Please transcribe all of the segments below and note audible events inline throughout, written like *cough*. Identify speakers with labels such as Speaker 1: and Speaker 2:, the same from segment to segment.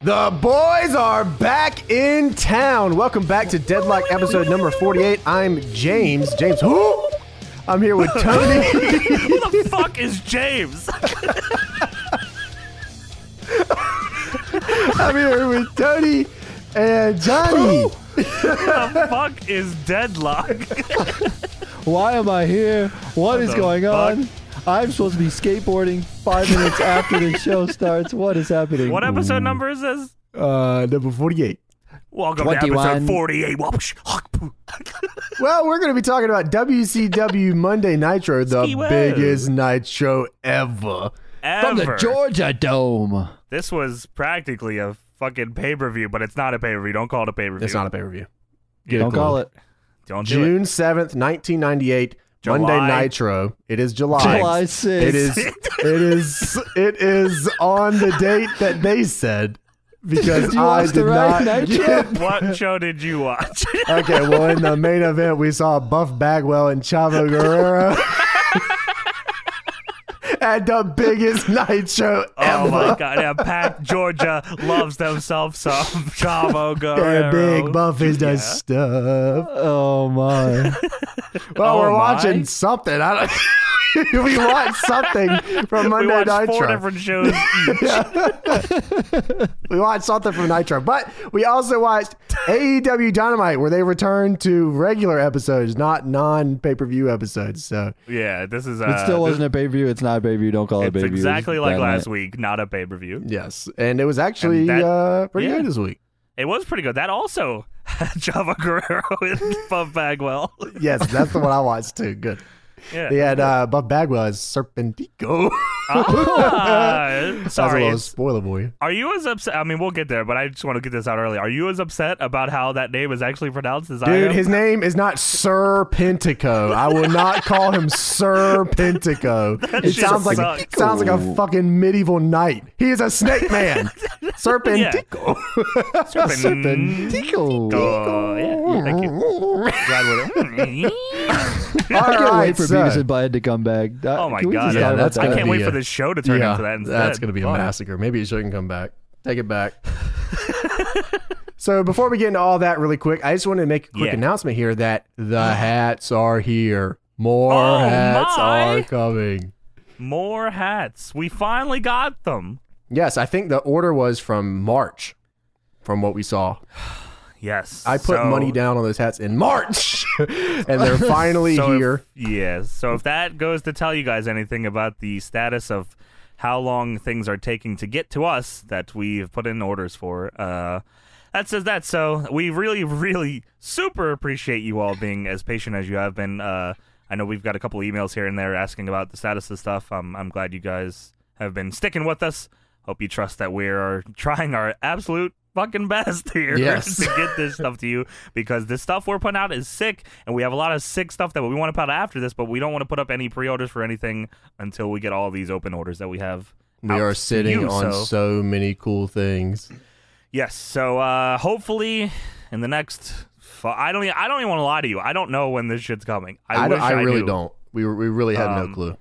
Speaker 1: The boys are back in town. Welcome back to Deadlock episode number 48. I'm James. James, who? I'm here with Tony.
Speaker 2: *laughs*
Speaker 3: Who the fuck is James? *laughs*
Speaker 1: I'm here with Tony and Johnny.
Speaker 3: the fuck is Deadlock?
Speaker 2: Why am I here? What is
Speaker 3: the
Speaker 2: going
Speaker 3: fuck?
Speaker 2: on? I'm supposed to be skateboarding five minutes after the show starts. What is happening?
Speaker 3: What episode number is this?
Speaker 1: *laughs* Uh, number 48.
Speaker 3: Welcome to
Speaker 2: 21.
Speaker 3: episode 48. Whoosh, hawk, poo.
Speaker 1: Well, we're going to be talking about WCW Monday Nitro, the
Speaker 3: Ski-wo.
Speaker 1: biggest nitro ever.
Speaker 3: Ever.
Speaker 2: From the Georgia Dome.
Speaker 3: This was practically a fucking pay per view, but it's not a pay per view. Don't call it a pay per view.
Speaker 1: It's not a pay per view.
Speaker 2: Don't call it.
Speaker 3: Don't do it.
Speaker 1: June 7th, 1998, Monday
Speaker 3: July.
Speaker 1: Nitro. It is July.
Speaker 2: July 6th.
Speaker 1: It is. It is. It is on the date that they said because
Speaker 2: Did you
Speaker 1: I
Speaker 2: watch
Speaker 1: did
Speaker 2: the right
Speaker 1: not.
Speaker 2: Nitro?
Speaker 3: What show did you watch?
Speaker 1: Okay, well, in the main event, we saw Buff Bagwell and Chavo Guerrero *laughs* at the biggest nitro
Speaker 3: oh
Speaker 1: ever.
Speaker 3: my god. Yeah, Pat Georgia loves themselves some Chavo
Speaker 1: And
Speaker 3: Guerrero.
Speaker 1: Big *laughs* Buff is the stuff.
Speaker 2: Oh
Speaker 1: *laughs*
Speaker 2: my.
Speaker 1: Well,
Speaker 3: Oh
Speaker 1: we're
Speaker 3: my.
Speaker 1: watching something. I don't. *laughs* we watched something from
Speaker 3: We
Speaker 1: Monday
Speaker 3: watched
Speaker 1: Nitro.
Speaker 3: four different shows.
Speaker 1: We watched something from Nitro, but we also watched AEW Dynamite, where they returned to regular episodes, not non pay per view episodes. So
Speaker 3: yeah, this is. Uh,
Speaker 2: It still
Speaker 3: this-
Speaker 2: wasn't a pay per view. It's not a pay per view. Don't call it a
Speaker 3: It's
Speaker 2: pay per view.
Speaker 3: exactly like last week, not a pay per view.
Speaker 1: yes, and it was actually
Speaker 3: And that-
Speaker 1: uh, pretty
Speaker 3: yeah.
Speaker 1: good this week.
Speaker 3: It was pretty good. That also had *laughs* Java Guerrero
Speaker 1: *laughs*
Speaker 3: and Buff Bagwell.
Speaker 1: Yes, that's the one I watched too. Good.
Speaker 3: Yeah.
Speaker 1: They *laughs* had uh, Buff Bagwell as Serpentico. *laughs*
Speaker 3: Ah,
Speaker 1: that's a
Speaker 3: sorry.
Speaker 1: little spoiler boy.
Speaker 3: Are you as upset? I mean, we'll get there, but I just want to get this out early. Are you as upset about how that name is actually pronounced as I
Speaker 1: Dude,
Speaker 3: am?
Speaker 1: his name is not Serpentico. I will not call him
Speaker 3: *laughs*
Speaker 1: Serpentico. It
Speaker 3: shit
Speaker 1: sounds like
Speaker 3: sucks.
Speaker 1: sounds like a fucking medieval knight. He is a snake
Speaker 3: *laughs*
Speaker 1: man. *laughs* Serpentico.
Speaker 2: Serpentico.
Speaker 3: Oh, yeah, yeah,
Speaker 1: *laughs*
Speaker 3: thank you. Glad with it.
Speaker 1: All
Speaker 2: I can't wait
Speaker 1: right,
Speaker 2: for
Speaker 1: so-
Speaker 2: Venus and Blade to come back.
Speaker 3: *laughs* Oh my god!
Speaker 1: Yeah,
Speaker 3: I-
Speaker 1: that's
Speaker 3: I
Speaker 1: gonna
Speaker 3: can't
Speaker 1: be
Speaker 3: wait
Speaker 1: a-
Speaker 3: for this show to turn
Speaker 1: uh, yeah,
Speaker 3: into that instead.
Speaker 1: That's going to be a
Speaker 3: Fuck.
Speaker 1: massacre. Maybe it shouldn't come back. Take it
Speaker 3: *laughs*
Speaker 1: back. so before we get into all that really quick, I just wanted to make a quick
Speaker 3: Yeah.
Speaker 1: announcement here that
Speaker 3: *sighs*
Speaker 1: the hats are here. More
Speaker 3: Oh,
Speaker 1: hats
Speaker 3: my.
Speaker 1: are coming.
Speaker 3: More hats. We finally got them.
Speaker 1: Yes, I think the order was from March, from what we saw.
Speaker 3: Yes.
Speaker 1: I put
Speaker 3: so-
Speaker 1: money down on those hats in March, *laughs* and they're finally
Speaker 3: *laughs* so if-
Speaker 1: here.
Speaker 3: yeah. So if that goes to tell you guys anything about the status of how long things are taking to get to us that we've put in orders for, uh, that says that. So we really, really super appreciate you all being as patient as you have been. Uh, I know we've got a couple emails here and there asking about the status of stuff. Um, I'm glad you guys have been sticking with us. Hope you trust that we are trying our absolute fucking best here
Speaker 1: Yes.
Speaker 3: *laughs* to get this stuff to you because this stuff we're putting out is sick and we have a lot of sick stuff that we want to put out after this, but we don't want to put up any pre orders for anything until we get all these open orders that we have.
Speaker 1: We
Speaker 3: out
Speaker 1: are
Speaker 3: to
Speaker 1: sitting
Speaker 3: you,
Speaker 1: on
Speaker 3: so-
Speaker 1: so many cool things.
Speaker 3: Yes. So uh, hopefully in the next. fu- I don't. e- I don't even want to lie to you. I don't know when this shit's coming. I,
Speaker 1: I, don't-
Speaker 3: wish
Speaker 1: I really
Speaker 3: knew.
Speaker 1: don't. We, were, we really had no
Speaker 3: Um,
Speaker 1: clue.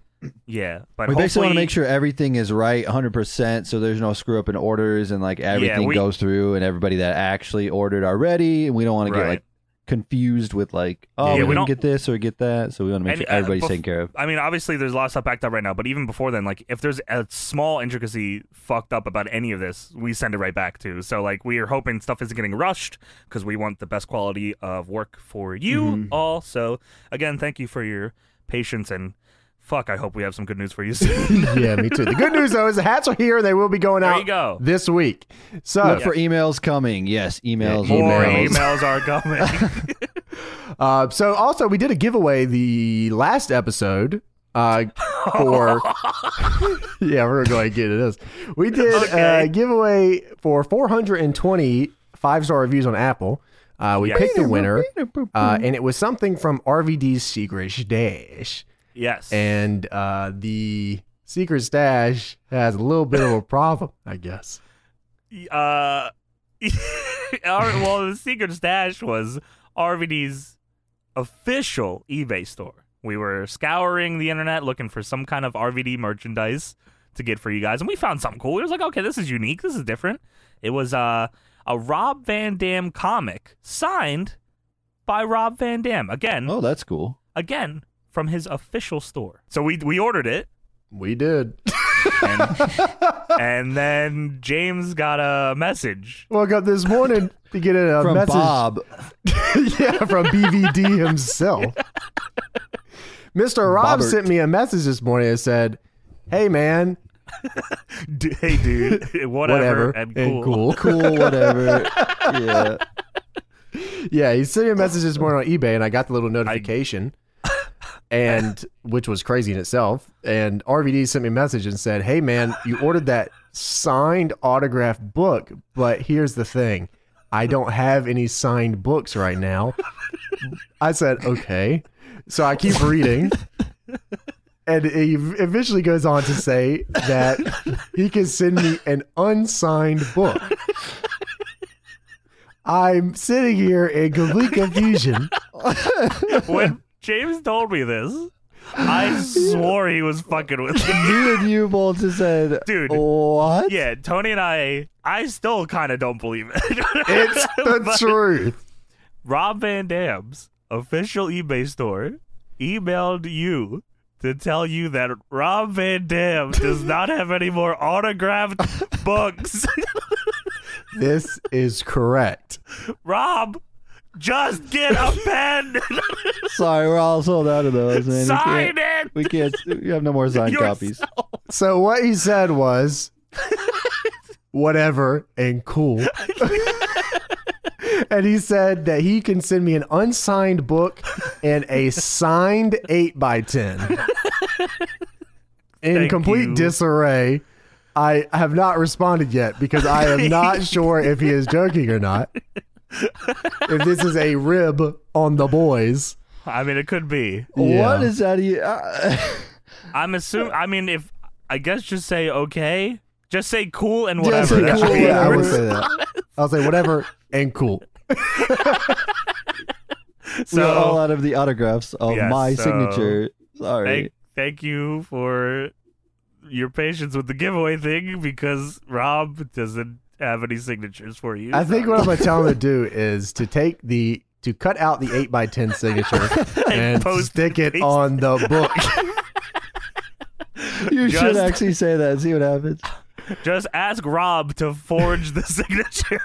Speaker 3: Yeah, but
Speaker 2: We basically
Speaker 3: hopefully
Speaker 2: want to make sure everything is right 100% so there's no screw up in orders and like everything
Speaker 3: we-
Speaker 2: goes through and everybody that actually ordered already. And we don't want to
Speaker 3: Right.
Speaker 2: get like confused with like, oh,
Speaker 3: Yeah,
Speaker 2: we,
Speaker 3: we
Speaker 2: didn't
Speaker 3: don't-
Speaker 2: get this or get that. So we want to make
Speaker 3: And,
Speaker 2: sure
Speaker 3: uh,
Speaker 2: everybody's
Speaker 3: bef-
Speaker 2: taken care of.
Speaker 3: I mean, obviously, there's a lot of stuff backed up right now, but even before then, like, if there's a small intricacy fucked up about any of this, we send it right back to. So, like, we are hoping stuff isn't getting rushed because we want the best quality of work for you all. So, again, thank you for your patience and fuck, I hope we have some good news for you soon.
Speaker 1: *laughs*
Speaker 3: *laughs*
Speaker 1: yeah, me too. The good news though is the hats are here. They will be going
Speaker 3: There
Speaker 1: out
Speaker 3: you go.
Speaker 1: this week. So
Speaker 2: Look for emails coming. Yes, emails.
Speaker 3: Oh, More
Speaker 1: Emails.
Speaker 3: emails are coming.
Speaker 1: uh, so also we did a giveaway the last episode uh, for *laughs* yeah we're gonna go ahead and get into this. We did
Speaker 3: Okay.
Speaker 1: a giveaway for 420 five star reviews on Apple. Uh, we
Speaker 3: Yes.
Speaker 1: picked the winner, uh, and it was something from RVD's Secret Stash.
Speaker 3: yes.
Speaker 1: And uh, the Secret Stash has a little bit of a problem, I guess.
Speaker 3: uh, *laughs* all right, well, the secret stash was RVD's official eBay store. We were scouring the internet looking for some kind of RVD merchandise to get for you guys, and we found something cool. We was like, okay, this is unique, this is different, It was uh, a Rob Van Dam comic signed by Rob Van Dam. Again,
Speaker 2: Oh, that's cool.
Speaker 3: again from his official store. So we we ordered it,
Speaker 1: We did.
Speaker 3: and, and then James got a message.
Speaker 1: Woke up this
Speaker 2: *laughs*
Speaker 1: morning to get a
Speaker 2: From
Speaker 1: message.
Speaker 2: Bob.
Speaker 1: *laughs* yeah, from BVD
Speaker 2: *laughs*
Speaker 1: himself. Mr. Rob
Speaker 2: Bobbert.
Speaker 1: sent me a message this morning and said, Hey, man,
Speaker 3: D- hey, dude, *laughs* whatever,
Speaker 1: whatever.
Speaker 3: and
Speaker 1: and
Speaker 2: *laughs* Cool, whatever. yeah.
Speaker 1: Yeah, he sent me a message this morning on eBay, and I got the little notification, and which was crazy in itself. And RVD sent me a message and said, "Hey, man, you ordered that signed autograph book, but here's the thing: I don't have any signed books right now." I said, "Okay," so I keep reading. And he eventually goes on to say that he can send me an unsigned book. I'm sitting here in complete confusion.
Speaker 3: *laughs* when James told me this, I swore he was fucking with me. *laughs*
Speaker 2: Me and you both just said,
Speaker 3: Dude.
Speaker 2: what?
Speaker 3: Yeah, Tony and I, I still kind of don't believe it. *laughs*
Speaker 1: It's the
Speaker 3: But
Speaker 1: truth.
Speaker 3: Rob Van Dam's official eBay store emailed you to tell you that Rob Van Dam does not have any more autographed books. *laughs*
Speaker 1: This is correct.
Speaker 3: Rob, just get a pen,
Speaker 2: Sorry, we're all sold out of those, man. We can't-
Speaker 3: sign it.
Speaker 2: We can't. We have no more signed
Speaker 3: yourself.
Speaker 2: copies.
Speaker 1: So what he said was whatever and cool. *laughs* and he said that he can send me an unsigned book and a signed 8 by 10 In
Speaker 3: Thank
Speaker 1: complete
Speaker 3: you.
Speaker 1: disarray. I have not responded yet because I am
Speaker 3: *laughs*
Speaker 1: not sure if he is joking or not. If this is a rib on the boys.
Speaker 3: I mean, it could be.
Speaker 1: Yeah.
Speaker 2: What is that? He, uh, *laughs*
Speaker 3: I'm assuming. I mean, if I guess just say okay, just say cool and
Speaker 1: Yeah,
Speaker 3: whatever.
Speaker 1: say
Speaker 3: That
Speaker 1: cool,
Speaker 3: should be
Speaker 1: yeah, I
Speaker 3: ours.
Speaker 1: would say that. I'll say whatever and cool.
Speaker 2: we're all
Speaker 3: So
Speaker 2: out of the autographs of
Speaker 3: Yeah,
Speaker 2: my
Speaker 3: so-
Speaker 2: signature. Sorry.
Speaker 3: thank thank you for your patience with the giveaway thing because Rob doesn't have any signatures for you.
Speaker 1: I think what I'm gonna tell him to do is to take the to cut out the eight by ten
Speaker 3: *laughs*
Speaker 1: signature and
Speaker 3: post
Speaker 1: stick it
Speaker 3: paste.
Speaker 1: on the book.
Speaker 2: you should
Speaker 3: Just-
Speaker 2: actually say that and see what happens.
Speaker 3: *laughs* just ask Rob to forge the *laughs* signature.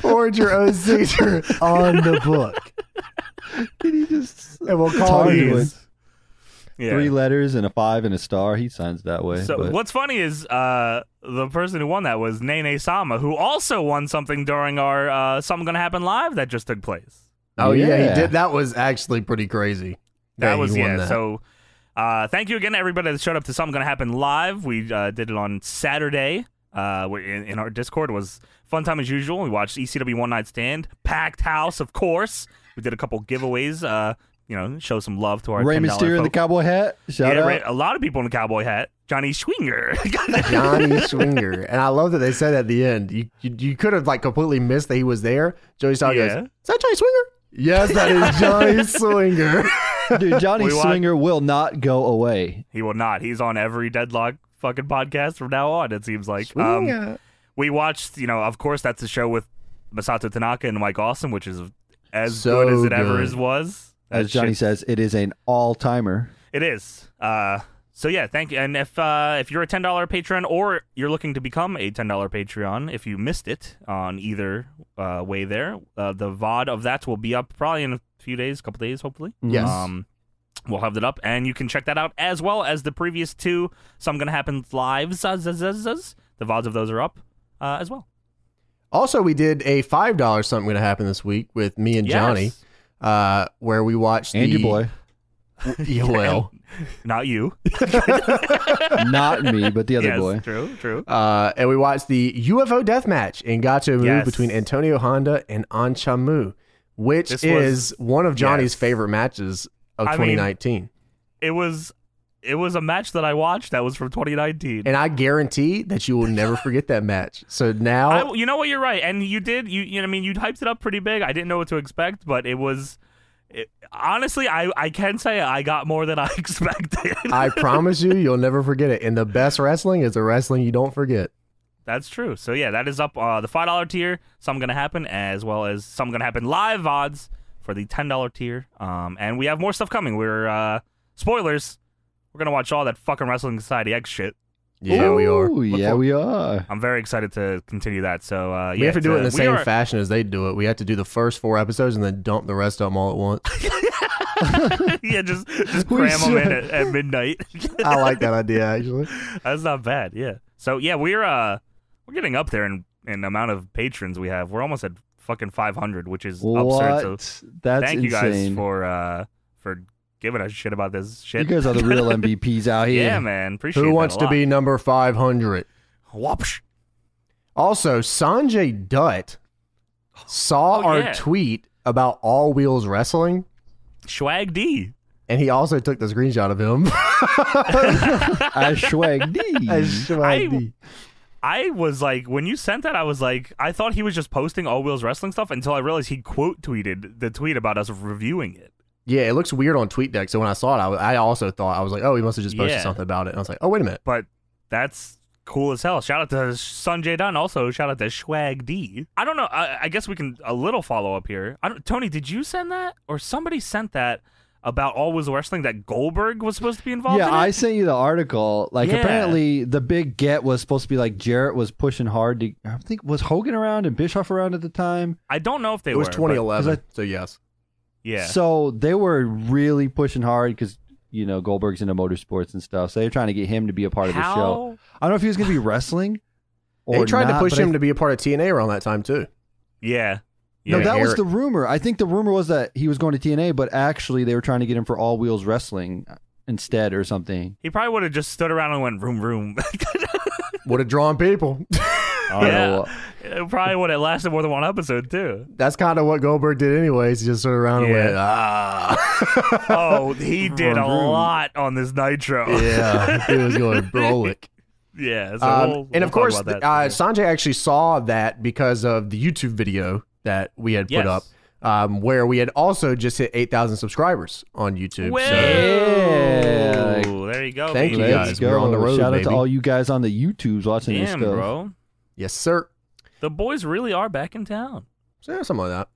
Speaker 1: Forge your own signature on the book,
Speaker 2: Can he just
Speaker 1: and we'll call
Speaker 2: Totally.
Speaker 1: you.
Speaker 2: Please. three letters and a five and a star? He signs that way.
Speaker 3: So
Speaker 2: but-
Speaker 3: what's funny is uh, the person who won that was Nene Sama, who also won something during our uh, "Something Gonna Happen" live that just took place.
Speaker 1: Oh yeah.
Speaker 2: Yeah.
Speaker 1: he did. That was actually pretty crazy.
Speaker 3: That
Speaker 1: he
Speaker 3: was
Speaker 1: won
Speaker 3: yeah.
Speaker 1: that.
Speaker 3: So, uh, thank you again, to everybody that showed up to something gonna happen live. We uh, did it on Saturday. Uh, we- in, in our Discord it was fun time as usual. We watched ECW One Night Stand, packed house, of course. We did a couple giveaways. Uh, you know, show some love to our
Speaker 2: Ray
Speaker 3: $10
Speaker 2: Mysterio in the
Speaker 3: folks.
Speaker 2: cowboy hat. Shout
Speaker 3: yeah,
Speaker 2: out.
Speaker 3: Ray- a lot of people in the cowboy hat. Johnny Schwinger. *laughs*
Speaker 1: Johnny Swinger, and I love that they said at the end. You you, you could have like completely missed that he was there. Joey Star
Speaker 3: Yeah.
Speaker 1: goes, "Is that Johnny Swinger?" Yes, that
Speaker 3: *laughs*
Speaker 1: is Johnny Swinger.
Speaker 2: Dude, Johnny
Speaker 3: We want-
Speaker 2: Swinger will not go away.
Speaker 3: He will not. He's on every deadlock fucking podcast from now on. It seems like. Um, we watched, you know, of course, that's the show with Masato Tanaka and Mike Awesome, which is as
Speaker 1: So
Speaker 3: good as it ever
Speaker 1: good.
Speaker 3: is was.
Speaker 2: As
Speaker 3: That
Speaker 2: Johnny
Speaker 3: shit-
Speaker 2: says, it is an all timer.
Speaker 3: it is. Uh, so yeah, thank you. And if uh, if you're a ten dollar patron or you're looking to become a ten dollar Patreon, if you missed it on either uh, way, there uh, the VOD of that will be up probably in a few days, couple days, hopefully.
Speaker 1: Yes.
Speaker 3: Um, we'll have that up, and you can check that out as well as the previous two. Some gonna happen uh, live. Zuz, zuz, zuz, zuz. The vods of those are up uh, as well.
Speaker 1: Also, we did a five dollars something going to happen this week with me and Johnny,
Speaker 3: Yes.
Speaker 1: uh, where we watched
Speaker 2: And
Speaker 1: the,
Speaker 2: your boy.
Speaker 1: *laughs*
Speaker 3: *laughs*
Speaker 1: Yeah, well,
Speaker 3: not you.
Speaker 2: not me, but the
Speaker 3: *laughs*
Speaker 2: other
Speaker 3: yes,
Speaker 2: boy.
Speaker 3: true, true.
Speaker 1: uh, and we watched the UFO death match in Gacha Mu
Speaker 3: Yes.
Speaker 1: between Antonio Honda and Ancha Mu, which
Speaker 3: This
Speaker 1: is one of Johnny's
Speaker 3: yes.
Speaker 1: favorite matches of
Speaker 3: I mean-
Speaker 1: 2019.
Speaker 3: It was, it was a match that I watched that was from 2019.
Speaker 1: and I guarantee that you will never forget that match. So now,
Speaker 3: I, you know what? You're right, and you did. You, you know, I mean, you hyped it up pretty big. I didn't know what to expect, but it was, it- honestly, I, I can say I got more than I *laughs* expected.
Speaker 1: I promise you, you'll never forget it. And the best wrestling is the wrestling you don't forget.
Speaker 3: *laughs* That's true. So yeah, that is up uh, the five dollar tier. Some gonna happen as well as some gonna happen live odds for the ten dollar tier. Um, and we have more stuff coming. We're uh, spoilers. We're gonna watch all that fucking Wrestling Society X shit.
Speaker 1: Yeah, we are.
Speaker 2: Ooh,
Speaker 3: Look
Speaker 2: yeah,
Speaker 3: for-
Speaker 2: we are.
Speaker 3: I'm very excited to continue that. So uh, yeah,
Speaker 1: We have to do it in the
Speaker 3: it's, uh,
Speaker 1: same
Speaker 3: we are-
Speaker 1: fashion as they do it. We have to do the first four episodes and then dump the rest of them all at once.
Speaker 3: *laughs* yeah, just just
Speaker 2: We
Speaker 3: cram them in
Speaker 2: should.
Speaker 3: at, at midnight.
Speaker 1: *laughs* *laughs* I like that idea actually.
Speaker 3: That's not bad. Yeah. So yeah, we're uh we're getting up there in in amount of patrons we have. We're almost at fucking 500, which is absurd.
Speaker 2: What?
Speaker 3: So
Speaker 2: That's
Speaker 3: thank
Speaker 2: insane.
Speaker 3: you guys for uh for giving us shit about this shit.
Speaker 2: You guys are
Speaker 3: *laughs*
Speaker 2: the real MVPs out
Speaker 3: yeah,
Speaker 2: here.
Speaker 3: man. Appreciate
Speaker 1: Who
Speaker 3: that
Speaker 1: wants
Speaker 3: a
Speaker 1: to
Speaker 3: lot.
Speaker 1: be number five hundred?
Speaker 3: Whoopsh.
Speaker 1: Also, Sanjay Dutt saw
Speaker 3: Oh,
Speaker 1: our
Speaker 3: yeah.
Speaker 1: tweet about All Wheels Wrestling,
Speaker 3: Swag D.
Speaker 1: and he also took the screenshot of him. *laughs*
Speaker 2: I
Speaker 3: *laughs*
Speaker 2: swag
Speaker 1: As *laughs*
Speaker 2: D.
Speaker 1: Swaggy.
Speaker 3: I was like, when you sent that, I was like, I thought he was just posting All Wheels Wrestling stuff until I realized he quote tweeted the tweet about us reviewing it.
Speaker 1: yeah, it looks weird on TweetDeck. So when I saw it, I, wa- I also thought I was like, "Oh, he must have just posted
Speaker 3: Yeah.
Speaker 1: something about it." And I was like, "Oh, wait a minute."
Speaker 3: but that's cool as hell. Shout out to Sanjay Dunn. Also, shout out to Schwag D. I don't know. I, I guess we can a little follow up here. I don't, Tony, did you send that or somebody sent that about All Was Wrestling that Goldberg was supposed to be involved?
Speaker 2: Yeah,
Speaker 3: in
Speaker 2: I
Speaker 3: it?
Speaker 2: sent you the article. Like,
Speaker 3: Yeah.
Speaker 2: apparently, the big get was supposed to be like Jarrett was pushing hard to. I think was Hogan around and Bischoff around at the time.
Speaker 3: I don't know if they
Speaker 1: It was
Speaker 3: were, but
Speaker 1: 2011,
Speaker 2: 'cause I-
Speaker 1: so yes.
Speaker 3: Yeah,
Speaker 2: So they were really pushing hard because you know Goldberg's into motorsports and stuff. So they're trying to get him to be a part of the show.
Speaker 3: How-
Speaker 2: I don't know if he was going *laughs* to be wrestling. Or
Speaker 1: they tried
Speaker 2: not,
Speaker 1: to push
Speaker 2: but I
Speaker 1: him to be a part of TNA around that time *laughs* too.
Speaker 3: Yeah, yeah.
Speaker 2: No, that was
Speaker 1: Eric-
Speaker 2: the rumor. I think the rumor was that he was going to TNA, but actually they were trying to get him for All Wheels Wrestling instead or something.
Speaker 3: he probably would have just stood around and went room room.
Speaker 1: Would have drawn people. *laughs*
Speaker 2: I don't
Speaker 3: yeah,
Speaker 2: know.
Speaker 3: *laughs* it probably would have lasted more than one episode too.
Speaker 1: That's kind of what Goldberg did, anyways. He just stood around
Speaker 3: Yeah.
Speaker 1: and went,
Speaker 3: *laughs*
Speaker 1: ah.
Speaker 3: Oh, he did a
Speaker 2: Vroom, vroom.
Speaker 3: lot on this Nitro.
Speaker 1: yeah, he was going brolic.
Speaker 3: *laughs* Yeah, so
Speaker 1: Um,
Speaker 3: we'll-
Speaker 1: and
Speaker 3: we'll
Speaker 1: of
Speaker 3: talk
Speaker 1: course,
Speaker 3: about
Speaker 1: th-
Speaker 3: that.
Speaker 1: uh, Sanjay actually saw that because of the YouTube video that we had
Speaker 3: Yes.
Speaker 1: put up, um, where we had also just hit 8,000 subscribers on YouTube.
Speaker 3: Whoa.
Speaker 1: So
Speaker 2: Yeah.
Speaker 3: There you go.
Speaker 1: Thank you,
Speaker 3: baby.
Speaker 2: Let's
Speaker 1: guys.
Speaker 2: go.
Speaker 1: We're on the road,
Speaker 2: Shout out to
Speaker 1: baby.
Speaker 2: all you guys on the YouTubes watching this
Speaker 3: Damn,
Speaker 2: stuff.
Speaker 3: bro.
Speaker 1: yes, sir.
Speaker 3: The boys really are back in town.
Speaker 1: So yeah, something like that.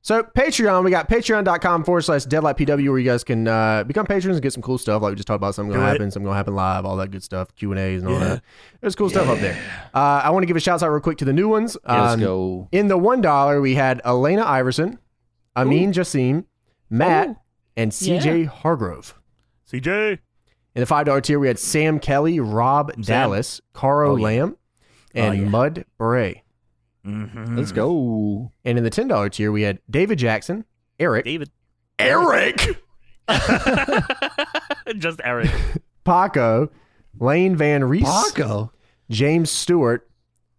Speaker 1: So Patreon, we got patreon.com forward slash deadlightpw where you guys can uh, become patrons and get some cool stuff. Like we just talked about something gonna
Speaker 3: Do it.
Speaker 1: happen, something gonna happen live, all that good stuff, Q and A's and all
Speaker 3: Yeah.
Speaker 1: that. There's cool stuff up there. Uh, I want to give a shout out real quick to the new ones.
Speaker 2: Yeah, let's
Speaker 1: Um,
Speaker 2: go.
Speaker 1: In the one dollar, we had Elena Iverson, Amin Jasim, Matt, and CJ Hargrove.
Speaker 3: CJ.
Speaker 1: In the five dollar tier, we had Sam Kelly, Rob Dallas, Caro
Speaker 3: Oh, yeah.
Speaker 1: Lamb, and
Speaker 3: Oh, yeah.
Speaker 1: Mud Bray.
Speaker 3: Mm-hmm.
Speaker 2: Let's go.
Speaker 1: And in the ten dollar tier, we had David Jackson, Eric,
Speaker 3: David.
Speaker 1: Eric,
Speaker 3: *laughs* Just Eric.
Speaker 1: Paco, Lane Van Reese,
Speaker 2: Paco.
Speaker 1: James Stewart,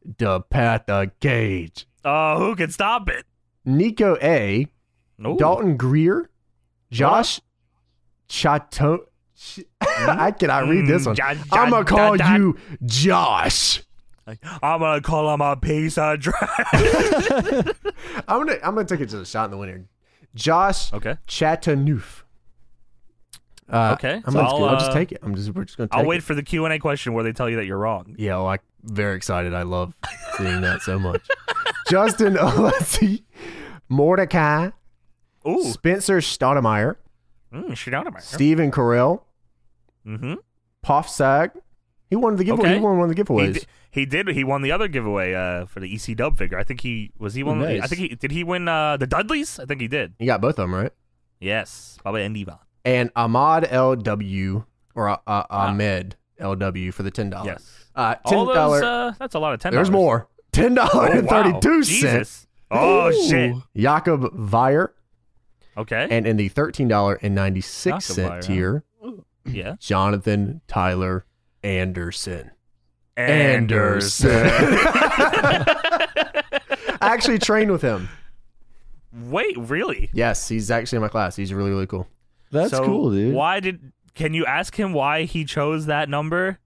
Speaker 1: DePatha Gage,
Speaker 3: Oh, who can stop it?
Speaker 1: Nico A,
Speaker 3: No.
Speaker 1: Dalton Greer, Josh Chateau. *laughs* I cannot read this
Speaker 3: Mm,
Speaker 1: one.
Speaker 3: Ja- Ja-
Speaker 1: I'm gonna call
Speaker 3: Ja- Ja-
Speaker 1: you Josh.
Speaker 3: I'm gonna call him a piece of trash.
Speaker 1: I'm gonna I'm gonna take it to the shot in the winner. Josh
Speaker 3: Okay.
Speaker 1: Chattanouf. Uh,
Speaker 3: Okay,
Speaker 1: I'm
Speaker 3: so
Speaker 1: gonna,
Speaker 3: I'll,
Speaker 1: I'll, just
Speaker 3: uh,
Speaker 1: take it. I'm just we're just gonna. Take
Speaker 3: I'll wait
Speaker 1: It.
Speaker 3: for the Q and A question where they tell you that you're wrong.
Speaker 1: Yeah, well, I'm very excited. I love seeing that so much. *laughs*
Speaker 3: *laughs*
Speaker 1: Justin Olesi, Mordecai,
Speaker 3: Ooh,
Speaker 1: Spencer Stoudemire,
Speaker 3: mm, shit out of my.
Speaker 1: Stephen Carell,
Speaker 3: Mm-hmm.
Speaker 1: Puff Sag. He won the giveaway.
Speaker 3: Okay.
Speaker 1: He won one of the
Speaker 3: He,
Speaker 1: giveaways.
Speaker 3: di- he did. He won the other giveaway uh, for the EC Dub figure. I think he was he one.
Speaker 2: Nice.
Speaker 3: I think he did. He win uh, the Dudleys. I think he did.
Speaker 1: you got both of them right.
Speaker 3: Yes, Baba and Diva.
Speaker 1: and Ahmad LW or uh, uh, Ahmed LW for the ten dollars.
Speaker 3: Yes.
Speaker 1: uh,
Speaker 3: All
Speaker 1: ten
Speaker 3: those,
Speaker 1: dollar.
Speaker 3: uh, that's a lot of ten.
Speaker 1: There's more. Ten dollar
Speaker 3: Oh,
Speaker 1: and
Speaker 3: wow.
Speaker 1: thirty two cents.
Speaker 3: Jesus. Oh shit.
Speaker 1: Jakob Weyer,
Speaker 3: Okay.
Speaker 1: and in the thirteen dollar and ninety six
Speaker 3: Jakob Weyer, huh?
Speaker 1: cent tier,
Speaker 3: yeah.
Speaker 1: Jonathan Tyler Anderson. *laughs* I actually trained with him.
Speaker 3: Wait, really?
Speaker 1: Yes, he's actually in my class. He's really really cool.
Speaker 2: That's
Speaker 3: So
Speaker 2: cool, dude.
Speaker 3: Why did? Can you ask him why he chose that number?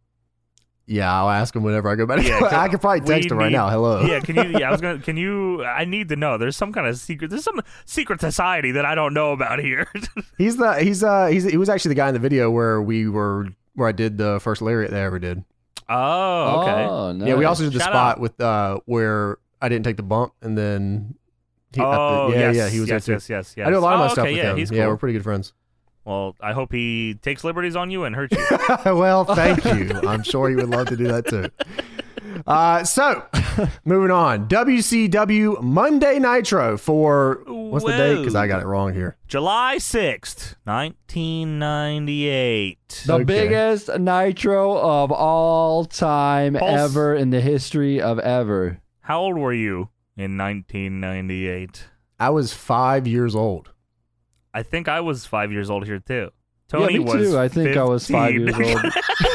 Speaker 1: Yeah, I'll ask him whenever I go back.
Speaker 3: Yeah, 'cause
Speaker 1: I could probably text
Speaker 3: we
Speaker 1: him right
Speaker 3: need-
Speaker 1: now. *laughs* Hello.
Speaker 3: Yeah, can you? Yeah, I was gonna. Can you? I need to know. There's some kind of secret. There's some secret society that I don't know about here. *laughs*
Speaker 1: He's the he's uh he's he was actually the guy in the video where we were where I did the first lariat that I ever did.
Speaker 3: oh, okay.
Speaker 2: Oh, nice.
Speaker 1: Yeah, we also did the
Speaker 3: Shout
Speaker 1: spot with uh where I didn't take the bump and then he, I-
Speaker 3: oh,
Speaker 1: yeah,
Speaker 3: yes,
Speaker 1: yeah, he was
Speaker 3: yes,
Speaker 1: there too.
Speaker 3: yes, yes, yes.
Speaker 1: I do a lot of my
Speaker 3: Oh,
Speaker 1: stuff
Speaker 3: okay,
Speaker 1: with
Speaker 3: yeah,
Speaker 1: him.
Speaker 3: He's
Speaker 1: Yeah,
Speaker 3: cool.
Speaker 1: we're pretty good friends.
Speaker 3: Well, I hope he takes liberties on you and
Speaker 1: *laughs*
Speaker 3: hurts you.
Speaker 1: well, thank you. I'm sure he would love to do that too. Uh, so, *laughs* moving on. WCW Monday Nitro for what's the date? Because I got it wrong here.
Speaker 3: July sixth, nineteen ninety eight.
Speaker 2: The
Speaker 1: Okay.
Speaker 2: biggest nitro of all time
Speaker 3: Pulse.
Speaker 2: ever in the history of ever.
Speaker 3: How old were you in nineteen ninety eight?
Speaker 1: I was five years old. *laughs*
Speaker 3: I think I was five years old here too. Tony
Speaker 2: yeah, me
Speaker 3: was
Speaker 2: too. I think I was five
Speaker 3: 15.
Speaker 2: years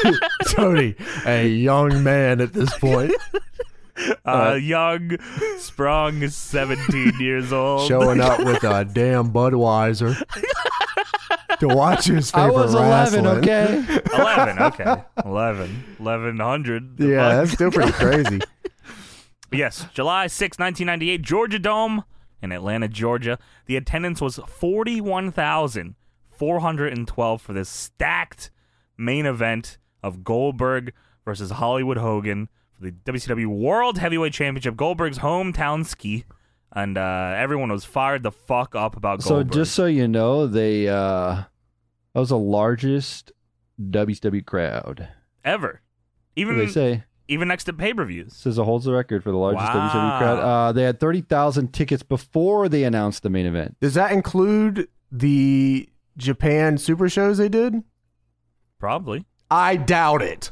Speaker 2: old.
Speaker 1: Tony, a young man at this
Speaker 2: *laughs*
Speaker 1: point,
Speaker 3: *laughs* uh, young, *laughs*
Speaker 1: *laughs*
Speaker 3: sprung, seventeen years
Speaker 2: Oh,
Speaker 3: old.
Speaker 1: showing up with a damn
Speaker 2: *laughs*
Speaker 1: Budweiser to watch his
Speaker 2: I
Speaker 1: favorite
Speaker 2: was eleven.
Speaker 1: wrestling. *laughs*
Speaker 2: Okay.
Speaker 3: Eleven. Okay. Eleven. Eleven hundred.
Speaker 1: Yeah,
Speaker 2: Oh,
Speaker 1: that's still
Speaker 2: *laughs*
Speaker 1: pretty crazy.
Speaker 3: Yes, July 6, 1998, Georgia Dome in Atlanta, Georgia. The attendance was 41,412 for this stacked main event of Goldberg versus Hollywood Hogan for the WCW World Heavyweight Championship, Goldberg's hometown ski. And uh, everyone was fired the fuck up about
Speaker 2: so
Speaker 3: Goldberg.
Speaker 2: just so you know, they uh, that was the largest WCW crowd.
Speaker 3: ever.
Speaker 2: What do they
Speaker 3: Even
Speaker 2: say
Speaker 3: even next to pay per views.
Speaker 2: says it holds the record for the largest WCW crowd.
Speaker 3: Wow.
Speaker 2: Uh, they had thirty thousand tickets before they announced the main event.
Speaker 1: Does that include the Japan Super shows they did?
Speaker 3: Probably.
Speaker 1: I doubt it.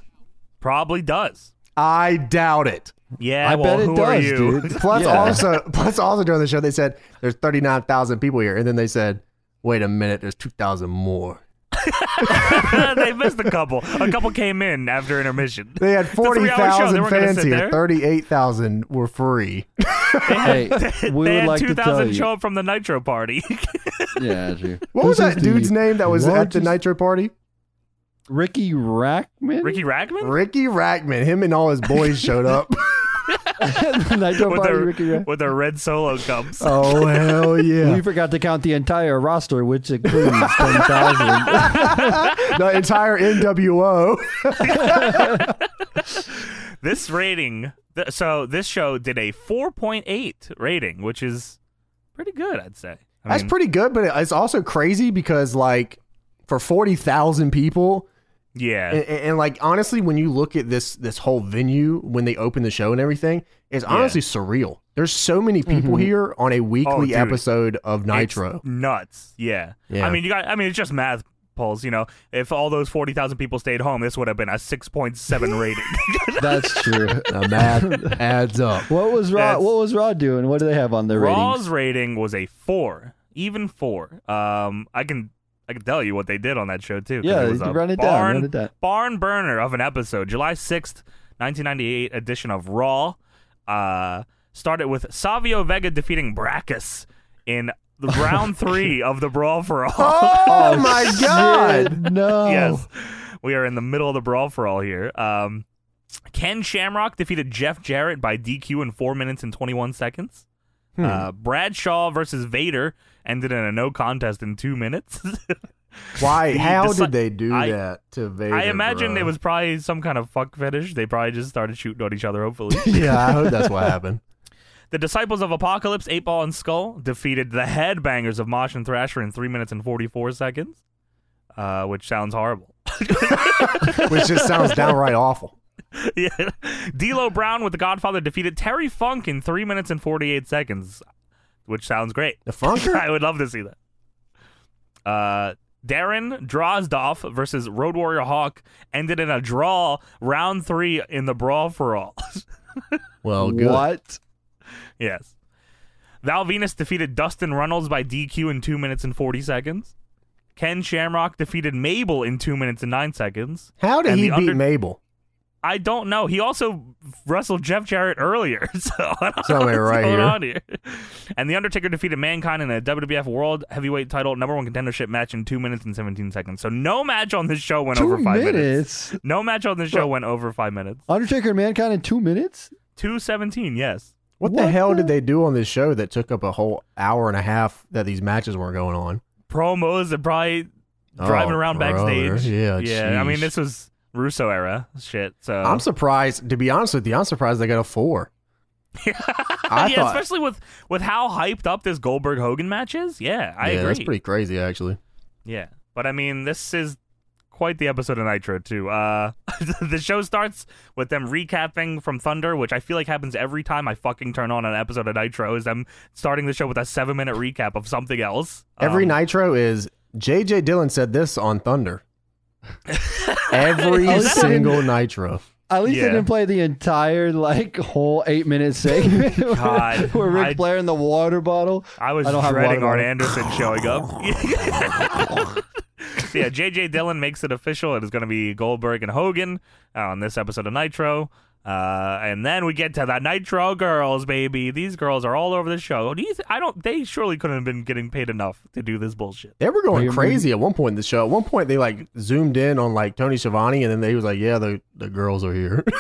Speaker 3: Probably does.
Speaker 1: I doubt it.
Speaker 3: Yeah,
Speaker 2: I
Speaker 3: well,
Speaker 2: bet it
Speaker 3: who are
Speaker 2: does,
Speaker 3: you? *laughs*
Speaker 2: dude.
Speaker 1: Plus,
Speaker 2: Yeah.
Speaker 1: also, *laughs* plus also during the show, they said there's 39,000 people here, and then they said, "Wait a minute, there's 2,000 more."
Speaker 3: they missed a couple. A couple came in after intermission.
Speaker 1: They *laughs* had
Speaker 3: a three-hour show. They
Speaker 1: 40,000
Speaker 3: weren't gonna
Speaker 1: fans
Speaker 3: sit
Speaker 1: here.
Speaker 3: there.
Speaker 1: 38,000 were free.
Speaker 2: *laughs* Hey, we
Speaker 3: *laughs* they
Speaker 2: would
Speaker 3: had
Speaker 2: like to tell
Speaker 3: 2,000
Speaker 2: you.
Speaker 3: show up from the Nitro party. *laughs*
Speaker 2: Yeah, true.
Speaker 1: *laughs* What was that dude's name that was at the
Speaker 2: largest-
Speaker 1: Nitro party?
Speaker 2: Ricky Rackman.
Speaker 3: Ricky Rackman?
Speaker 1: Ricky Rackman. Him and all his boys showed up.
Speaker 2: *laughs* Nitro
Speaker 3: with,
Speaker 2: Party.
Speaker 3: their,
Speaker 2: Ricky Rackman.
Speaker 3: with their red solo cups.
Speaker 1: *laughs* oh hell yeah!
Speaker 2: We forgot to count the entire roster, which
Speaker 3: *laughs*
Speaker 2: includes 10,000.
Speaker 1: the entire NWO.
Speaker 3: This rating, th- so this show did a 4.8 rating, which is pretty good, I'd say. I
Speaker 1: That's
Speaker 3: mean,
Speaker 1: pretty good, but it's also crazy because like for 40,000 people.
Speaker 3: yeah.
Speaker 2: eh,
Speaker 1: and, and, and, like honestly when you look at this this whole venue when they open the show and everything it's honestly surreal there's so many people here on a weekly
Speaker 3: dude.
Speaker 1: episode of
Speaker 3: It's
Speaker 1: *laughs* nitro
Speaker 3: nuts. Yeah.
Speaker 1: Yeah.
Speaker 3: I mean, you got. I mean, it's just math. Polls, you know, if all those forty thousand people stayed home, this would have been a six point seven rating.
Speaker 2: That's true.
Speaker 1: the math adds up
Speaker 2: What was Raw?
Speaker 3: That's-
Speaker 2: What was Raw doing? What do they have on their ratings?
Speaker 3: Raw's rating was a four, even four. Um, I can I can tell you what they did on that show too. 'cause
Speaker 2: Yeah,
Speaker 3: it was
Speaker 2: you
Speaker 3: a
Speaker 2: run it down,
Speaker 3: barn,
Speaker 2: run it down.
Speaker 3: Barn burner of an episode, July sixth, nineteen ninety eight edition of Raw. Uh, started with Savio Vega defeating Brackus in
Speaker 2: *laughs*
Speaker 3: the round three of the Brawl for All.
Speaker 1: *laughs* oh, my
Speaker 2: shit,
Speaker 1: god
Speaker 2: no.
Speaker 3: yes, we are in the middle of the Brawl for All here. Um, Ken Shamrock defeated Jeff Jarrett by DQ in four minutes and twenty one seconds. Uh, Bradshaw versus Vader ended in a no contest in two minutes. *laughs*
Speaker 1: why
Speaker 3: the
Speaker 1: how
Speaker 3: deci-
Speaker 1: did they do
Speaker 3: I-
Speaker 1: that to Vader
Speaker 3: I imagine
Speaker 1: bro? *laughs*
Speaker 3: it was probably some kind of fuck fetish. They probably just started shooting at each other, hopefully.
Speaker 1: yeah I hope that's what happened
Speaker 3: the Disciples of Apocalypse, Eight Ball and Skull, defeated the headbangers of Mosh and Thrasher in three minutes and 44 seconds, uh, which sounds horrible.
Speaker 1: which just sounds downright awful
Speaker 3: *laughs* yeah. D'Lo Brown with The Godfather defeated Terry Funk in three minutes and 48 seconds, which sounds great.
Speaker 1: *laughs* the funker
Speaker 3: *laughs* I would love to see that. Uh, Darren Drozdoff versus Road Warrior Hawk ended in a draw, round three in the brawl for all. *laughs*
Speaker 1: well good
Speaker 2: What?
Speaker 3: yes. Val Venus defeated Dustin Runnels by DQ in two minutes and forty seconds. Ken Shamrock defeated Mabel in two minutes and nine seconds.
Speaker 1: how did
Speaker 3: And
Speaker 1: he
Speaker 3: the
Speaker 1: beat *laughs*
Speaker 3: under-
Speaker 1: Mabel
Speaker 3: I don't know. He also wrestled Jeff Jarrett earlier, *laughs* so I don't know
Speaker 1: Somewhere
Speaker 3: what's
Speaker 1: right
Speaker 3: going
Speaker 1: here.
Speaker 3: on here. *laughs* And the Undertaker defeated Mankind in a WWF World Heavyweight Title Number One Contendership match in two minutes and seventeen seconds. So no match on this show went
Speaker 2: two
Speaker 3: over five minutes.
Speaker 2: minutes.
Speaker 3: No match on this show went over five minutes.
Speaker 2: Undertaker and Mankind in two minutes.
Speaker 3: Two seventeen, yes.
Speaker 1: What, the
Speaker 2: What
Speaker 1: hell
Speaker 2: the-
Speaker 1: did they do on this show that took up a whole hour and a half that these matches weren't going on?
Speaker 3: Promos and probably
Speaker 1: Oh,
Speaker 3: driving around
Speaker 1: brother.
Speaker 3: backstage.
Speaker 1: Yeah,
Speaker 3: yeah. I mean,
Speaker 1: jeez.
Speaker 3: this was Russo era shit. So
Speaker 1: I'm
Speaker 3: *laughs*
Speaker 1: surprised. To be honest with you, I'm surprised they got a four. I
Speaker 3: yeah,
Speaker 1: thought
Speaker 3: especially with with how hyped up this Goldberg Hogan match is. Yeah, I
Speaker 1: yeah,
Speaker 3: agree.
Speaker 1: that's pretty crazy actually.
Speaker 3: Yeah, but I mean, this is quite the episode of Nitro too. Uh, *laughs* the show starts with them recapping from Thunder, which I feel like happens every time I fucking turn on an episode of Nitro. Is them starting the show with a seven minute recap of something else
Speaker 1: Every
Speaker 3: Um,
Speaker 1: Nitro is JJ Dillon said this on Thunder.
Speaker 3: *laughs*
Speaker 1: Every
Speaker 3: Is
Speaker 2: that-
Speaker 1: single Nitro.
Speaker 2: At least
Speaker 3: Yeah.
Speaker 2: they didn't play the entire like whole eight minute segment
Speaker 3: *laughs* God,
Speaker 2: *laughs* where Ric
Speaker 3: I-
Speaker 2: Flair and the water bottle.
Speaker 3: I was
Speaker 2: I don't have
Speaker 3: dreading
Speaker 2: water
Speaker 3: Arn
Speaker 2: bottle.
Speaker 3: Anderson showing up.
Speaker 2: *laughs*
Speaker 3: *laughs* So, yeah, JJ Dillon makes it official. It is going to be Goldberg and Hogan uh, on this episode of Nitro. Uh, and then we get to the Nitro girls, baby. These girls are all over the show. Do you th- I don't. They surely couldn't have been getting paid enough to do this bullshit.
Speaker 1: They were
Speaker 2: Wait
Speaker 1: going
Speaker 2: a
Speaker 1: crazy at one point in the show. At one point, they like zoomed in on like Tony Schiavone, and then they was like, "Yeah, the the girls are here." *laughs*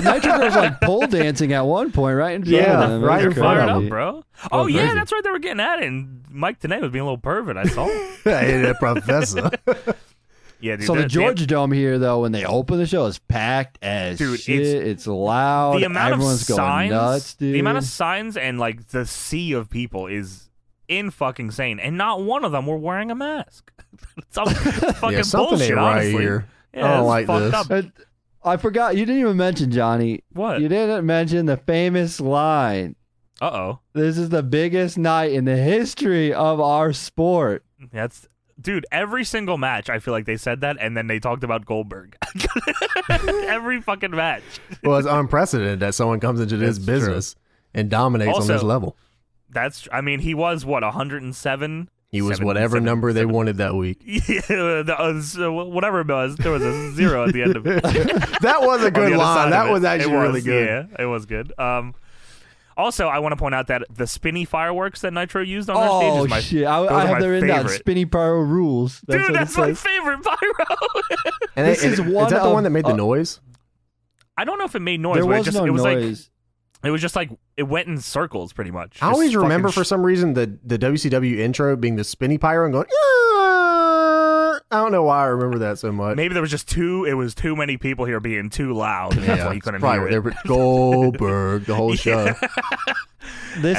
Speaker 3: *laughs*
Speaker 2: the Nitro Girls like pole dancing at one point, right? In front
Speaker 1: Yeah,
Speaker 2: of them. It
Speaker 1: right
Speaker 2: was
Speaker 1: in
Speaker 3: They're
Speaker 1: front
Speaker 3: fired
Speaker 1: of
Speaker 2: crazy.
Speaker 3: up, bro. Oh,
Speaker 1: Oh,
Speaker 3: yeah,
Speaker 1: crazy.
Speaker 3: that's right. They were getting at it. And Mike today was being a little pervert. I saw.
Speaker 2: *laughs*
Speaker 3: him.
Speaker 1: hey, the professor.
Speaker 3: yeah, dude.
Speaker 2: So the
Speaker 3: that-
Speaker 2: Georgia Dome here, though, when they open the show, is packed as
Speaker 3: Dude, it's-
Speaker 2: shit. It's,
Speaker 1: Oh,
Speaker 2: loud.
Speaker 3: the amount
Speaker 2: Everyone's
Speaker 3: of signs,
Speaker 2: going nuts, dude.
Speaker 3: the amount of signs, and like the sea of people is in fucking sane, and not one of them were wearing a mask. *laughs* it's all *laughs* fucking
Speaker 1: *laughs* yeah, something
Speaker 3: bullshit,
Speaker 1: ain't right
Speaker 3: honestly.
Speaker 1: here.
Speaker 3: Yeah,
Speaker 1: I don't
Speaker 3: this is
Speaker 1: like
Speaker 3: fucked
Speaker 1: this.
Speaker 3: up.
Speaker 2: And I forgot you didn't even mention Johnny.
Speaker 3: What?
Speaker 2: You didn't mention the famous line.
Speaker 3: Uh oh.
Speaker 2: This is the biggest night in the history of our sport.
Speaker 3: That's dude. Every single match, I feel like they said that, and then they talked about Goldberg. *laughs* every fucking match.
Speaker 1: Well, it's unprecedented that someone comes into this
Speaker 2: That's true.
Speaker 1: business and dominates
Speaker 3: Also-
Speaker 1: on this level.
Speaker 3: That's. I mean, he was what 107.
Speaker 1: He was
Speaker 3: Seven- *laughs*
Speaker 1: whatever
Speaker 3: seven-
Speaker 1: number they
Speaker 3: seven-
Speaker 1: wanted that week.
Speaker 3: Yeah, the- uh, so whatever it was, there was a zero at the end of it.
Speaker 1: *laughs* That was a
Speaker 3: *laughs* on
Speaker 1: good
Speaker 3: the other side
Speaker 1: line.
Speaker 3: of
Speaker 1: That
Speaker 3: it.
Speaker 1: was
Speaker 3: It
Speaker 1: actually really
Speaker 3: was,
Speaker 1: good.
Speaker 3: Yeah, it was good. Um, also, I want to point out that the spinny fireworks that Nitro used on their stage
Speaker 2: Oh
Speaker 3: is my
Speaker 2: shit! I,
Speaker 3: those
Speaker 2: I
Speaker 3: are
Speaker 2: have
Speaker 3: my
Speaker 2: there in that
Speaker 3: favorite.
Speaker 2: spinny pyro rules. That's
Speaker 3: dude.
Speaker 2: what
Speaker 3: That's
Speaker 2: it
Speaker 3: my
Speaker 2: says.
Speaker 3: favorite *laughs* pyro.
Speaker 1: And
Speaker 2: This
Speaker 1: they-
Speaker 2: is
Speaker 1: is
Speaker 2: one
Speaker 1: that the
Speaker 2: of-
Speaker 1: one that made the
Speaker 2: uh,
Speaker 1: noise?
Speaker 3: I don't know if it made noise.
Speaker 2: There
Speaker 3: but
Speaker 2: was
Speaker 3: it just,
Speaker 2: no
Speaker 3: it was
Speaker 2: noise.
Speaker 3: Like, it was just like it went in circles, pretty much.
Speaker 1: I always
Speaker 3: Just fucking
Speaker 1: remember for
Speaker 3: sh-
Speaker 1: some reason the, the WCW intro being the spinny pyro and going, "Yeah." I don't know why I remember that so much.
Speaker 3: maybe there was just too. It was too many people here being too loud. And that's why you
Speaker 1: it's
Speaker 3: couldn't
Speaker 1: probably
Speaker 3: hear
Speaker 1: there,
Speaker 3: it.
Speaker 1: but Goldberg, the
Speaker 3: *laughs*
Speaker 1: whole show.
Speaker 2: This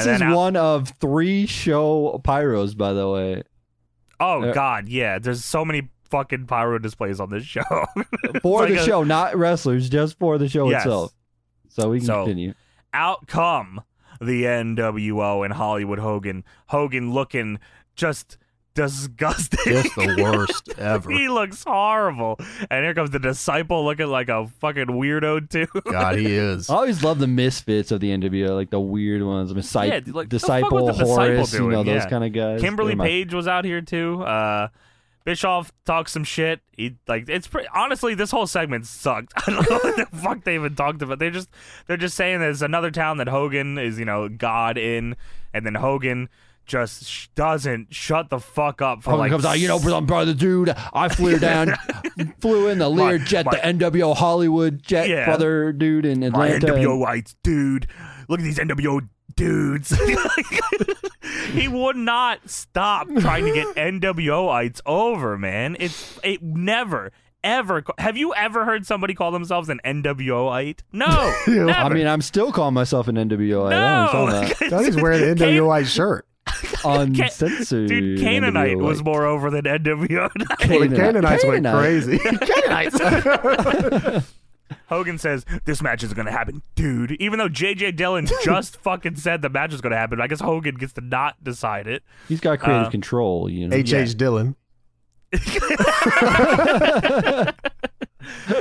Speaker 3: And
Speaker 2: is
Speaker 3: then I-
Speaker 2: one of three show pyros, by
Speaker 3: *laughs*
Speaker 2: the way.
Speaker 3: Oh
Speaker 2: Yeah.
Speaker 3: god, yeah. There's so many fucking pyro displays on this show.
Speaker 2: For
Speaker 3: It's
Speaker 2: the
Speaker 3: like a-
Speaker 2: show, not wrestlers, just for the show
Speaker 3: Yes.
Speaker 2: itself. So we can
Speaker 3: So-
Speaker 2: continue.
Speaker 3: out come the NWO and Hollywood Hogan. Hogan looking just disgusting. *laughs*
Speaker 1: Just the worst ever.
Speaker 3: he looks horrible. And here comes the disciple looking like a fucking weirdo too.
Speaker 1: God, he is.
Speaker 3: Oh,
Speaker 2: I always love the misfits of the NWO, like the weird ones. I mean, Cy-
Speaker 3: Yeah, like, the fuck
Speaker 2: disciple,
Speaker 3: was the Disciple
Speaker 2: Horace, you know
Speaker 3: doing?
Speaker 2: those
Speaker 3: Yeah.
Speaker 2: kind of guys.
Speaker 3: Kimberly
Speaker 2: They're my-
Speaker 3: Page was out here too. Uh Bischoff talks some shit. He like it's pretty honestly this whole segment sucked. *laughs* I don't know what the fuck they even talked about. They're just they're just saying there's another town that Hogan is you know God in, and then Hogan just sh- doesn't shut the fuck up for
Speaker 2: Hogan
Speaker 3: like
Speaker 2: comes out, you know, I'm brother, dude.
Speaker 3: *laughs*
Speaker 2: I flew down, flew in the Lear jet,
Speaker 3: my-
Speaker 2: the NWO Hollywood jet,
Speaker 3: Yeah.
Speaker 2: brother, dude, in
Speaker 3: my
Speaker 2: Atlanta.
Speaker 3: NWO whites, dude. Look at these NWO dudes. *laughs* he would not stop trying to get NWOites over, man. It's it never ever. ca- Have you ever heard somebody call themselves an NWOite? No, never.
Speaker 2: I mean, I'm still calling myself an NWO. I
Speaker 3: no. *laughs*
Speaker 2: always saw
Speaker 1: That is wearing the
Speaker 3: Can-
Speaker 1: NWI shirt.
Speaker 2: that.
Speaker 3: Ca-
Speaker 2: Uncensored.
Speaker 3: Dude, Canaanite
Speaker 2: NWO.
Speaker 3: was more over than *laughs* NWO.
Speaker 1: Well, the
Speaker 2: Canaanite.
Speaker 1: Canaanites went
Speaker 2: Canaanite.
Speaker 3: *laughs*
Speaker 1: crazy.
Speaker 3: Hogan says this match is gonna happen, dude. Even though JJ Dillon just fucking said the match is gonna happen, I guess Hogan gets to not decide it.
Speaker 2: He's got creative
Speaker 3: Uh,
Speaker 2: control, you know.
Speaker 1: H.H. Dillon.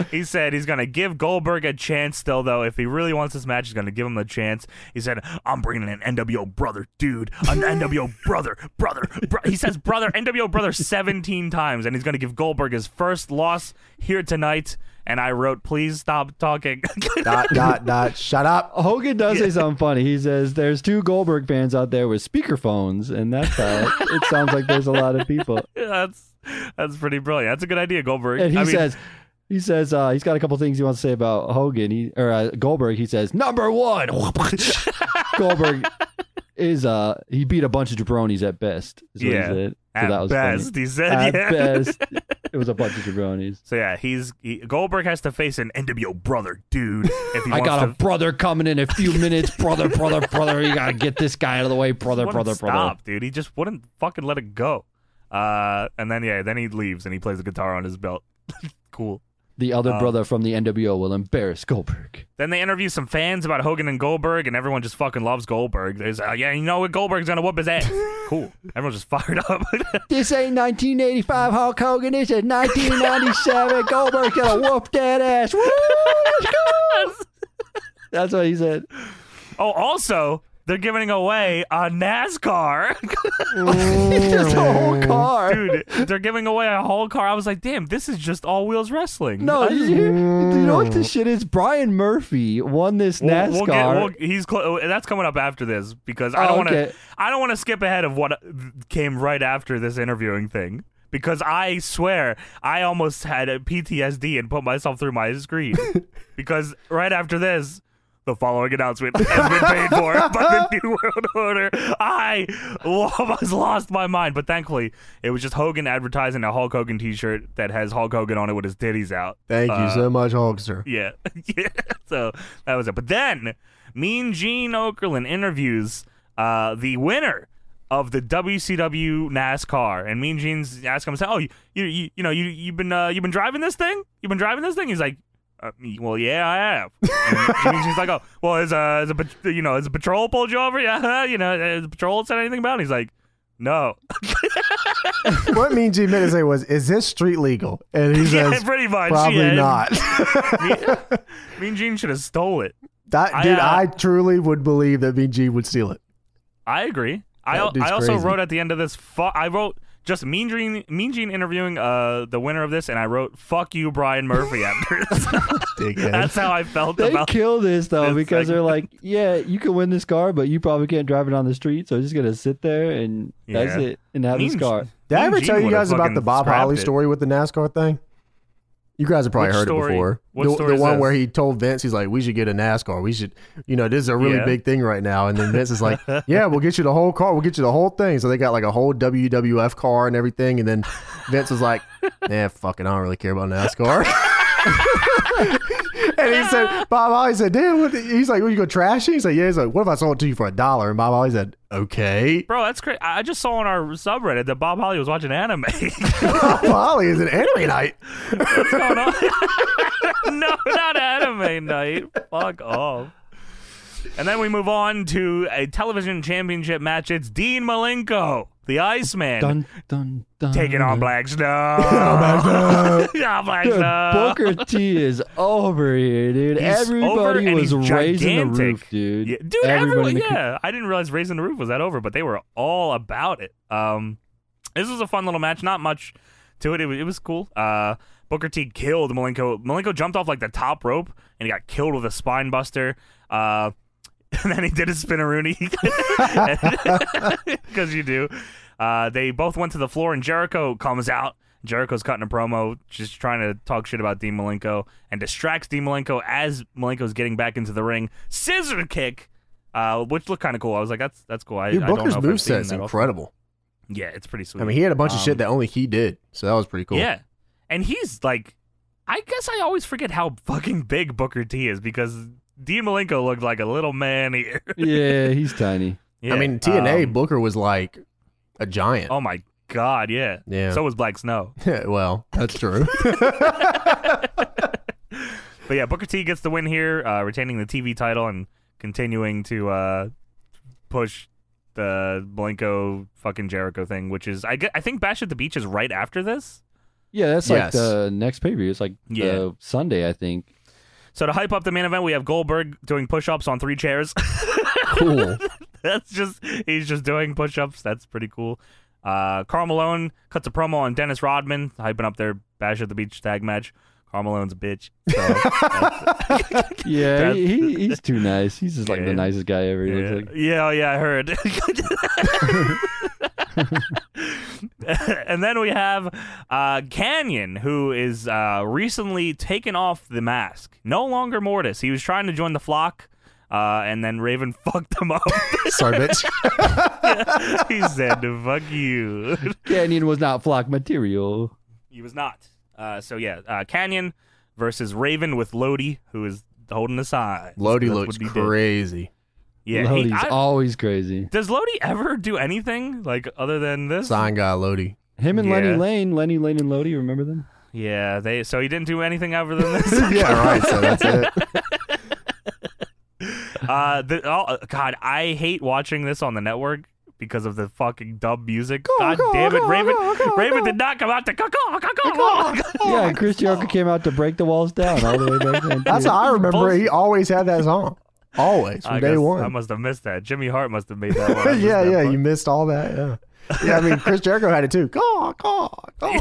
Speaker 3: he said he's going to give Goldberg a chance still, though. If he really wants this match, he's going to give him the chance. He said, I'm bringing an NWO brother, dude. An
Speaker 2: *laughs*
Speaker 3: NWO brother, brother. Bro-. He says brother, NWO brother 17 times, and he's going to give Goldberg his first loss here tonight. And I wrote, please stop talking. *laughs*
Speaker 1: dot dot dot. Shut up.
Speaker 2: Hogan does say something funny. He says, "There's two Goldberg fans out there with speakerphones, and that's how it, it sounds like there's a lot of people."
Speaker 3: that's that's pretty brilliant. That's a good idea, Goldberg.
Speaker 2: And he
Speaker 3: I mean,
Speaker 2: says, he says uh, he's got a couple things he wants to say about Hogan he, or uh, Goldberg. He says
Speaker 3: *laughs*
Speaker 2: number one, Goldberg is uh he beat a bunch of jabronis at best. Is what
Speaker 3: Yeah,
Speaker 2: he said. So
Speaker 3: at
Speaker 2: that was
Speaker 3: best, *laughs*
Speaker 2: funny.
Speaker 3: he said,
Speaker 2: At
Speaker 3: yeah.
Speaker 2: best, it was a bunch of jabronis.
Speaker 3: So yeah, he's he, Goldberg has to face an NWO brother, dude. If he
Speaker 2: I
Speaker 3: wants
Speaker 2: got a
Speaker 3: to,
Speaker 2: brother coming in a
Speaker 3: *laughs*
Speaker 2: few minutes, brother, brother, brother. You gotta get this guy out of the way, brother,
Speaker 3: wouldn't
Speaker 2: brother,
Speaker 3: stop,
Speaker 2: brother.
Speaker 3: dude. He just wouldn't fucking let it go. Uh, and then yeah, then he leaves and he plays the guitar on his belt. *laughs* cool.
Speaker 2: The other
Speaker 3: Um,
Speaker 2: brother from the NWO will embarrass Goldberg.
Speaker 3: Then they interview some fans about Hogan and Goldberg, and everyone just fucking loves Goldberg. There's, uh, yeah, you know what? Goldberg's gonna whoop his
Speaker 2: *laughs*
Speaker 3: ass. cool. Everyone's just *laughs* fired up.
Speaker 2: This ain't 1985 Hulk Hogan. This is *laughs* 1997. Goldberg gonna whoop that ass. Woo, let's go. *laughs* That's what he said.
Speaker 3: oh, also, they're giving away a NASCAR. *laughs*
Speaker 2: Just a whole car.
Speaker 3: dude, they're giving away a whole car. I was like, damn, this is just all wheels wrestling.
Speaker 2: No,
Speaker 3: I
Speaker 2: did
Speaker 3: just-
Speaker 2: you, hear- do you know what this shit is? Brian Murphy won this
Speaker 3: We'll-
Speaker 2: NASCAR.
Speaker 3: We'll get, we'll, he's clo- oh, that's coming up after this because I
Speaker 2: Oh,
Speaker 3: don't want to.
Speaker 2: okay.
Speaker 3: I don't want to skip ahead of what uh, came right after this interviewing thing because I swear I almost had a PTSD and put myself through my
Speaker 2: *laughs*
Speaker 3: screen because right after this. The following announcement has been paid for by the New
Speaker 2: *laughs*
Speaker 3: World Order. I *laughs* almost lost my mind, but thankfully it was just Hogan advertising a Hulk Hogan T-shirt that has Hulk Hogan on it with his titties out.
Speaker 1: Thank you
Speaker 3: Uh,
Speaker 1: so much,
Speaker 3: *laughs*
Speaker 1: Hulkster.
Speaker 3: yeah. yeah. So that was it. But then Mean Gene Okerlund interviews uh, the winner of the WCW NASCAR, and Mean Gene's asking him, "Oh, you, you, you, you know, you, you've been, uh, you've been driving this thing? You've been driving this thing?" He's like, uh, "Well, yeah, I have."
Speaker 1: *laughs*
Speaker 3: And Mean Gene's like, "Oh, well, is a, is a, pat- you know, is a patrol pulled you over? *laughs* Yeah, you know, has the patrol said anything about?" it? He's like, "No." *laughs*
Speaker 1: what Mean Gene meant to say was, "Is this street legal?" And he
Speaker 3: *laughs* yeah,
Speaker 1: says,
Speaker 3: pretty much.
Speaker 1: "Probably
Speaker 3: yeah.
Speaker 1: not." *laughs*
Speaker 3: mean, mean Gene should have stole it.
Speaker 1: that
Speaker 3: I,
Speaker 1: dude,
Speaker 3: uh,
Speaker 1: I truly would believe that Mean Gene would steal it.
Speaker 3: I agree. I,
Speaker 1: That dude's
Speaker 3: I also
Speaker 1: crazy.
Speaker 3: wrote at the end of this. Fu- I wrote just Mean Gene, Mean Gene interviewing uh, the winner of this, and I wrote "fuck you,
Speaker 1: *laughs*
Speaker 3: Brian Murphy." After this, *laughs*
Speaker 1: Dickhead.
Speaker 3: that's how I felt
Speaker 2: They
Speaker 3: about.
Speaker 2: kill this though
Speaker 3: this
Speaker 2: because they're like,
Speaker 3: segment. *laughs*
Speaker 2: yeah, you can win this car, but you probably can't drive it on the street, so it's just gonna sit there and that's
Speaker 3: Yeah.
Speaker 2: it, and have this
Speaker 3: Mean-
Speaker 2: car.
Speaker 1: Did I
Speaker 3: Mean
Speaker 1: ever
Speaker 3: Gene
Speaker 1: tell you
Speaker 3: would've
Speaker 1: guys about
Speaker 3: fucking
Speaker 1: the Bob
Speaker 3: scrapped
Speaker 1: Holly
Speaker 3: it.
Speaker 1: story with the NASCAR thing? You guys have probably
Speaker 3: Which
Speaker 1: heard
Speaker 3: story-
Speaker 1: it before.
Speaker 3: what
Speaker 1: the, the
Speaker 3: story is
Speaker 1: one
Speaker 3: this?
Speaker 1: where he told Vince, he's like, "We should get a NASCAR. We should, you know, this is a really
Speaker 3: Yeah.
Speaker 1: big thing right now." And then Vince is like,
Speaker 3: *laughs*
Speaker 1: "Yeah, we'll get you the whole car. We'll get you the whole thing." So they got like a whole WWF car and everything. And then Vince was
Speaker 3: *laughs*
Speaker 1: like, "Yeah, fucking, I don't really care about NASCAR." and he said, Bob Holly said, "Damn, what?" the-" He's like, "What you go trash it?" He's like, "Yeah." He's like, "What if I sold it to you for a dollar?" And Bob Holly said, "Okay." *laughs*
Speaker 3: Bro, that's crazy. I I just saw on our subreddit that Bob Holly was watching anime. *laughs*
Speaker 1: Bob Holly is an anime night.
Speaker 3: What's going on? *laughs* no, not anime night. Fuck off. And then we move on to a television championship match. It's Dean Malenko, the Iceman,
Speaker 2: Dun dun dun.
Speaker 3: taking on Black
Speaker 2: *laughs*
Speaker 3: Snow. *laughs* yeah, Black
Speaker 2: Dude,
Speaker 3: Snow. *laughs*
Speaker 2: Booker T is over here, dude.
Speaker 3: He's over
Speaker 2: Everybody
Speaker 3: and
Speaker 2: was
Speaker 3: he's
Speaker 2: raising
Speaker 3: gigantic.
Speaker 2: the roof, dude.
Speaker 3: Yeah, dude,
Speaker 2: Everybody
Speaker 3: everyone.
Speaker 2: in the co-
Speaker 3: Yeah, I didn't realize raising the roof was that over, but they were all about it. Um, this was a fun little match. Not much to it. It was, it was cool. Uh, Booker T killed Malenko. Malenko jumped off like the top rope and he got killed with a spine buster. Uh, *laughs* and then he did a spinneroonie *laughs* because you do. Uh, they both went to the floor, and Jericho comes out. Jericho's cutting a promo, just trying to talk shit about Dean Malenko, and distracts Dean Malenko as Malenko's getting back into the ring. Scissor kick, uh, which looked kind of cool. I was like, "That's that's cool." I,
Speaker 1: Dude,
Speaker 3: I don't
Speaker 1: Booker's
Speaker 3: know if I've seen
Speaker 1: moveset is
Speaker 3: that often.
Speaker 1: incredible.
Speaker 3: Yeah, it's pretty sweet.
Speaker 1: I mean, he had a bunch of
Speaker 3: Um,
Speaker 1: shit that only he did, so that was pretty cool.
Speaker 3: Yeah. And he's like, I guess I always forget how fucking big Booker T is because Dean Malenko looked like a little man here.
Speaker 2: *laughs* yeah, he's tiny.
Speaker 1: I
Speaker 3: Yeah,
Speaker 1: mean, TNA
Speaker 3: um,
Speaker 1: Booker was like a giant.
Speaker 3: oh my God, yeah.
Speaker 1: yeah.
Speaker 3: So was Black Snow.
Speaker 1: *laughs* well, that's
Speaker 3: *laughs*
Speaker 1: true.
Speaker 3: But yeah, Booker T gets the win here, uh, retaining the TV title and continuing to uh, push the Malenko fucking Jericho thing, which is, I, gue- I think Bash at the Beach is right after this.
Speaker 2: Yeah, that's
Speaker 1: Yes.
Speaker 2: like the next pay per view. It's like
Speaker 3: Yeah.
Speaker 2: the Sunday,
Speaker 3: *laughs*
Speaker 2: I think.
Speaker 3: So to hype up the main event, we have Goldberg doing push-ups on three chairs. *laughs*
Speaker 2: Cool.
Speaker 3: That's just he's just doing push-ups. That's pretty cool. Uh, Karl Malone cuts a promo on Dennis Rodman, hyping up their Bash at the Beach tag match. Karl Malone's a bitch. So,
Speaker 2: yeah,
Speaker 3: That's-
Speaker 2: he, he,
Speaker 3: *laughs*
Speaker 2: he's too nice. He's just like
Speaker 3: Yeah.
Speaker 2: the nicest guy ever. He
Speaker 3: yeah.
Speaker 2: looks like.
Speaker 3: yeah, oh yeah, I heard. and then we have uh, Canyon, who is uh, recently taken off the mask. No longer Mortis. He was trying to join the flock, uh, and then Raven *laughs* fucked him up.
Speaker 1: Sorry, bitch.
Speaker 3: he said, "Fuck you."
Speaker 2: Canyon was not flock material.
Speaker 3: he was not. Uh, so yeah, uh, Canyon versus Raven with Lodi, who is holding the side.
Speaker 1: Lodi
Speaker 3: That's
Speaker 1: looks
Speaker 3: what he did.
Speaker 1: crazy.
Speaker 3: Yeah, he-
Speaker 2: Lodi's
Speaker 3: I-
Speaker 2: always crazy.
Speaker 3: does Lodi ever do anything like other than this?
Speaker 1: Sign guy Lodi.
Speaker 3: *laughs*
Speaker 1: *laughs*
Speaker 2: Him and
Speaker 3: Yeah.
Speaker 2: Lenny Lane, Lenny Lane and Lodi, remember them?
Speaker 3: Yeah, they. So he didn't do anything other than this.
Speaker 1: *laughs* yeah, right. So that's it.
Speaker 3: Uh, the, oh, God, I hate watching this on the network because of the fucking dub music. God
Speaker 2: go,
Speaker 3: damn it,
Speaker 2: go,
Speaker 3: Raven!
Speaker 2: go, go,
Speaker 3: Raven
Speaker 2: go.
Speaker 3: did not come out to caw-caw, *laughs* caw-caw.
Speaker 1: Oh,
Speaker 2: yeah, and Chris Jericho came out to break the walls down all the way back then.
Speaker 1: *laughs* That's
Speaker 2: too.
Speaker 1: how I remember. it. He always had that song, always from
Speaker 3: I
Speaker 1: day
Speaker 3: guess
Speaker 1: one.
Speaker 3: I must have missed that. Jimmy Hart must have made that
Speaker 1: *laughs*
Speaker 3: one. I missed
Speaker 1: yeah,
Speaker 3: that
Speaker 1: yeah.
Speaker 3: part.
Speaker 1: You missed all that. Yeah. Yeah, I mean, Chris Jericho had it too. Caw, caw, caw.
Speaker 3: *laughs*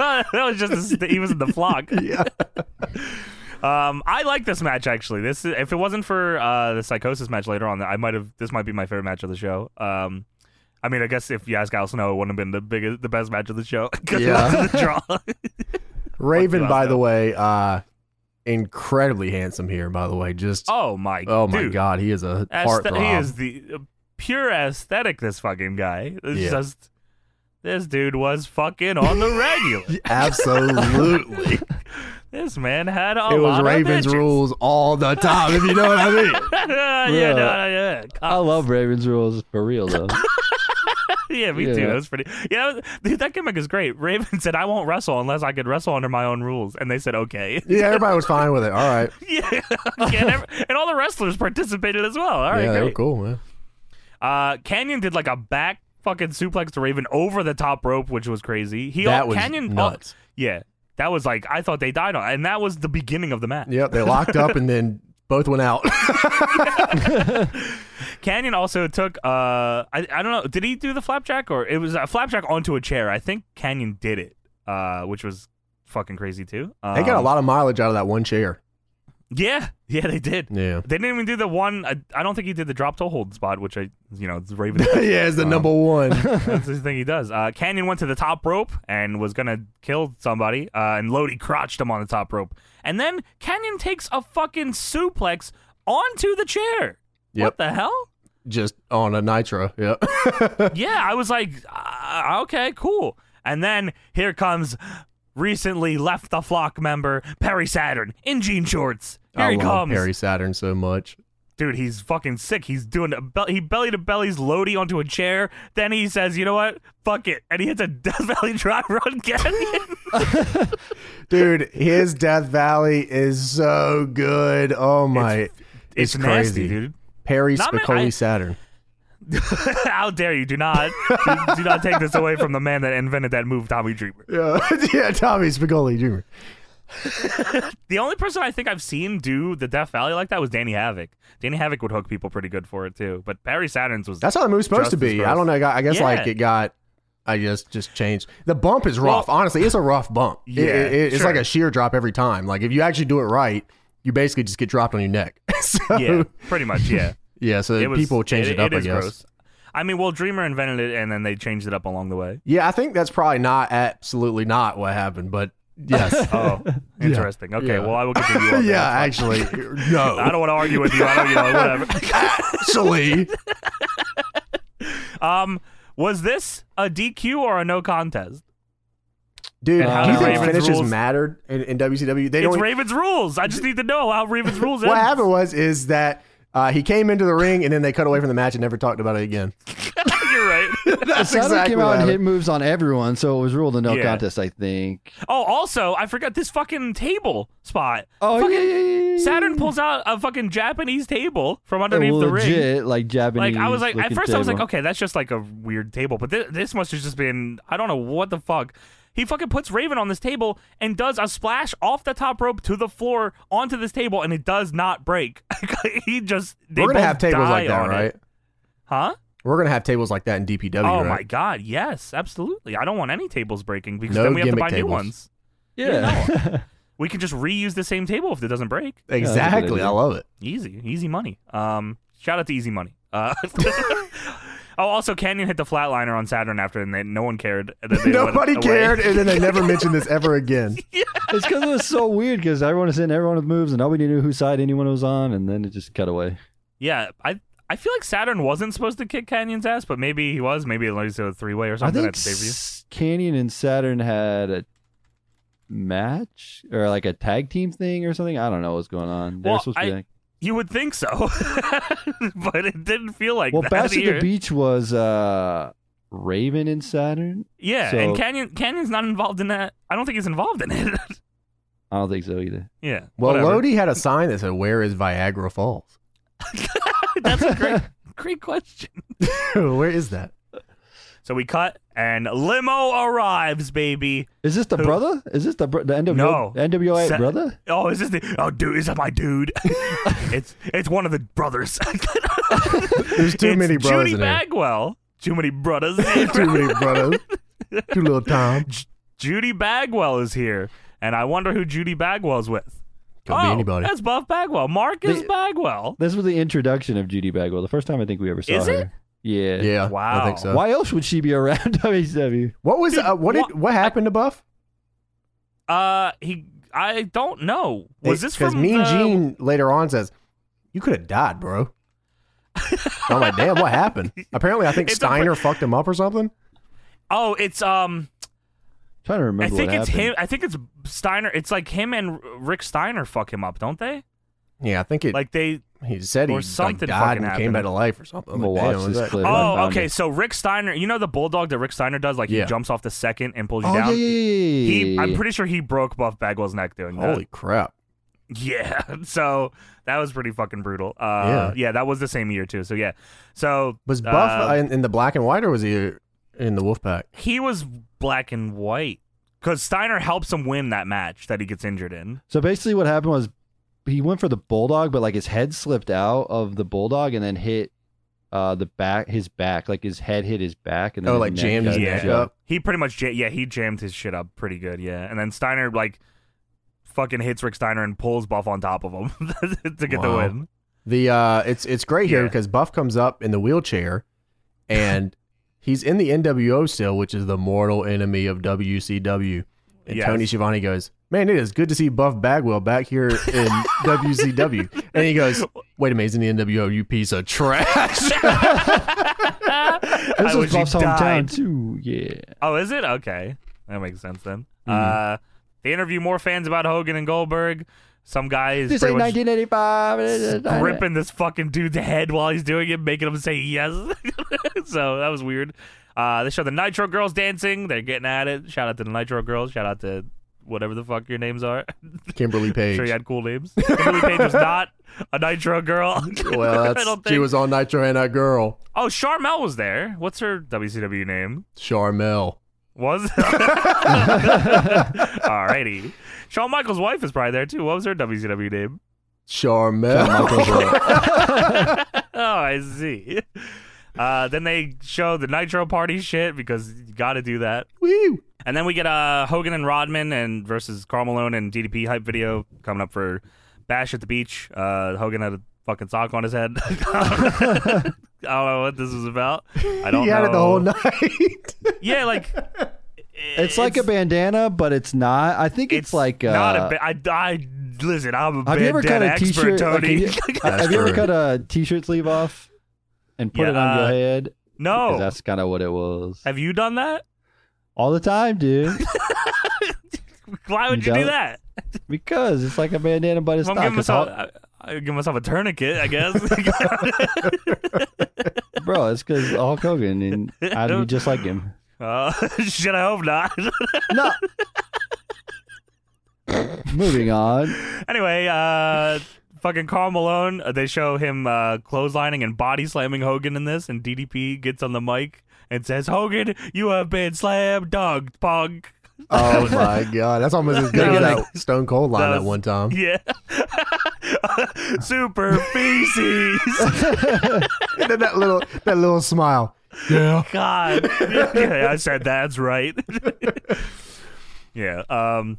Speaker 3: that was just a st- he was in the flock.
Speaker 1: Yeah.
Speaker 3: Um, I like this match actually. This is, if it wasn't for uh, the psychosis match later on, I might have. This might be my favorite match of the show. Um, I mean, I guess if you ask Al Snow, it wouldn't have been the biggest, the best match of the show. *laughs* 'Cause
Speaker 1: Yeah.
Speaker 3: of the draw.
Speaker 1: Raven,
Speaker 3: Fuck you,
Speaker 1: by
Speaker 3: Oscar.
Speaker 1: the way, uh, incredibly handsome here. By the way, just oh,
Speaker 3: oh my.
Speaker 1: my
Speaker 3: dude.
Speaker 1: god, he is a
Speaker 3: Aesthe-
Speaker 1: heartthrob.
Speaker 3: he is *laughs* the uh, pure aesthetic. This fucking guy. It's
Speaker 1: Yeah.
Speaker 3: just this dude was fucking
Speaker 1: *laughs*
Speaker 3: on the regular.
Speaker 1: Absolutely,
Speaker 3: this man had *laughs* a
Speaker 1: it was
Speaker 3: lot of
Speaker 1: Raven's
Speaker 3: bitches.
Speaker 1: rules all the time. If you know what I mean.
Speaker 3: *laughs* yeah, no,
Speaker 2: Yeah.
Speaker 3: yeah.
Speaker 2: I love Raven's rules for real though.
Speaker 3: *laughs* Yeah, me
Speaker 2: Yeah.
Speaker 3: too. That was pretty. Yeah, that was- dude, that gimmick is great. Raven *laughs* said, "I won't wrestle unless I could wrestle under my own rules," and they said, "Okay." *laughs*
Speaker 1: Yeah, everybody was fine with it. All right.
Speaker 3: yeah, *laughs* okay, and, every- and all the wrestlers participated as well. All right,
Speaker 1: yeah, they were
Speaker 3: great.
Speaker 1: cool, man.
Speaker 3: Uh, Canyon did like a back fucking suplex to Raven over the top rope, which was crazy. He
Speaker 1: That was
Speaker 3: Canyon
Speaker 1: nuts.
Speaker 3: oh, yeah, that was like I thought they died on, and that was the beginning of the match.
Speaker 1: Yep, they locked up and then both went out. *laughs*
Speaker 3: Canyon also took uh, I, I don't know, did he do the flapjack or it was a flapjack onto a chair? I think Canyon did it, uh, which was fucking crazy too. Um,
Speaker 1: They got a lot of mileage out of that one chair.
Speaker 3: Yeah, *laughs* yeah, they did.
Speaker 1: Yeah. *laughs*
Speaker 3: They didn't even do the one. I, I don't think he did the drop toe hold spot, which I, you know,
Speaker 1: *laughs*
Speaker 3: it's Raven.
Speaker 1: yeah,
Speaker 3: Um,
Speaker 1: it's the number
Speaker 3: *laughs*
Speaker 1: one.
Speaker 3: That's the thing he does. Uh, Canyon went to the top rope and was gonna kill somebody, uh, and Lodi crotched him on the top rope, and then Canyon takes a fucking suplex onto the chair. What
Speaker 1: Yep.
Speaker 3: the hell?
Speaker 1: Just on a nitro. Yep. *laughs*
Speaker 3: yeah, I was like, uh, okay, cool. And then here comes recently left the flock member Perry Saturn in jean shorts. Here
Speaker 1: I
Speaker 3: he
Speaker 1: love
Speaker 3: comes.
Speaker 1: Perry Saturn so much.
Speaker 3: dude, he's fucking sick. He's doing a bel- he belly to bellies Lodi onto a chair. Then he says, you know what? Fuck it, and he hits a Death Valley *laughs* driver on Canyon.
Speaker 1: Dude, his Death Valley is so good. Oh my. It's,
Speaker 3: it's nasty,
Speaker 1: crazy.
Speaker 3: dude. *laughs*
Speaker 1: Perry
Speaker 3: Not many-
Speaker 1: Spicoli
Speaker 3: I-
Speaker 1: Saturn.
Speaker 3: How dare you? Do not do, do not take this away from the man that invented that move, Tommy Dreamer.
Speaker 1: *laughs* Yeah. *laughs* yeah, Tommy Spicoli Jr.
Speaker 3: The only person I think I've seen do the Death Valley like that was Danny Havoc. Danny Havoc would hook people pretty good for it too, but Barry Saturn's was
Speaker 1: That's how the move's supposed to
Speaker 3: Justice
Speaker 1: be.
Speaker 3: Bros.
Speaker 1: I don't know. I got- I guess
Speaker 3: Yeah.
Speaker 1: like it got. I just just changed. The bump is rough. Honestly, it's a rough bump. It-
Speaker 3: Yeah,
Speaker 1: it- it- it's like
Speaker 3: sure.
Speaker 1: a sheer drop every time. Like if you actually do it right, you basically just get dropped on your neck. *laughs* so,
Speaker 3: yeah,
Speaker 1: yeah.
Speaker 3: pretty much
Speaker 1: *laughs*
Speaker 3: yeah.
Speaker 1: So
Speaker 3: It was,
Speaker 1: people changed it, up.
Speaker 3: It
Speaker 1: I
Speaker 3: is
Speaker 1: guess.
Speaker 3: gross. I mean, well, Dreamer invented it, and then they changed it up along the way.
Speaker 1: Yeah, I think that's probably not absolutely not what happened, but
Speaker 3: *laughs*
Speaker 1: yes. *laughs*
Speaker 3: Oh, interesting. Okay,
Speaker 1: Yeah.
Speaker 3: well, I
Speaker 1: *laughs*
Speaker 3: will continue. On that.
Speaker 1: yeah, actually, no.
Speaker 3: I don't want to argue with you. I don't, you know, whatever. *laughs*
Speaker 1: actually,
Speaker 3: Um, was this a DQ or a no contest?
Speaker 1: *laughs* dude,
Speaker 2: And how
Speaker 1: do you
Speaker 2: do
Speaker 1: think
Speaker 2: Raven's
Speaker 1: finishes
Speaker 3: rules-
Speaker 1: mattered in, in WCW? They
Speaker 3: It's
Speaker 1: don't. e-
Speaker 3: Ravens rules. I just need to know how Ravens rules.
Speaker 1: what
Speaker 3: ends.
Speaker 1: happened was is that uh, he came into the ring and then they cut away from the match and never talked about it again.
Speaker 3: *laughs* You're right.
Speaker 1: *laughs* That's
Speaker 2: Saturn
Speaker 1: exactly
Speaker 2: came
Speaker 1: what
Speaker 2: out and hit
Speaker 1: happened.
Speaker 2: moves on everyone, so it was ruled a no
Speaker 3: Yeah.
Speaker 2: contest, I think.
Speaker 3: Oh, also, I forgot this fucking table spot.
Speaker 2: Oh
Speaker 3: Fucking
Speaker 2: yeah, yeah, yeah, yeah.
Speaker 1: Mm.
Speaker 3: Saturn pulls out a fucking Japanese table from
Speaker 2: A
Speaker 3: underneath the ring.
Speaker 2: legit, like Japanese.
Speaker 3: Like I was like at
Speaker 2: looking
Speaker 3: first I was like
Speaker 2: table.
Speaker 3: okay that's just like a weird table but this, this must have just been I don't know what the fuck He fucking puts Raven on this table and does a splash off the top rope to the floor onto this table, and it does not break. *laughs* he just they
Speaker 1: We're gonna
Speaker 3: both
Speaker 1: have tables
Speaker 3: die
Speaker 1: like that,
Speaker 3: on it.
Speaker 1: right?
Speaker 3: Huh?
Speaker 1: We're gonna have tables like that in DPW.
Speaker 3: Oh
Speaker 1: right?
Speaker 3: my god, yes, absolutely. I don't want any tables breaking because
Speaker 1: No
Speaker 3: then we have to
Speaker 1: gimmick
Speaker 3: buy new
Speaker 1: tables.
Speaker 3: ones.
Speaker 2: Yeah. *laughs*
Speaker 3: We can just reuse the same table if it doesn't break.
Speaker 1: Exactly,
Speaker 2: idea.
Speaker 1: I love it.
Speaker 3: Easy, easy money. Um, shout out to Easy Money. Uh, *laughs* oh, also, Canyon hit the flatliner on Saturn after, and they, no one cared. that they let it
Speaker 1: Nobody
Speaker 3: away.
Speaker 1: cared, and then they
Speaker 3: *laughs*
Speaker 1: never mentioned this ever again.
Speaker 2: it's because it was so weird because everyone was in everyone's moves and nobody knew whose side anyone was on, and then it just cut away.
Speaker 3: Yeah, I I feel like Saturn wasn't supposed to kick Canyon's ass, but maybe he was. Maybe it was a three way or
Speaker 2: I
Speaker 3: something
Speaker 2: think
Speaker 3: at the pay per view.
Speaker 2: S- Canyon and Saturn had a match or like a tag team thing or something. I don't know what was going on. They were
Speaker 3: Well,
Speaker 2: supposed to be like,
Speaker 3: You would think so, *laughs* but it didn't feel like
Speaker 2: well,
Speaker 3: that
Speaker 2: Bash at
Speaker 3: here.
Speaker 2: the Beach was uh, Raven and Saturn.
Speaker 3: yeah,
Speaker 2: so-
Speaker 3: and Canyon Canyon's not involved in that. I don't think he's involved in it. *laughs*
Speaker 2: I don't think so either.
Speaker 3: yeah,
Speaker 1: Well,
Speaker 3: whatever.
Speaker 1: Lodi had a sign that said, "Where is Viagra Falls?"
Speaker 3: *laughs*
Speaker 1: *laughs*
Speaker 3: that's a great great question.
Speaker 1: Where is that?
Speaker 3: So we cut, and limo arrives, baby.
Speaker 2: Is this the
Speaker 3: Who-
Speaker 2: brother? Is this the br- the NWO
Speaker 3: No.
Speaker 2: NWA
Speaker 3: Sa-
Speaker 2: brother?
Speaker 3: Oh, is this the? Oh, dude, is that
Speaker 1: *laughs*
Speaker 3: my dude? it's it's one of the brothers. *laughs*
Speaker 1: There's too
Speaker 3: It's
Speaker 1: many brothers
Speaker 3: Judy
Speaker 1: in here.
Speaker 3: Bagwell. Too many brothers.
Speaker 1: *laughs* too many
Speaker 3: *laughs*
Speaker 1: brothers. Too little time.
Speaker 3: Judy Bagwell is here, and I wonder who Judy Bagwell's with.
Speaker 1: Could
Speaker 3: oh,
Speaker 1: be anybody.
Speaker 3: That's Buff Bagwell. Marcus
Speaker 2: The-
Speaker 3: Bagwell.
Speaker 2: This was the introduction of Judy Bagwell. The first time I think we ever saw
Speaker 3: Is
Speaker 2: her.
Speaker 3: it?
Speaker 2: Yeah.
Speaker 1: Yeah. I
Speaker 3: Wow.
Speaker 1: think so.
Speaker 2: Why else would she be around *laughs* E? WCW?
Speaker 1: What was
Speaker 3: Dude,
Speaker 1: uh, what did
Speaker 3: wha-
Speaker 1: what happened to Buff?
Speaker 3: Uh, he. I don't know. Was this
Speaker 1: because
Speaker 3: from
Speaker 1: Mean
Speaker 3: the-
Speaker 1: Gene later on says, "You could have died, bro." I'm like, damn, what
Speaker 3: *laughs*
Speaker 1: happened? Apparently, I think
Speaker 3: It's a-
Speaker 1: Steiner fucked him up or something.
Speaker 3: Oh, it's um.
Speaker 2: trying to remember.
Speaker 3: I think
Speaker 2: what
Speaker 3: it's
Speaker 2: happened.
Speaker 3: him. I think it's Steiner. It's like him and R- Rick Steiner fuck him up, don't they?
Speaker 1: Yeah, I think it.
Speaker 3: Like they.
Speaker 1: he said he
Speaker 3: or
Speaker 1: like,
Speaker 3: something
Speaker 1: died
Speaker 3: fucking
Speaker 1: and came back
Speaker 3: happened.
Speaker 1: to life or something.
Speaker 2: I'm
Speaker 1: Like,
Speaker 2: gonna
Speaker 1: damn,
Speaker 2: watch
Speaker 1: was
Speaker 2: this
Speaker 1: that-
Speaker 2: clip. I
Speaker 3: Oh,
Speaker 2: found
Speaker 3: okay.
Speaker 2: it.
Speaker 3: So Rick Steiner, you know the bulldog that Rick Steiner does, like
Speaker 1: Yeah.
Speaker 3: he jumps off the second and pulls you
Speaker 2: Oh yeah,
Speaker 3: down.
Speaker 2: yeah, yeah, yeah,
Speaker 3: He,
Speaker 2: yeah,
Speaker 3: I'm
Speaker 2: yeah.
Speaker 3: pretty sure he broke Buff Bagwell's neck doing that.
Speaker 1: Holy crap!
Speaker 3: *laughs* Yeah. So that was pretty fucking brutal. Uh, yeah. That was the same year too. So yeah. So
Speaker 1: Was Buff
Speaker 3: Uh,
Speaker 1: in, in the black and white or was he in the Wolfpack?
Speaker 3: he was black and white because Steiner helps him win that match that he gets injured in.
Speaker 2: So basically, what happened was he went for the bulldog, but like his head slipped out of the bulldog and then hit uh the back, his back, like his head hit his back, and then
Speaker 1: Oh,
Speaker 2: his
Speaker 1: like
Speaker 2: neck
Speaker 1: jammed his
Speaker 2: got
Speaker 3: neck
Speaker 2: jammed.
Speaker 1: up.
Speaker 3: He pretty much ja- yeah he jammed his shit up pretty good yeah, and then Steiner like fucking hits Rick Steiner and pulls Buff on top of him *laughs* to get the
Speaker 1: Wow.
Speaker 3: win.
Speaker 1: The uh, it's it's great here
Speaker 3: Yeah.
Speaker 1: because Buff comes up in the wheelchair, and *laughs* he's in the NWO still, which is the mortal enemy of WCW. And
Speaker 3: Yes.
Speaker 1: Tony Schiavone goes, "Man, it is good to see Buff Bagwell back here in
Speaker 3: *laughs*
Speaker 1: WCW." And he goes, "Wait a minute, he's in the NWO, you piece of
Speaker 3: *laughs*
Speaker 1: trash."
Speaker 3: I
Speaker 2: This
Speaker 3: wish
Speaker 2: was
Speaker 3: he
Speaker 2: Buff's hometown
Speaker 3: died.
Speaker 2: too. Yeah.
Speaker 3: Oh, is it? Okay. That makes sense then. Uh, they interview more fans about Hogan and Goldberg. Some guy is
Speaker 2: This
Speaker 3: pretty
Speaker 2: ain't
Speaker 3: much
Speaker 2: 1985.
Speaker 3: ripping this fucking dude's head while he's doing it, making him say yes. *laughs* so that was weird. Uh, they show the Nitro girls dancing. They're getting at it. Shout out to the Nitro girls. Shout out to whatever the fuck your names are.
Speaker 1: Kimberly Page.
Speaker 3: sure you had cool names. *laughs* Kimberly Page was not a Nitro girl.
Speaker 1: well,
Speaker 3: *laughs* I
Speaker 1: that's,
Speaker 3: don't
Speaker 1: she
Speaker 3: think-
Speaker 1: was on Nitro and that girl
Speaker 3: Oh, Charmel was there. What's her WCW name?
Speaker 1: Charmel. *laughs*
Speaker 3: Was *laughs* alrighty. Shawn Michaels' wife is probably there too. What was her WCW name? *laughs*
Speaker 1: *laughs* Charmel.
Speaker 3: Oh, I see. Uh, then they show the Nitro Party shit because you got to do that.
Speaker 1: Woo.
Speaker 3: And then we get uh, Hogan and Rodman and versus Karl Malone and DDP hype video coming up for Bash at the Beach. Uh, Hogan had a fucking sock on his head. *laughs* I don't know what this was about. I don't
Speaker 1: He had
Speaker 3: know.
Speaker 1: it the whole night.
Speaker 3: Yeah, like
Speaker 2: It's like a bandana, but it's not. I think it's, like uh,
Speaker 3: not a ba- I, I listen. I'm a
Speaker 2: Have you ever cut
Speaker 3: bandana
Speaker 2: a
Speaker 3: expert, *laughs*
Speaker 2: t-shirt? like, *laughs*
Speaker 3: Tony.
Speaker 2: have you, *laughs* have you ever
Speaker 1: true.
Speaker 2: cut a t-shirt sleeve off and put
Speaker 3: Yeah,
Speaker 2: it on
Speaker 3: uh, oh.
Speaker 2: your head? 'Cause
Speaker 3: no,
Speaker 2: that's kind of what it was.
Speaker 3: have you done that?
Speaker 2: All the time,
Speaker 3: *laughs*
Speaker 2: dude.
Speaker 3: Why would you,
Speaker 2: You
Speaker 3: do
Speaker 2: don't?
Speaker 3: that?
Speaker 2: because it's like a bandana, but it's
Speaker 3: If I'm
Speaker 2: not.
Speaker 3: giving
Speaker 2: 'cause
Speaker 3: myself, I, I give myself a tourniquet, I guess. *laughs*
Speaker 2: Hulk- bro,
Speaker 3: *laughs*
Speaker 2: it's because Hulk Hogan and I'd be just like him.
Speaker 3: uh, *laughs* shit, I hope not. *laughs*
Speaker 1: *laughs*
Speaker 2: No. Moving on.
Speaker 3: anyway, uh, fucking Carl Malone. uh, They show him uh, clotheslining and body slamming Hogan in this, and DDP gets on the mic and says, "Hogan, you have been slam dunked, punk." *laughs*
Speaker 1: Oh my god, that's almost as good as
Speaker 3: That
Speaker 1: that Stone Cold line
Speaker 3: that
Speaker 1: that
Speaker 3: was-
Speaker 1: one
Speaker 3: *laughs*
Speaker 1: time.
Speaker 3: Yeah. Super feces.
Speaker 1: And then that little that little smile. Yeah.
Speaker 3: God. Okay, *laughs* I said that's right. *laughs* yeah. Um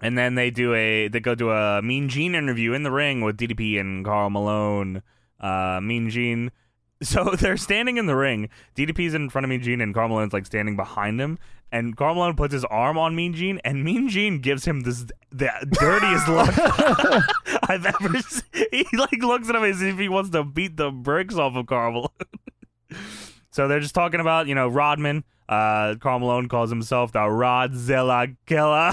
Speaker 3: and then they do a they go to a Mean Gene interview in the ring with DDP and Carl Malone. Uh Mean Gene *laughs* so they're standing in the ring. DDP's in front of Mean Gene and Carl Malone's like standing behind him. And Carl Malone puts his arm on Mean Gene, and Mean Gene gives him this the dirtiest look *laughs* I've ever seen. He like looks at him as if he wants to beat the bricks off of Carl Malone. So they're just talking about, you know, Rodman. Uh, Carl Malone calls himself the Rodzilla *laughs* Killer.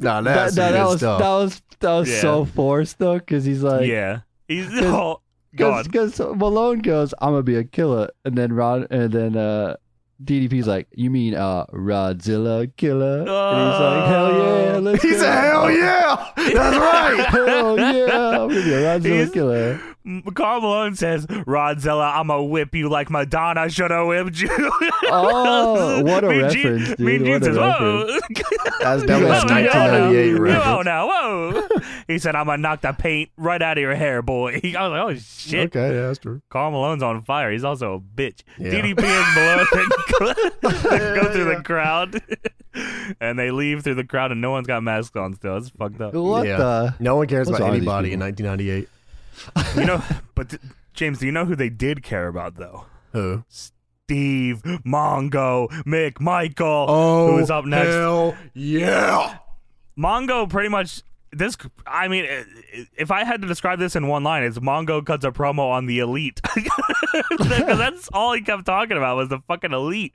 Speaker 1: No,
Speaker 2: That,
Speaker 1: that's
Speaker 2: that, that was, that
Speaker 1: stuff.
Speaker 2: was that was
Speaker 3: Yeah.
Speaker 2: so forced though, because he's like,
Speaker 3: yeah. He's,
Speaker 2: Cause-
Speaker 3: oh, God.
Speaker 2: because Malone goes, I'm gonna be a killer, and then Rod, and then uh, DDP's like, you mean uh, Rodzilla killer? and he's like, hell yeah,
Speaker 3: Oh.
Speaker 2: let's
Speaker 1: He's
Speaker 2: go.
Speaker 1: a hell yeah. That's right.
Speaker 2: *laughs* Hell yeah, I'm gonna be a
Speaker 3: He's-
Speaker 2: Rodzilla killer.
Speaker 3: Carl Malone says, Rodzilla, I'm going to whip you like Madonna should have whipped you. *laughs*
Speaker 2: Oh, what a
Speaker 3: Mean Gene-
Speaker 2: reference, dude!
Speaker 3: Mean Gene
Speaker 2: what a
Speaker 3: says,
Speaker 2: reference.
Speaker 3: whoa. *laughs*
Speaker 1: That's that was
Speaker 2: Yeah.
Speaker 3: Whoa, yo,
Speaker 1: 1998
Speaker 3: yo,
Speaker 1: reference.
Speaker 3: now, whoa. He said, I'm going to knock the paint right out of your hair, boy. *laughs* I was like, oh, shit.
Speaker 1: Okay, yeah, that's true.
Speaker 3: Carl Malone's on fire. He's also a bitch.
Speaker 1: Yeah.
Speaker 3: DDP and Malone
Speaker 1: *laughs*
Speaker 3: they go, they go through
Speaker 1: Yeah.
Speaker 3: the crowd, *laughs* and they leave through the crowd, and no one's got masks on still. It's fucked up.
Speaker 2: What
Speaker 1: Yeah.
Speaker 2: the?
Speaker 1: No one cares
Speaker 2: What's
Speaker 1: about
Speaker 2: wrong with these
Speaker 1: anybody in 1998.
Speaker 3: You know, but th- James, do you know who they did care about though?
Speaker 1: Who?
Speaker 3: Steve Mongo McMichael,
Speaker 1: Oh,
Speaker 3: who is up next.
Speaker 1: Hell yeah.
Speaker 3: Mongo pretty much this. I mean, i- i- if I had to describe this in one line, it's Mongo cuts a promo on the elite *laughs* because
Speaker 2: *laughs*
Speaker 3: that's all he kept talking about was the fucking elite.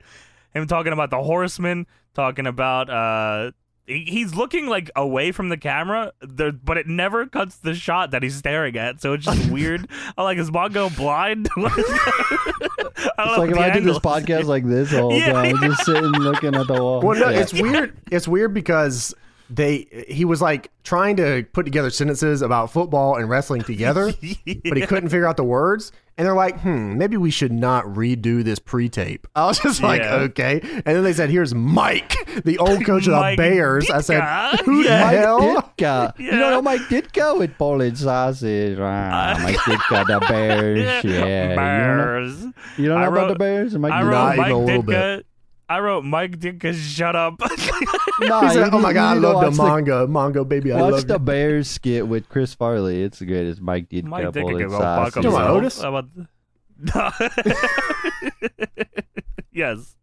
Speaker 3: Him talking about the horsemen, talking about uh, he, he's looking like away from the camera, there, but it never cuts the shot that he's staring at, so it's
Speaker 2: *laughs*
Speaker 3: just weird. I'm like, is Mongo blind? *laughs* What is that? I don't
Speaker 2: It's
Speaker 3: know
Speaker 2: like if
Speaker 3: what the
Speaker 2: I did
Speaker 3: angle *laughs*
Speaker 2: this
Speaker 3: is.
Speaker 2: podcast like this the whole
Speaker 3: Yeah,
Speaker 2: time, just sitting looking at the wall.
Speaker 1: Well, no,
Speaker 2: Yeah.
Speaker 1: it's weird. It's weird because they he was like trying to put together sentences about football and wrestling together,
Speaker 2: *laughs*
Speaker 1: but he couldn't figure out the words. And they're like, hmm, maybe we should not redo this pre-tape. I was just like,
Speaker 3: Yeah.
Speaker 1: okay. And then they said, here's Mike, the
Speaker 2: *laughs*
Speaker 1: old coach of the
Speaker 3: Mike
Speaker 1: Bears. I said,
Speaker 3: Ditka?
Speaker 1: who the
Speaker 2: Mike
Speaker 1: hell?
Speaker 2: Ditka. You
Speaker 3: Yeah.
Speaker 2: don't know Mike Ditka with Polish sausage. Ah, Mike Ditka, the Bears. Yeah.
Speaker 3: Bears.
Speaker 2: You don't know, you don't know
Speaker 3: I
Speaker 2: about
Speaker 3: wrote-
Speaker 2: the Bears? Mike
Speaker 3: I
Speaker 2: Ditka?
Speaker 3: wrote
Speaker 1: Not even
Speaker 3: Mike
Speaker 1: a little
Speaker 3: Ditka. I wrote Mike Ditka. Shut up. *laughs*
Speaker 2: Nah,
Speaker 1: He
Speaker 2: you
Speaker 1: said, oh
Speaker 2: need-
Speaker 1: my
Speaker 2: you
Speaker 1: God, I
Speaker 2: need to
Speaker 1: love the
Speaker 2: watch
Speaker 1: Mongo. Mongo, baby, I
Speaker 2: the, Watch
Speaker 1: love
Speaker 2: the
Speaker 1: you.
Speaker 2: Bears skit with Chris Farley. It's the greatest. Mike Ditka,
Speaker 3: Mike Ditka
Speaker 2: Polish
Speaker 3: gives a fuck
Speaker 2: sausage.
Speaker 1: Come on,
Speaker 3: himself
Speaker 1: Otis.
Speaker 3: about. No. *laughs* yes.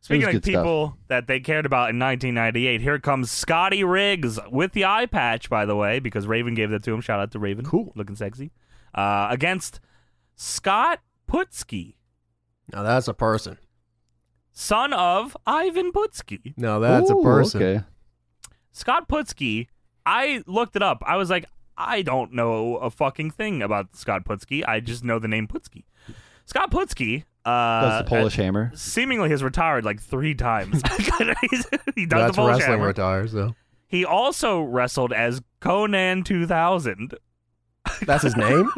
Speaker 3: Speaking of
Speaker 2: good stuff.
Speaker 3: people that they cared about in 1998, here comes Scotty Riggs with the eye patch, by the way, because Raven gave that to him. Shout out to Raven.
Speaker 1: Cool.
Speaker 3: Looking sexy. Uh, against Scott Putski,
Speaker 1: Now that's a person.
Speaker 3: son of Ivan Putski.
Speaker 1: No, that's
Speaker 2: Ooh,
Speaker 1: a person.
Speaker 2: Okay.
Speaker 3: Scott Putski, I looked it up. I was like, I don't know a fucking thing about Scott Putski. I just know the name Putski. Scott Putski, uh,
Speaker 2: That's the Polish hammer.
Speaker 3: seemingly has retired like three times. *laughs* He's- he does
Speaker 1: That's
Speaker 3: the Polish
Speaker 1: wrestling
Speaker 3: hammer.
Speaker 1: retires, though.
Speaker 3: He also wrestled as Conan 2000.
Speaker 1: That's his
Speaker 2: *laughs*
Speaker 1: name?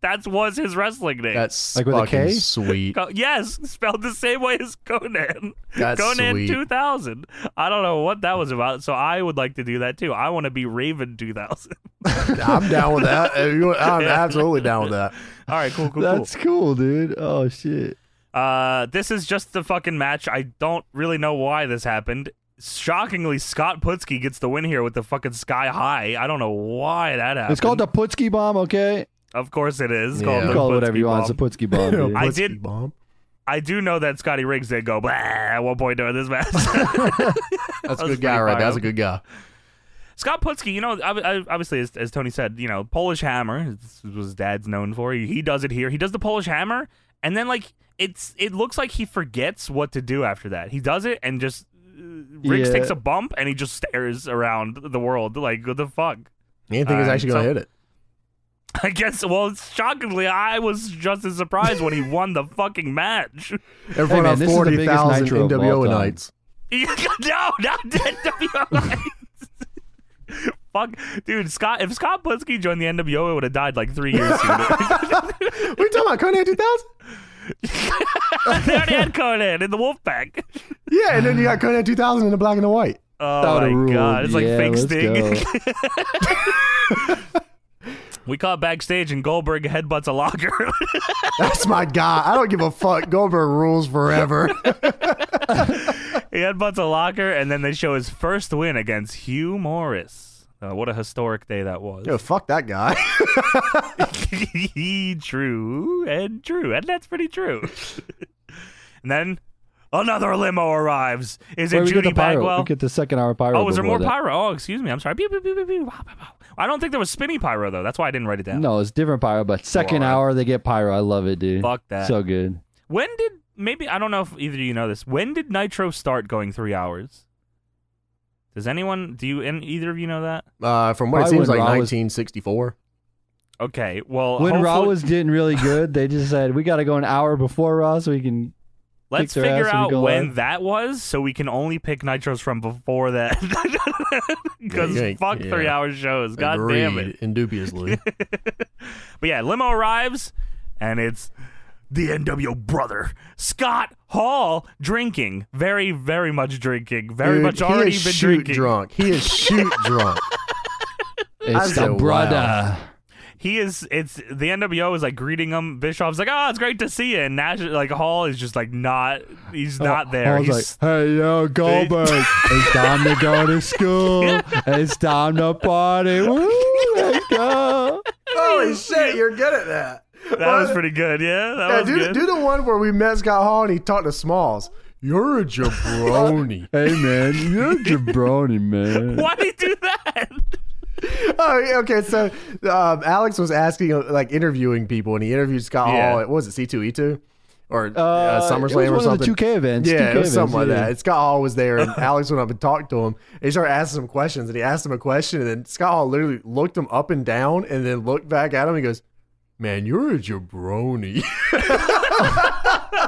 Speaker 3: That was his wrestling name.
Speaker 1: That's
Speaker 2: Like with a
Speaker 1: fucking
Speaker 2: K?
Speaker 1: sweet.
Speaker 3: Co- yes, spelled the same way as Conan.
Speaker 1: That's
Speaker 3: Conan
Speaker 1: sweet.
Speaker 3: 2000. I don't know what that was about, so I would like to do that too. I want to be Raven 2000.
Speaker 1: I'm down with that. Uh, you- I'm absolutely down with that.
Speaker 3: *laughs* All right, cool, cool, cool.
Speaker 2: That's cool, dude. Oh, shit.
Speaker 3: Uh, this is just the fucking match. I don't really know why this happened. Shockingly, Scott Putski gets the win here with the fucking sky high. I don't know why that happened.
Speaker 2: It's called the Putski bomb, okay?
Speaker 3: Of course, it is. It's
Speaker 1: Yeah.
Speaker 3: called
Speaker 1: You
Speaker 3: the
Speaker 2: Call it whatever
Speaker 3: Putski
Speaker 2: you want. It's
Speaker 3: Bomb.
Speaker 2: a Putski bomb. dude.
Speaker 3: I
Speaker 1: Blitzky
Speaker 3: did-
Speaker 1: Bomb.
Speaker 3: I do know that Scotty Riggs did go blah at one point during this match. *laughs*
Speaker 2: *laughs*
Speaker 1: That's
Speaker 3: I
Speaker 1: a good
Speaker 3: was
Speaker 1: guy, right?
Speaker 3: pretty proud
Speaker 1: That's
Speaker 3: of
Speaker 1: a good guy.
Speaker 3: Scott Putski, you know, ob- ob- obviously, as, as Tony said, you know, Polish hammer this is what his dad's known for. He, he does it here. He does the Polish hammer, and then like it's it looks like he forgets what to do after that. He does it and just uh, Riggs
Speaker 2: Yeah.
Speaker 3: takes a bump and he just stares around the world like what the fuck. *laughs*
Speaker 1: You didn't think he was
Speaker 3: Um,
Speaker 1: actually going
Speaker 3: so-
Speaker 1: to hit it.
Speaker 3: I guess. Well, shockingly, I was just as surprised when he won the fucking match. *laughs*
Speaker 1: In front
Speaker 2: man,
Speaker 1: of
Speaker 2: this is the biggest
Speaker 1: 40,000
Speaker 2: Nitro of all
Speaker 1: NWO
Speaker 2: time.
Speaker 1: nights. *laughs*
Speaker 3: no, not *laughs* NWO. *laughs* Fuck, dude, Scott. If Scott Plisky joined the NWO, it would have died like three years sooner.
Speaker 1: we talking about Conan 2000?
Speaker 3: *laughs* they already had Conan in the wolf
Speaker 2: *laughs*
Speaker 3: pack.
Speaker 1: Yeah, and then you got Conan 2000 in the black and the white.
Speaker 3: Oh
Speaker 2: That
Speaker 3: my
Speaker 2: would've ruled.
Speaker 3: god, it's like
Speaker 2: Yeah,
Speaker 3: fake
Speaker 2: let's
Speaker 3: Sting. *laughs* we caught backstage and Goldberg headbutts a locker. *laughs*
Speaker 1: That's my guy. I don't give a fuck. Goldberg rules *laughs* forever.
Speaker 3: he headbutts a locker, and then they show his first win against Hugh Morris. Uh, what a historic day that was. *laughs*
Speaker 1: Yo, fuck that guy.
Speaker 3: true and true, and that's pretty true. *laughs* and then another limo arrives. Is it
Speaker 2: Wait, we get
Speaker 3: Judy
Speaker 2: the pyro.
Speaker 3: Bagwell?
Speaker 2: We get the second hour pyro.
Speaker 3: Oh, was there more
Speaker 2: before that.
Speaker 3: pyro? Oh, excuse me. I'm sorry. Pew, pew, pew, pew, pew. Wow, wow, wow. I don't think there was spinny pyro though. That's why I didn't write it down.
Speaker 2: No, it's different pyro, but second
Speaker 3: Alright.
Speaker 2: hour they get pyro. I love it, dude.
Speaker 3: Fuck that.
Speaker 2: So good.
Speaker 3: when did maybe I don't know if either of you know this. When did Nitro start going three hours? Does anyone do you and either of you know that?
Speaker 1: *laughs* Uh, from what it
Speaker 2: Probably
Speaker 1: seems like
Speaker 2: when Raw was-
Speaker 1: 1964.
Speaker 3: Okay. Well,
Speaker 2: when Raw
Speaker 3: hopefully-
Speaker 2: was getting really good, they just said we got to go an hour before Raw so we can.
Speaker 3: let's
Speaker 2: their
Speaker 3: figure
Speaker 2: ass and we
Speaker 3: out
Speaker 2: go
Speaker 3: when
Speaker 2: live.
Speaker 3: that was, so we can only pick Nitros from before that. *laughs* Because
Speaker 1: Yeah, you ain't-
Speaker 3: fuck
Speaker 1: yeah.
Speaker 3: three hour shows. God damn it.
Speaker 1: Agreed,
Speaker 3: *laughs*
Speaker 1: Indubiously.
Speaker 3: But yeah, limo arrives, and it's the NWO brother Scott Hall drinking, very, very much drinking, very
Speaker 1: Dude,
Speaker 3: much
Speaker 1: he
Speaker 3: already
Speaker 1: is
Speaker 3: been
Speaker 1: shoot
Speaker 3: drinking.
Speaker 1: drunk. He is
Speaker 3: *laughs*
Speaker 1: shoot drunk.
Speaker 2: It's
Speaker 1: said,
Speaker 2: the
Speaker 1: wow.
Speaker 2: brother.
Speaker 3: He is. It's the NWO is like greeting him. Bischoff's like, "Oh, it's great to see you." And Nash, like Hall, is just like not.
Speaker 1: Oh,
Speaker 3: He's not there.
Speaker 2: I was like,
Speaker 3: he's
Speaker 2: hey, yo, Goldberg,
Speaker 1: *laughs*
Speaker 2: it's time to go to school. It's time
Speaker 1: *laughs*
Speaker 2: to party. Woo, let's go.
Speaker 1: Holy shit, you're good at that.
Speaker 3: that was pretty good. Yeah, that
Speaker 1: Yeah,
Speaker 3: was
Speaker 1: do,
Speaker 3: good.
Speaker 1: do the one where we met Scott Hall and he talked to Smalls. You're a jabroni.
Speaker 2: Hey, man, you're a jabroni, man.
Speaker 3: Why would he do that?
Speaker 1: *laughs*
Speaker 3: *laughs*
Speaker 1: oh, yeah, okay. So um, Alex was asking, uh, like, interviewing people, and he interviewed Scott
Speaker 3: Yeah.
Speaker 1: Hall. At, what was it C two E two or uh,
Speaker 2: Uh, it was
Speaker 1: SummerSlam
Speaker 2: one
Speaker 1: or
Speaker 2: of the
Speaker 1: something?
Speaker 2: 2K events.
Speaker 1: yeah,
Speaker 2: 2K
Speaker 1: it was something like
Speaker 2: events, yeah.
Speaker 1: that. And Scott Hall was there,
Speaker 3: *laughs*
Speaker 1: and Alex went up and talked to him. And he started asking him questions, and he asked him a question, and then Scott Hall literally looked him up and down, and then looked back at him. and goes, "Man, you're a jabroni." *laughs*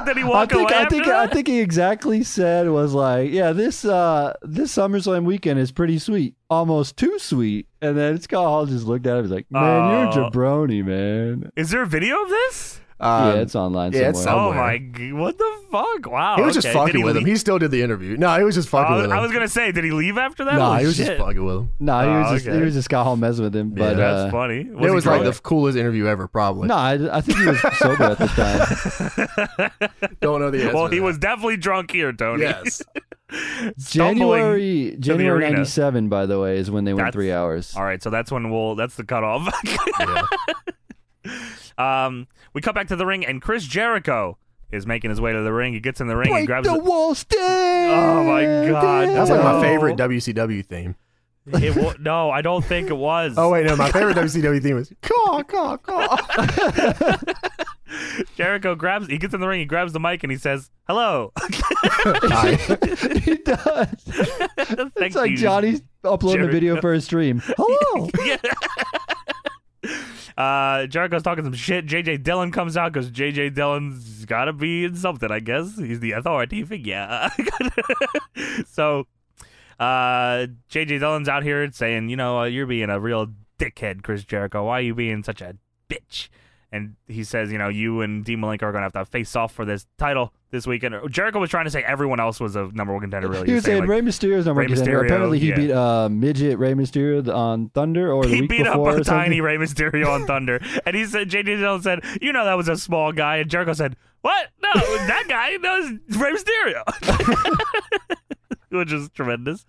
Speaker 3: Did he
Speaker 2: I
Speaker 3: walk
Speaker 2: think
Speaker 3: away?
Speaker 2: I
Speaker 3: after
Speaker 2: think I
Speaker 3: that?
Speaker 2: think he exactly said was like, yeah, this uh this SummerSlam weekend is pretty sweet, almost too sweet. And then Scott Hall just looked at him, he's like, man, you're
Speaker 3: Oh.
Speaker 2: a jabroni, man.
Speaker 3: Is there a video of this?
Speaker 1: Um,
Speaker 2: yeah, it's online
Speaker 1: yeah,
Speaker 2: somewhere.
Speaker 1: it's
Speaker 3: Oh
Speaker 1: Somewhere.
Speaker 3: my! g- What the fuck? Wow.
Speaker 1: he was just
Speaker 3: Oh, okay. Did
Speaker 1: fucking
Speaker 3: he
Speaker 1: with him.
Speaker 3: leave?
Speaker 1: He still did the interview. No, he was just fucking
Speaker 3: I was,
Speaker 1: with him.
Speaker 3: I was gonna say, did he leave after that?
Speaker 1: No,
Speaker 3: Holy
Speaker 1: he was
Speaker 3: shit.
Speaker 1: just fucking with him.
Speaker 2: no, he was
Speaker 3: Oh,
Speaker 2: just
Speaker 3: okay.
Speaker 2: he was just Scott Hall messing with him, but
Speaker 1: Yeah.
Speaker 3: That's
Speaker 2: uh,
Speaker 3: funny.
Speaker 1: it
Speaker 3: he
Speaker 1: was like
Speaker 3: drunk?
Speaker 1: the coolest interview ever, probably.
Speaker 2: no, I, I think he was
Speaker 3: *laughs*
Speaker 2: sober at the time.
Speaker 1: Don't know the answer.
Speaker 3: Well,
Speaker 1: to
Speaker 3: he
Speaker 1: that.
Speaker 3: was definitely drunk here, Tony.
Speaker 1: Yes.
Speaker 3: *laughs* Stumbling.
Speaker 2: January January
Speaker 3: arena.
Speaker 2: '97, by the way, is when they went
Speaker 3: That's-
Speaker 2: three hours.
Speaker 3: All right, so that's when we'll. That's the cutoff. *laughs*
Speaker 1: Yeah.
Speaker 3: um, we cut back to the ring, and Chris Jericho is making his way to the ring. He gets in the ring and
Speaker 2: Break
Speaker 3: grabs.
Speaker 2: the wall stand.
Speaker 3: Oh my God,
Speaker 1: That's like
Speaker 3: No.
Speaker 1: my favorite WCW theme.
Speaker 3: the- *laughs* it wa- no, I don't think it was.
Speaker 1: Oh wait, no, my favorite WCW theme was caw caw *laughs* caw.
Speaker 3: Jericho grabs. He gets in the ring. He grabs the mic and he says, "Hello." *laughs*
Speaker 1: Nice.
Speaker 2: *laughs* he does.
Speaker 3: Thank
Speaker 2: It's like
Speaker 3: you.
Speaker 2: Johnny's uploading a video
Speaker 3: Jericho.
Speaker 2: for
Speaker 3: *laughs*
Speaker 2: his stream. Hello.
Speaker 3: Yeah. *laughs* Uh, Jericho's talking some shit. JJ Dillon comes out because JJ Dillon's got to be in something, I guess. He's the authority figure. *laughs* so, uh, JJ Dillon's out here saying, you know, uh, you're being a real dickhead, Chris Jericho. Why are you being such a bitch? And he says, you know, you and Dean Malenko are going to have to face off for this title this weekend. Jericho was trying to say everyone else was a number one contender, really.
Speaker 2: He was saying
Speaker 3: like,
Speaker 2: Rey Mysterio's number
Speaker 3: Rey
Speaker 2: one contender.
Speaker 3: Mysterio,
Speaker 2: Apparently, he
Speaker 3: yeah.
Speaker 2: beat uh, midget Rey Mysterio on Thunder or the
Speaker 3: he
Speaker 2: week
Speaker 3: beat up
Speaker 2: before.
Speaker 3: a
Speaker 2: or something.
Speaker 3: tiny Rey Mysterio on Thunder, and he said JD Dillon said, "You know that was a small guy," and Jericho said, "What? No, that guy knows Rey Mysterio," *laughs* which is tremendous.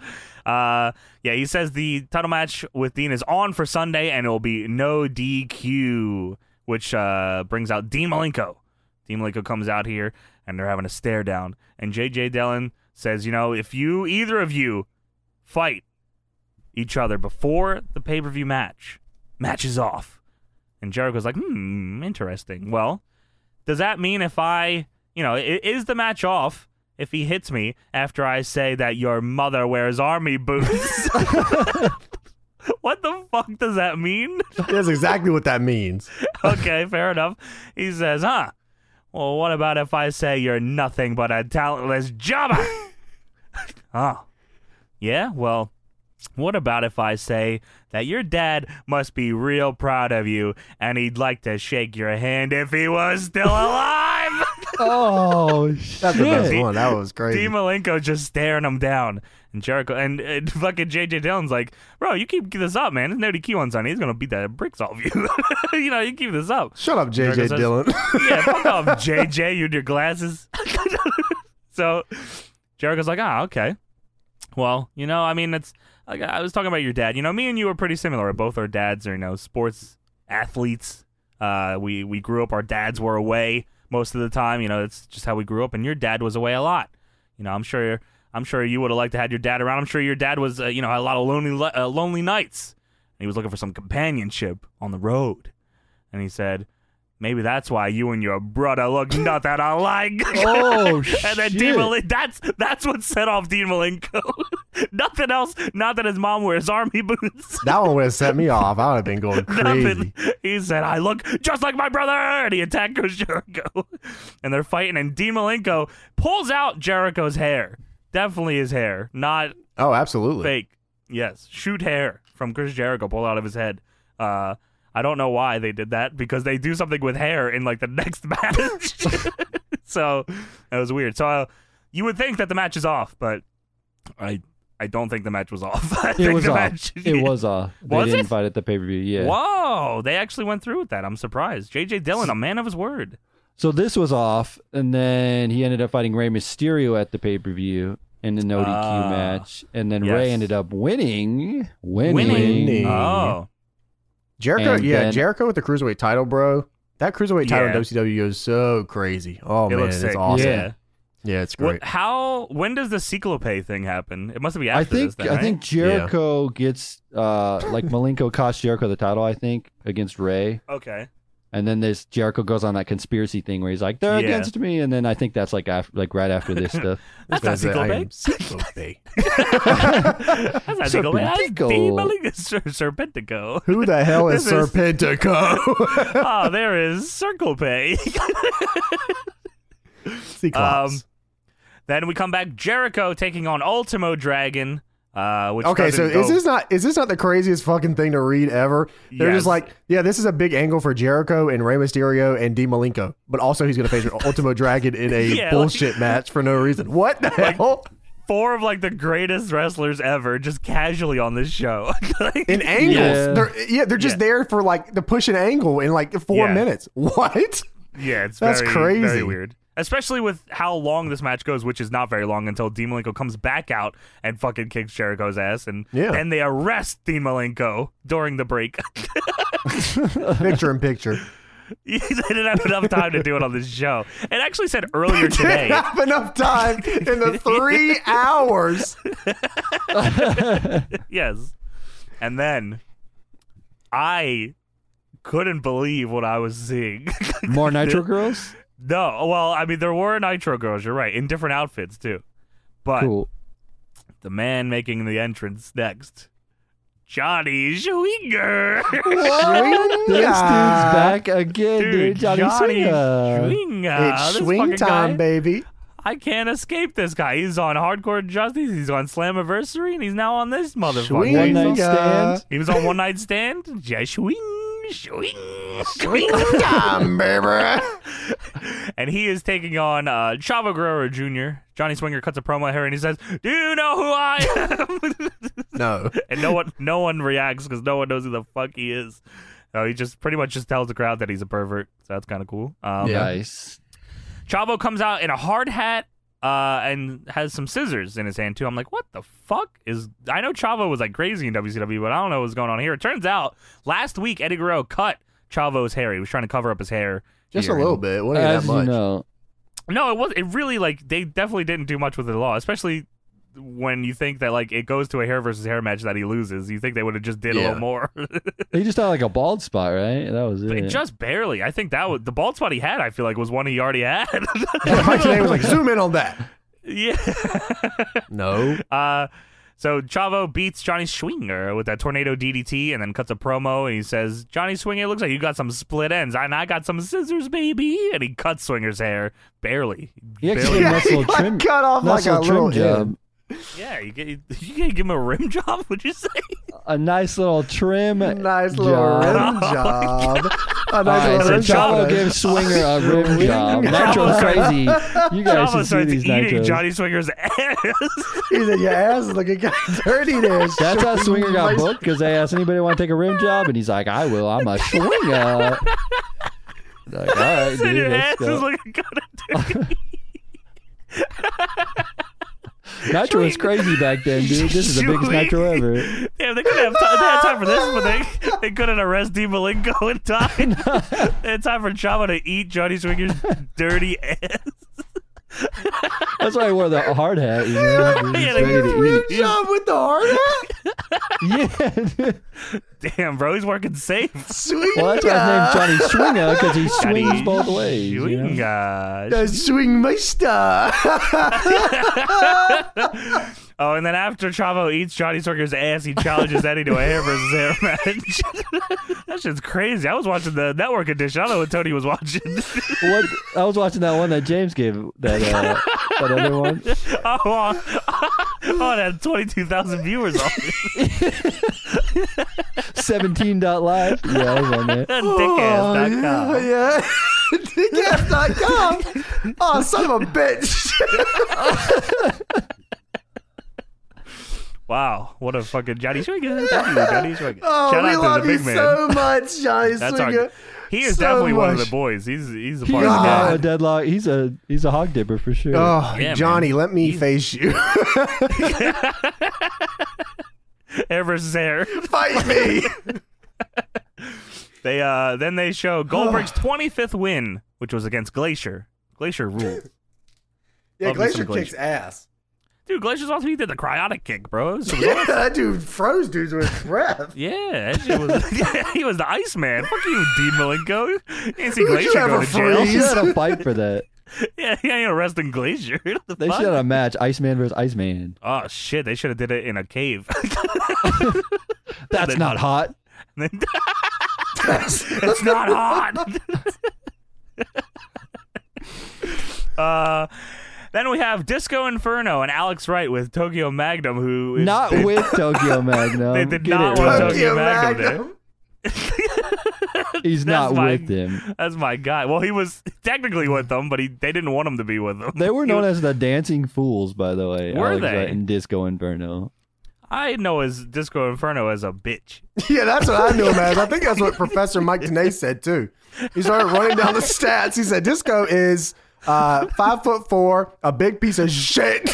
Speaker 3: Uh, yeah, he says the title match with Dean is on for Sunday, and it'll be no DQ, which uh, brings out Dean Malenko. Dean Malenko comes out here, and they're having a stare down, and JJ Dillon says, "You know, if you either of you fight." each other before the pay per view match. Match is off. And Jericho's like, hmm, interesting. Well, does that mean if I, you know, i- is the match off if he hits me after I say that your mother wears army boots? *laughs* what the fuck does that mean?
Speaker 1: That's exactly what that means.
Speaker 3: *laughs* okay, fair enough. He says, huh? Well, what about if I say you're nothing but a talentless jobber? oh, yeah? Well, what about if I say that your dad must be real proud of you and he'd like to shake your hand if he was still alive?
Speaker 2: *laughs* oh
Speaker 1: That's the best
Speaker 2: shit!
Speaker 1: one. That was crazy.
Speaker 3: D. Malenko just staring him down, and Jericho and, and *laughs* fucking JJ Dillon's like, bro, you keep this up, man. There's no DQ on Sunday. He's gonna beat the bricks off you. *laughs* you know, you keep this up.
Speaker 1: Shut up, JJ
Speaker 3: Jericho says-
Speaker 1: Dillon. *laughs*
Speaker 3: Yeah, fuck off, JJ. You and your glasses. so Jericho's like, ah, okay. Well, you know, I mean, it's like I was talking about your dad. You know, me and you are pretty similar. Both our dads are, you know, sports athletes. Uh, we we grew up. Our dads were away most of the time. You know, it's just how we grew up. And your dad was away a lot. You know, I'm sure I'm sure you would have liked to had your dad around. I'm sure your dad was, uh, you know, had a lot of lonely li- uh, lonely nights. And he was looking for some companionship on the road. And he said, maybe that's why you and your brother look nothing alike. *laughs*
Speaker 2: Oh
Speaker 3: And
Speaker 2: shit!
Speaker 3: then Dean Malin- that's that's what set off Dean Malenko. *laughs* Nothing else. Not that his mom wears army *laughs* boots.
Speaker 1: that one would have set me off. I would have been
Speaker 3: *laughs*
Speaker 1: going crazy.
Speaker 3: Nothing. He said, "I look just like my brother," and he attacked Jericho. *laughs* And they're fighting, and Dean Malenko pulls out Jericho's hair. Definitely his hair, not
Speaker 1: Oh, absolutely.
Speaker 3: fake. Yes, shoot hair from Chris Jericho pulled out of his head. Uh, I don't know why they did that because they do something with hair in like the *laughs* next match. *laughs* so that was weird. So uh, you would think that the match is off, but I I don't think the match was off. *laughs* I
Speaker 2: It
Speaker 3: think
Speaker 2: was
Speaker 3: the
Speaker 2: off.
Speaker 3: match. *laughs*
Speaker 2: It was off. They
Speaker 3: Was
Speaker 2: didn't
Speaker 3: it?
Speaker 2: fight at the pay per view. Yeah.
Speaker 3: Whoa! They actually went through with that. I'm surprised. JJ Dillon, a man of his word.
Speaker 2: So this was off, and then he ended up fighting Rey Mysterio at the pay per view in the no DQ
Speaker 3: Ah,
Speaker 2: match, and then
Speaker 3: yes.
Speaker 2: Ray ended up winning, winning.
Speaker 1: Winning.
Speaker 3: Oh,
Speaker 1: Jericho,
Speaker 2: And
Speaker 1: yeah,
Speaker 2: then-
Speaker 1: Jericho with the cruiserweight title, bro. That cruiserweight title
Speaker 3: Yeah.
Speaker 1: in WCW goes so crazy. Oh
Speaker 3: it
Speaker 1: man,
Speaker 3: looks sick.
Speaker 1: it's awesome.
Speaker 3: Yeah.
Speaker 1: Yeah, it's
Speaker 3: What-
Speaker 1: great.
Speaker 3: how? When does the Cyclope thing happen? It must be after
Speaker 2: I think
Speaker 3: this. Then,
Speaker 2: I
Speaker 3: right?
Speaker 2: think Jericho gets uh
Speaker 3: *laughs*
Speaker 2: like Malenko cost Jericho the title, I think, against Ray.
Speaker 3: Okay.
Speaker 2: And then this Jericho goes on that conspiracy thing where he's like, "They're
Speaker 3: Yeah.
Speaker 2: against me," and then I think that's like after, like right
Speaker 3: *laughs*
Speaker 2: after this stuff. *laughs*
Speaker 3: That's not
Speaker 1: Because I
Speaker 3: Cyclope.
Speaker 1: am Cyclope.
Speaker 3: That's not Digo. That's
Speaker 2: Serpentico.
Speaker 3: Digo. Sir Serpentico.
Speaker 1: *laughs* Who the hell is
Speaker 3: This is-
Speaker 1: Serpentico? *laughs*
Speaker 3: Oh, there is Circle Pay.
Speaker 1: Cyclops.
Speaker 3: Um, then we come back. Jericho taking on Ultimo Dragon. Uh, which
Speaker 1: Okay, so
Speaker 3: doesn't
Speaker 1: is
Speaker 3: go-
Speaker 1: this not is this not the craziest fucking thing to read ever? They're
Speaker 3: Yes.
Speaker 1: just like, yeah, this is a big angle for Jericho and Rey Mysterio and D Malenko, but also he's gonna
Speaker 3: *laughs*
Speaker 1: face an Ultimo Dragon in a
Speaker 3: Yeah, like-
Speaker 1: bullshit match for no reason. What the hell?
Speaker 3: four of like the greatest wrestlers ever just casually on this show? *laughs* Like,
Speaker 1: In angles,
Speaker 2: Yeah.
Speaker 1: they're yeah, they're just
Speaker 3: Yeah.
Speaker 1: there for like the push an angle in like four
Speaker 3: Yeah.
Speaker 1: minutes. *laughs* What?
Speaker 3: yeah, it's
Speaker 1: That's
Speaker 3: very,
Speaker 1: crazy.
Speaker 3: very weird. Especially with how long this match goes, which is not very long until Dean Malenko comes back out and fucking kicks Jericho's ass, and
Speaker 1: Yeah.
Speaker 3: then they arrest Dean Malenko during the break. *laughs*
Speaker 1: Picture in picture.
Speaker 3: *laughs* they didn't have enough time to do it on this show. It actually said earlier
Speaker 1: Didn't *laughs*
Speaker 3: today.
Speaker 1: have enough time in the
Speaker 3: *laughs*
Speaker 1: three hours.
Speaker 3: yes. And then I couldn't believe what I was seeing. *laughs*
Speaker 2: More Nitro Girls,
Speaker 3: no, well, I mean, there were Nitro girls, you're right, in different outfits too. But
Speaker 2: cool.
Speaker 3: the man making the entrance next, Johnny Schwinger.
Speaker 1: Swing
Speaker 2: This dude's
Speaker 1: ya.
Speaker 2: back again, dude.
Speaker 3: Dude,
Speaker 2: Johnny, Swinger.
Speaker 3: Schwinger.
Speaker 2: Ah,
Speaker 1: It's
Speaker 3: This
Speaker 1: swing
Speaker 3: fucking
Speaker 1: time,
Speaker 3: guy-
Speaker 1: baby.
Speaker 3: I can't escape this guy. He's on Hardcore Justice. He's on Slammiversary, and he's now on this motherfucker.
Speaker 1: Swing
Speaker 2: One night
Speaker 1: ya.
Speaker 2: stand.
Speaker 3: He was on One Night Stand. Yeah, swing, swing, swing.
Speaker 1: time, baby.
Speaker 3: and he is taking on uh, Chavo Guerrero Jr. Johnny Swinger cuts a promo here, and he says, "Do you know who I am?" *laughs*
Speaker 1: No.
Speaker 3: and no one, no one reacts because no one knows who the fuck he is. So he just pretty much just tells the crowd that he's a pervert. So that's kind of cool. Um,
Speaker 1: Yeah.
Speaker 2: Nice.
Speaker 3: Chavo comes out in a hard hat uh, and has some scissors in his hand too. I'm like, what the fuck is? I know Chavo was like crazy in WCW, but I don't know what's going on here. It turns out last week Eddie Guerrero cut Chavo's hair. He was trying to cover up his hair.
Speaker 1: Just a
Speaker 3: here.
Speaker 1: little bit. It wasn't
Speaker 2: As
Speaker 1: that much.
Speaker 2: you know,
Speaker 3: No, it was. It really like they definitely didn't do much with the law, especially when you think that like it goes to a hair versus hair match that he loses. You think they would have just did a
Speaker 1: Yeah.
Speaker 3: little more. *laughs*
Speaker 2: he just had like a bald spot, right? That was
Speaker 3: But
Speaker 2: it.
Speaker 3: Just barely. I think that was the bald spot he had. I feel like was one he already had. *laughs*
Speaker 1: Mike today was like,
Speaker 2: *laughs*
Speaker 1: zoom in on that.
Speaker 3: yeah.
Speaker 1: No.
Speaker 3: Uh, so Chavo beats Johnny Swinger with that tornado DDT and then cuts a promo and he says, Johnny Swinger, it looks like you got some split ends. And I got some scissors, baby. And he cuts Swinger's hair. Barely.
Speaker 2: He actually
Speaker 3: Barely.
Speaker 2: had a nice little
Speaker 1: he, like,
Speaker 2: trim,
Speaker 1: cut off
Speaker 2: nice
Speaker 1: like a
Speaker 2: little
Speaker 1: little
Speaker 2: trim job.
Speaker 1: end.
Speaker 3: *laughs* Yeah, you get you gonna give him a rim *laughs* job? Would you say?
Speaker 2: A nice little
Speaker 1: *laughs*
Speaker 2: trim.
Speaker 1: Nice little
Speaker 2: job. *laughs*
Speaker 1: rim job. A nice
Speaker 2: All right,
Speaker 1: little
Speaker 2: so
Speaker 1: rim
Speaker 2: Chavo
Speaker 1: job.
Speaker 2: gives Swinger
Speaker 1: *laughs*
Speaker 2: a rim job.
Speaker 3: Chavo
Speaker 2: Nitro's
Speaker 3: starts-
Speaker 2: crazy. You guys
Speaker 3: Java
Speaker 2: should see
Speaker 3: starts
Speaker 2: these
Speaker 3: eating
Speaker 2: nitros.
Speaker 3: Johnny Swinger's *laughs* ass.
Speaker 1: He's like, your ass is looking kind of
Speaker 2: *laughs*
Speaker 1: dirty there.
Speaker 2: That's how Swinger got
Speaker 1: Nice-
Speaker 2: booked because they asked anybody want to take a rim job, and he's like, "I will. I'm a Swinger." Like, all right,
Speaker 3: Said your
Speaker 2: dude,
Speaker 3: ass
Speaker 2: let's
Speaker 3: is
Speaker 2: go.
Speaker 3: looking kind of dirty.
Speaker 2: Nitro was crazy back then, dude. This is the biggest
Speaker 3: Swinger.
Speaker 2: nitro ever.
Speaker 3: *laughs* Damn, they couldn't have time, they had time for this, but they, they couldn't arrest D. Malenko *laughs* in
Speaker 2: *laughs*
Speaker 3: time. they had time for Chavo to eat Johnny Swinger's *laughs* dirty ass.
Speaker 2: That's why I wore the hard hat. you know? It was
Speaker 3: Yeah,
Speaker 2: just
Speaker 3: they wore
Speaker 2: ready to
Speaker 3: the
Speaker 2: eat.
Speaker 1: Rim job with the hard hat?
Speaker 2: Yeah. dude.
Speaker 3: Damn, bro, he's working safe.
Speaker 1: Sweet
Speaker 2: Well, that's why his name's Johnny Swinger because he
Speaker 3: Johnny
Speaker 2: swings both ways. you know?
Speaker 3: Swinga.
Speaker 1: The swing
Speaker 2: *laughs*
Speaker 1: meister.
Speaker 3: Oh, and then after Chavo eats Johnny Sorker's ass, he challenges Eddie to a hair versus hair match. *laughs* that shit's crazy. I was watching the network edition. I don't know what Tony was watching. *laughs*
Speaker 2: What I was watching that one that James gave that uh, that other one.
Speaker 3: oh, wow. *laughs* oh, it had 22,000 viewers on *laughs* it.
Speaker 2: Seventeen dot live. Yeah, I was on there.
Speaker 1: Oh,
Speaker 3: Dickass.com.
Speaker 1: yeah, yeah. *laughs* Dickass.com. Oh, son of a
Speaker 3: *laughs*
Speaker 1: bitch.
Speaker 3: Wow, what a fucking Johnny Swinga. Thank you, Johnny Swinga.
Speaker 1: *laughs* Oh,
Speaker 3: Shout
Speaker 1: we
Speaker 3: out to
Speaker 1: love
Speaker 3: the
Speaker 1: you
Speaker 3: big man.
Speaker 1: so much, Johnny
Speaker 3: *laughs* That's
Speaker 1: Swinger.
Speaker 3: our, he is
Speaker 1: so
Speaker 3: definitely one of
Speaker 1: much.
Speaker 3: the boys. He's he's a
Speaker 2: He's
Speaker 3: part
Speaker 1: God.
Speaker 2: now
Speaker 3: of
Speaker 2: a deadlock. He's a he's a hog dipper for sure.
Speaker 1: Oh,
Speaker 3: Yeah, man.
Speaker 1: Johnny, let me face you. *laughs*
Speaker 3: that. Hair versus hair. *laughs*
Speaker 1: Fight me.
Speaker 3: They uh then they show Goldberg's
Speaker 2: *sighs* Oh.
Speaker 3: 25th win, which was against Glacier. Glacier
Speaker 2: *laughs*
Speaker 3: ruled.
Speaker 1: yeah,
Speaker 3: Love me some
Speaker 1: Glacier
Speaker 3: Glacier.
Speaker 1: kicks
Speaker 3: *laughs*
Speaker 1: ass.
Speaker 3: Dude, Glacier's also he did the cryotic kick, bro. So-
Speaker 1: Yeah, *laughs* that dude froze dudes with his breath.
Speaker 3: yeah, that shit was, *laughs*
Speaker 2: *laughs*
Speaker 3: he was the Iceman. Fuck you, D. Malenko. You didn't see
Speaker 1: Would you
Speaker 3: Glacier go
Speaker 1: ever
Speaker 3: to jail. *laughs*
Speaker 2: they should
Speaker 1: freeze?
Speaker 2: have had a fight for that.
Speaker 3: Yeah, he ain't arresting Glacier. *laughs* What the
Speaker 2: They
Speaker 3: fuck?
Speaker 2: should have had a match. Iceman versus Iceman.
Speaker 3: Oh shit, they should have did it in a cave.
Speaker 2: *laughs*
Speaker 3: *laughs*
Speaker 2: That's not hot.
Speaker 3: *laughs* it's not
Speaker 1: *laughs*
Speaker 3: hot. *laughs* uh, then we have Disco Inferno and Alex Wright with Tokyo Magnum, who is
Speaker 2: Not with Tokyo Magnum.
Speaker 3: They did
Speaker 2: Get
Speaker 3: not
Speaker 2: it
Speaker 3: want
Speaker 2: right.
Speaker 3: Tokyo Magnum there.
Speaker 2: He's
Speaker 3: That's
Speaker 2: not
Speaker 3: my-
Speaker 2: with them.
Speaker 3: *laughs* that's my guy. Well, he was technically with them, but he they didn't want him to be with them.
Speaker 2: They were
Speaker 3: He *laughs*
Speaker 2: known
Speaker 3: was-
Speaker 2: as the Dancing Fools, by the way.
Speaker 3: Were
Speaker 2: Alex
Speaker 3: they?
Speaker 2: Wright and Disco Inferno.
Speaker 3: I know as Disco Inferno as a bitch.
Speaker 1: Yeah, that's what I knew him as. I think that's
Speaker 3: *laughs*
Speaker 1: what Professor Mike Tanay said too. He started running down the stats. He said Disco is uh, five foot four, a big piece of shit.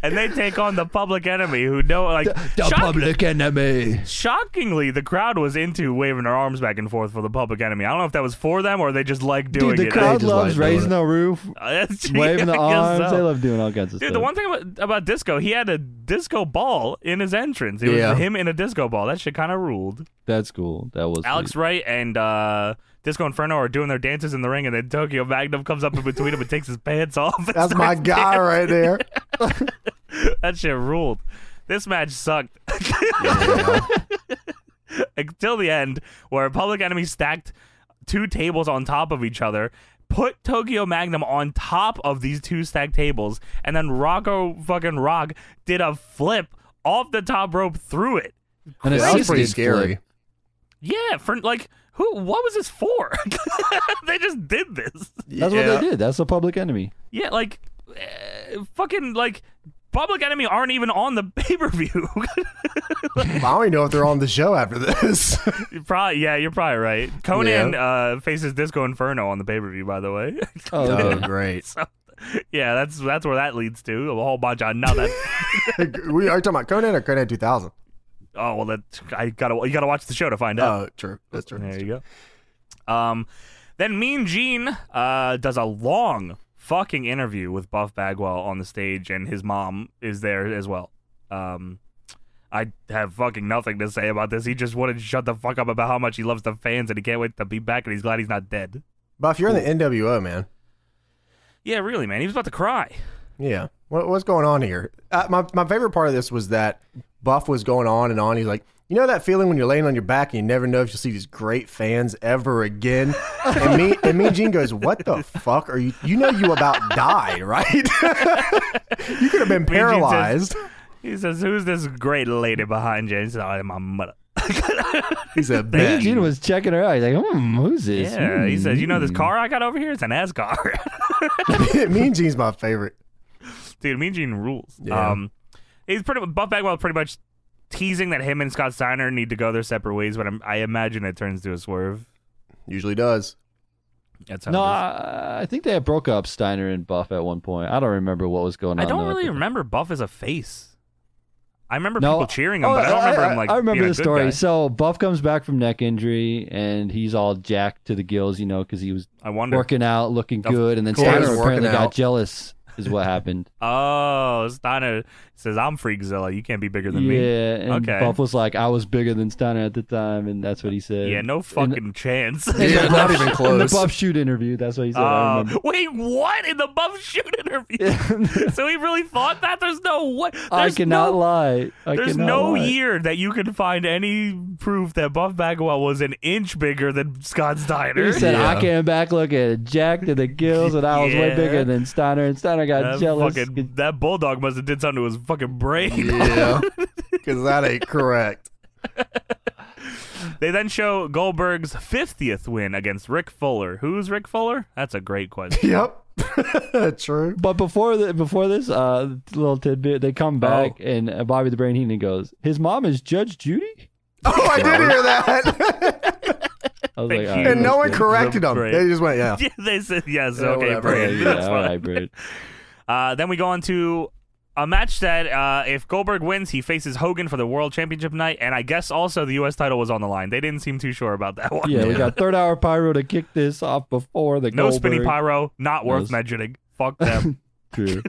Speaker 3: And they take on the Public Enemy, who know like shock-
Speaker 2: enemy.
Speaker 3: shockingly the crowd was into waving their arms back and forth for the Public Enemy. I don't know if that was for them or they just like doing
Speaker 2: Dude, the
Speaker 3: it. *laughs*
Speaker 2: crowd
Speaker 1: just
Speaker 2: loves
Speaker 1: like doing
Speaker 2: raising
Speaker 1: it.
Speaker 2: the roof, waving
Speaker 3: Yeah, *laughs*
Speaker 2: the
Speaker 3: I guess
Speaker 2: arms.
Speaker 3: so.
Speaker 2: They love doing all kinds of
Speaker 3: Dude,
Speaker 2: stuff.
Speaker 3: the one thing about, about Disco, he had a disco ball in his entrance. It
Speaker 1: Yeah.
Speaker 3: was him in a disco ball. That shit kind of ruled.
Speaker 2: That's cool. That was
Speaker 3: Alex
Speaker 2: sweet.
Speaker 3: Wright and uh, Disco Inferno are doing their dances in the ring, and then Tokyo Magnum comes up in between them and takes his pants off. *laughs* and
Speaker 1: That's my
Speaker 3: starts
Speaker 1: guy right there.
Speaker 3: dancing. That shit ruled. This match sucked *laughs* until the end, where Public Enemy stacked two tables on top of each other. Put Tokyo Magnum on top of these two stacked tables, and then Rocco fucking Rock did a flip off the top rope through it.
Speaker 2: And it's
Speaker 1: That was pretty
Speaker 2: assisted
Speaker 1: scary.
Speaker 2: flip.
Speaker 3: Yeah, for like who? What was this for? *laughs* they just did this.
Speaker 2: That's what they did. That's the public enemy.
Speaker 3: Yeah, like uh, fucking like Public Enemy aren't even on the *laughs* pay per view.
Speaker 1: I don't even know if they're on the show after this.
Speaker 3: probably yeah, you're probably right. Conan uh, faces Disco Inferno on the pay per view, by the way. *laughs*
Speaker 2: Oh,
Speaker 1: *laughs*
Speaker 2: *laughs* okay.
Speaker 1: great.
Speaker 3: yeah, that's that's where that leads to a whole bunch of nothing.
Speaker 1: we are you talking about Conan or Conan 2000?
Speaker 3: oh well, that I gotta you gotta watch the show to find out.
Speaker 1: Oh, true. That's true.
Speaker 3: There you go. Um, then Mean Gene uh, does a long fucking interview with Buff Bagwell on the stage, and his mom is there as well. Um, I have fucking nothing to say about this. He just wanted to shut the fuck up about how much he loves the fans and he can't wait to be back, and he's glad he's not dead.
Speaker 1: Buff, you're in the NWO, man.
Speaker 3: Yeah, really, man. He was about to cry.
Speaker 1: Yeah. What, what's going on here? Uh, my, my favorite part of this was that Buff was going on and on. He's like, You know that feeling when you're laying on your back and you never know if you'll see these great fans ever again. And me and me and Gene goes, "What the fuck are you? You know you about died, right? *laughs* you could have been
Speaker 3: Me and Gene says-
Speaker 1: paralyzed."
Speaker 3: He says, "Who's this great lady behind you?" He says, "Oh, my mother."
Speaker 1: He said,
Speaker 2: Me and
Speaker 1: "Bet."
Speaker 2: Gene was checking her out. He's like, hmm, who's this?
Speaker 3: Yeah, he
Speaker 2: Hmm,
Speaker 3: says, "You know this
Speaker 2: hmm."
Speaker 3: car I got over here? It's an NASCAR."
Speaker 1: *laughs* me and Gene's my favorite.
Speaker 3: *laughs* Dude, Mean Gene rules.
Speaker 1: Yeah.
Speaker 3: Um, he's pretty Buff Bagwell pretty much teasing that him and Scott Steiner need to go their separate ways, but I'm, I imagine it turns to a swerve.
Speaker 1: Usually does.
Speaker 3: That's how
Speaker 2: No,
Speaker 3: it is.
Speaker 2: I, I think they had broke up Steiner and Buff at one point. I don't remember what was going
Speaker 3: I
Speaker 2: on.
Speaker 3: don't
Speaker 2: though.
Speaker 3: really remember Buff as a face. I remember
Speaker 2: No, oh,
Speaker 3: people cheering him, but I don't remember him like.
Speaker 2: I remember
Speaker 3: being a
Speaker 2: the
Speaker 3: good
Speaker 2: story.
Speaker 3: guy.
Speaker 2: So Buff comes back from neck injury and he's all jacked to the gills, you know, because he was
Speaker 3: I wonder.
Speaker 2: working out, looking
Speaker 3: Of
Speaker 2: good, and then
Speaker 1: course.
Speaker 2: Steiner
Speaker 1: Working
Speaker 2: apparently
Speaker 1: out.
Speaker 2: got jealous. Is what happened.
Speaker 3: Oh, Steiner says I'm Freakzilla. You can't be *laughs* bigger
Speaker 2: yeah,
Speaker 3: than me.
Speaker 2: and
Speaker 3: Okay.
Speaker 2: Buff was like, "I was bigger than Steiner at the time," and that's what he said. *laughs*
Speaker 3: Yeah, no fucking chance. *laughs*
Speaker 1: Yeah, not even
Speaker 2: In the
Speaker 1: close.
Speaker 2: Buff shoot interview, that's what he said. I
Speaker 3: Uh,
Speaker 2: remember.
Speaker 3: wait, what in the Buff shoot interview? *laughs* so he really thought that? There's no way.
Speaker 2: *laughs* I
Speaker 3: there's
Speaker 2: cannot
Speaker 3: no-
Speaker 2: lie. I
Speaker 3: There's
Speaker 2: cannot
Speaker 3: no
Speaker 2: lie.
Speaker 3: year that you can find any proof that Buff Bagwell was an inch bigger than Scott Steiner.
Speaker 2: He said,
Speaker 1: Yeah.
Speaker 2: "I came back looking jacked to the gills, and I was way
Speaker 3: Yeah.
Speaker 2: bigger than Steiner, and Steiner got
Speaker 3: that,
Speaker 2: jealous."
Speaker 3: fucking, that bulldog must have did something to his fucking brain.
Speaker 1: Yeah, because that ain't correct.
Speaker 3: *laughs* They then show Goldberg's 50th win against Rick Fuller. Who's Rick Fuller? That's a great question. *laughs*
Speaker 1: Yep, *laughs* true.
Speaker 2: But before the, before this uh, little tidbit, they come back
Speaker 3: Oh.
Speaker 2: and uh, Bobby the Brain Heenan goes, "His mom is Judge Judy."
Speaker 1: Oh, I did hear *laughs* that,
Speaker 2: I was
Speaker 3: Thank
Speaker 2: like,
Speaker 3: you.
Speaker 2: "All right,
Speaker 1: and no one
Speaker 2: that's
Speaker 1: corrected him. They just went, "Yeah."
Speaker 3: Yeah, they said, yes,
Speaker 1: Yeah,
Speaker 3: okay,
Speaker 1: whatever.
Speaker 2: good."
Speaker 3: Brian.
Speaker 2: Yeah,
Speaker 3: That's
Speaker 2: all
Speaker 3: fine. *laughs*
Speaker 2: right, Brad.
Speaker 3: Uh, then we go on to a match that uh, if Goldberg wins, he faces Hogan for the World Championship night, and I guess also the U.S. title was on the line. They didn't seem too sure about that *laughs* one.
Speaker 2: Yeah, we
Speaker 1: Yeah.
Speaker 2: got third hour pyro to kick this off before the
Speaker 3: no
Speaker 2: Goldberg.
Speaker 3: spinny pyro, not worth
Speaker 2: Nice. *laughs*
Speaker 3: mentioning. Fuck them. *laughs*
Speaker 2: True.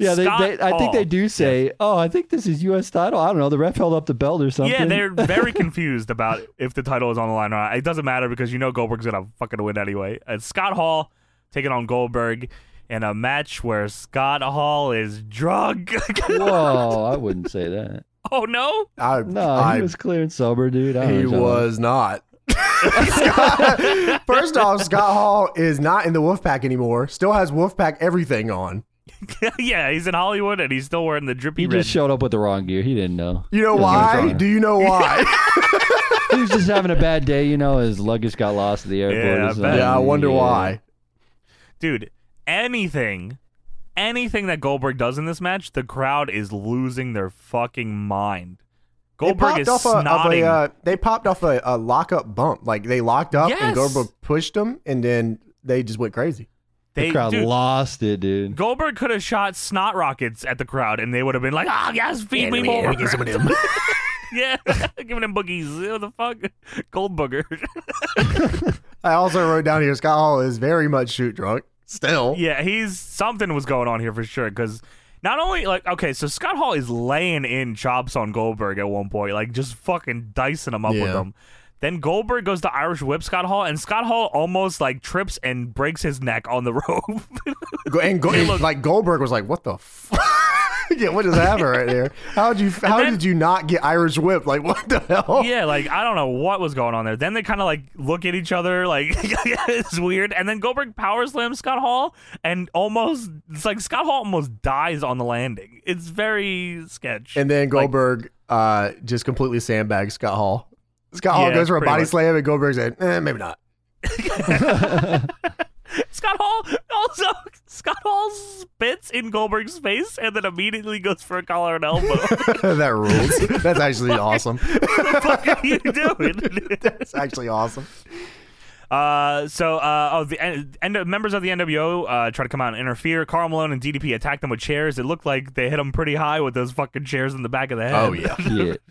Speaker 2: Yeah, they,
Speaker 3: Scott
Speaker 2: they, I
Speaker 3: Hall.
Speaker 2: think they do say, "Oh, I think this is U.S. title." I don't know. The ref held up the belt or something.
Speaker 3: yeah, they're very confused about if the title is on the line or not. It doesn't matter because you know Goldberg's gonna fucking win anyway. And Scott Hall taking on Goldberg in a match where Scott Hall is drunk.
Speaker 2: *laughs*
Speaker 3: *laughs*
Speaker 2: Whoa, I wouldn't say that.
Speaker 3: oh no! *laughs*
Speaker 1: I,
Speaker 2: No,
Speaker 1: I
Speaker 2: he was clear and sober, dude. I don't
Speaker 1: He
Speaker 2: know.
Speaker 1: was not. *laughs* Scott, first off, Scott Hall is not in the Wolfpack anymore. Still has Wolfpack everything on.
Speaker 3: yeah, he's in Hollywood and he's still wearing the drippy
Speaker 2: He
Speaker 3: red.
Speaker 2: just showed up with the wrong gear. He didn't know.
Speaker 1: You know
Speaker 2: He doesn't
Speaker 1: why?
Speaker 2: know.
Speaker 1: Do you know why?
Speaker 2: he was just having a bad day. You know, his luggage got lost at the airport.
Speaker 3: Yeah, I
Speaker 2: He's
Speaker 3: bet.
Speaker 2: like,
Speaker 1: yeah, I wonder
Speaker 2: yeah.
Speaker 1: why.
Speaker 3: dude, anything, anything that Goldberg does in this match, the crowd is losing their fucking mind. Goldberg
Speaker 1: they
Speaker 3: is
Speaker 1: popped off a, of
Speaker 3: snotting.
Speaker 1: a uh, they popped off a, a lockup bump. Like they locked up
Speaker 3: Yes.
Speaker 1: and Goldberg pushed them, and then they just went crazy.
Speaker 3: they,
Speaker 2: the crowd
Speaker 3: dude,
Speaker 2: lost it,
Speaker 3: *laughs*
Speaker 2: dude.
Speaker 3: Goldberg could have shot snot rockets at the crowd, and they would have been like, "Ah, yes, feed me more." *laughs* yeah, *laughs* giving him boogies. What the fuck, Goldberger?
Speaker 1: *laughs* I also wrote down here Scott Hall is very much shoot drunk. Still,
Speaker 3: yeah, he's something was going on here for sure because. Not only like okay, so Scott Hall is laying in chops on Goldberg at one point, like just fucking dicing him up with
Speaker 1: Yeah.
Speaker 3: them. Then Goldberg goes to Irish whip Scott Hall, and Scott Hall almost like trips and breaks his neck on
Speaker 1: *laughs*
Speaker 3: the *laughs* rope.
Speaker 1: Go- and, go, and,
Speaker 3: look-
Speaker 1: like Goldberg was like, "What the fuck? *laughs* yeah, what just happened right there? How did you? How
Speaker 3: then-
Speaker 1: did you not get Irish whipped? Like what the hell?
Speaker 3: yeah, like I don't know what was going on there. Then they kind of like look at each other, like *laughs* it's weird. And then Goldberg power slams Scott Hall, and almost it's like Scott Hall almost dies on the landing. It's very sketch.
Speaker 1: And then
Speaker 3: Like-
Speaker 1: Goldberg uh, just completely sandbags Scott Hall. Scott Hall
Speaker 3: Yeah,
Speaker 1: goes for a
Speaker 3: pretty
Speaker 1: body
Speaker 3: much.
Speaker 1: slam, and Goldberg said, eh, "Maybe not." *laughs*
Speaker 3: Scott Hall also Scott Hall spits in Goldberg's face and then immediately goes for a collar and elbow.
Speaker 1: that rules. That's
Speaker 3: *laughs*
Speaker 1: actually awesome. *laughs*
Speaker 3: what are you doing?
Speaker 1: That's actually awesome.
Speaker 3: *laughs* Uh, so uh, oh, the and, and members of the NWO uh, try to come out and interfere. Carl Malone and DDP attack them with chairs. It looked like they hit them pretty high with those fucking chairs in the back of the head.
Speaker 1: Oh,
Speaker 3: *laughs*
Speaker 1: yeah.
Speaker 2: Shit.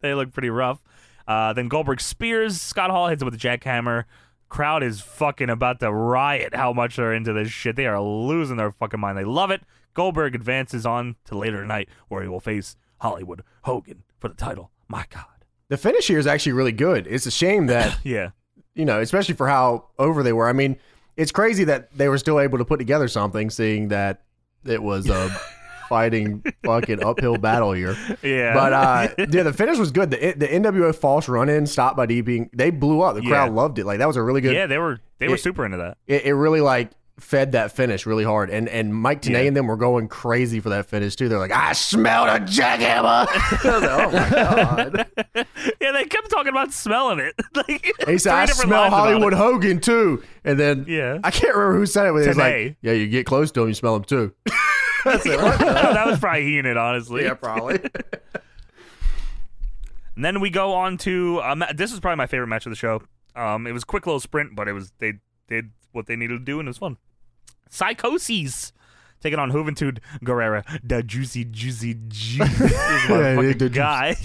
Speaker 3: they look pretty rough. Uh, then Goldberg spears Scott Hall hits him with a jackhammer. Crowd is fucking about to riot. How much they're into this shit? They are losing their fucking mind. They love it. Goldberg advances on to later tonight, where he will face Hollywood Hogan for the title. My God.
Speaker 1: The finish here is actually really good. It's a shame that
Speaker 3: Yeah.
Speaker 1: you know, especially for how over they were. I *laughs* mean, it's crazy that they were still able to put together something, seeing that it was a fighting fucking uphill battle here.
Speaker 3: Yeah.
Speaker 1: But uh, yeah, the finish was good. The the NWO false run in stopped by DP. They blew up. The crowd
Speaker 3: Yeah.
Speaker 1: loved it. Like that was a really good.
Speaker 3: yeah, they were they were
Speaker 1: It-
Speaker 3: super into that. *laughs*
Speaker 1: It, it really like fed that finish really hard. And and Mike Tanay
Speaker 3: Yeah.
Speaker 1: and them were going crazy for that finish too. They're like, I smelled a jackhammer. *laughs* I was like, oh *laughs* my god.
Speaker 3: Yeah, they kept talking about smelling it. *laughs* like
Speaker 1: He said,
Speaker 3: three
Speaker 1: I
Speaker 3: different
Speaker 1: smell
Speaker 3: lines about
Speaker 1: Hollywood
Speaker 3: it.
Speaker 1: Hogan too. And then
Speaker 3: Yeah.
Speaker 1: *laughs* I can't remember who said it, but it was like,
Speaker 3: Tanay.
Speaker 1: yeah, you get close to him, you smell him too. I said, "What the-"
Speaker 3: *laughs* that was probably he in it, honestly.
Speaker 1: yeah, probably.
Speaker 3: And then we go on to um, this is probably my favorite match of the show. Um, it was a quick little sprint, but it was they did what they needed to do and it was fun. Psychoses taking on Juventud Guerrera, the juicy, juicy, *laughs* juicy
Speaker 1: the
Speaker 3: motherfucking
Speaker 1: juice. *laughs*
Speaker 3: guy.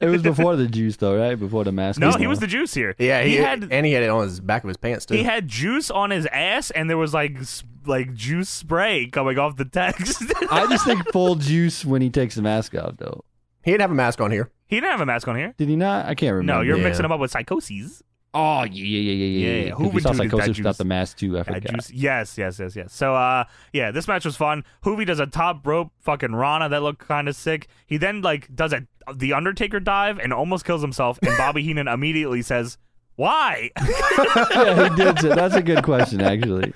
Speaker 2: It was before the juice, though, right? Before the mask.
Speaker 3: no,
Speaker 2: was
Speaker 3: he
Speaker 2: on.
Speaker 3: was the juice here.
Speaker 1: *laughs* Yeah, he,
Speaker 3: he had
Speaker 1: and he had it on his back of his pants too.
Speaker 3: he had juice on his ass, and there was like s- like juice spray coming off the text. *laughs*
Speaker 2: I just think full juice when he takes the mask off, though.
Speaker 1: He'd have a mask on here.
Speaker 3: he didn't have a mask on here.
Speaker 2: Did he not? I can't
Speaker 3: No,
Speaker 2: remember.
Speaker 3: you're
Speaker 1: Yeah.
Speaker 3: mixing him up with Psychoses.
Speaker 2: Oh, yeah, yeah, yeah, yeah,
Speaker 3: Yeah,
Speaker 2: yeah.
Speaker 3: yeah.
Speaker 2: yeah.
Speaker 3: Who
Speaker 2: Who
Speaker 3: would
Speaker 2: saw
Speaker 3: do that
Speaker 2: psychosis without
Speaker 3: juice?
Speaker 2: the mask too? I
Speaker 3: That
Speaker 2: forgot.
Speaker 3: juice- Yes, yes, yes, yes. So, uh, yeah, this match was fun. Hoovy does a top rope fucking Rana that looked kind of sick. He then like does a the Undertaker dive and almost kills himself. And
Speaker 1: *laughs*
Speaker 3: Bobby Heenan immediately says, "Why?"
Speaker 2: *laughs*
Speaker 3: *laughs*
Speaker 2: yeah, he did. Say, that's a good question, actually.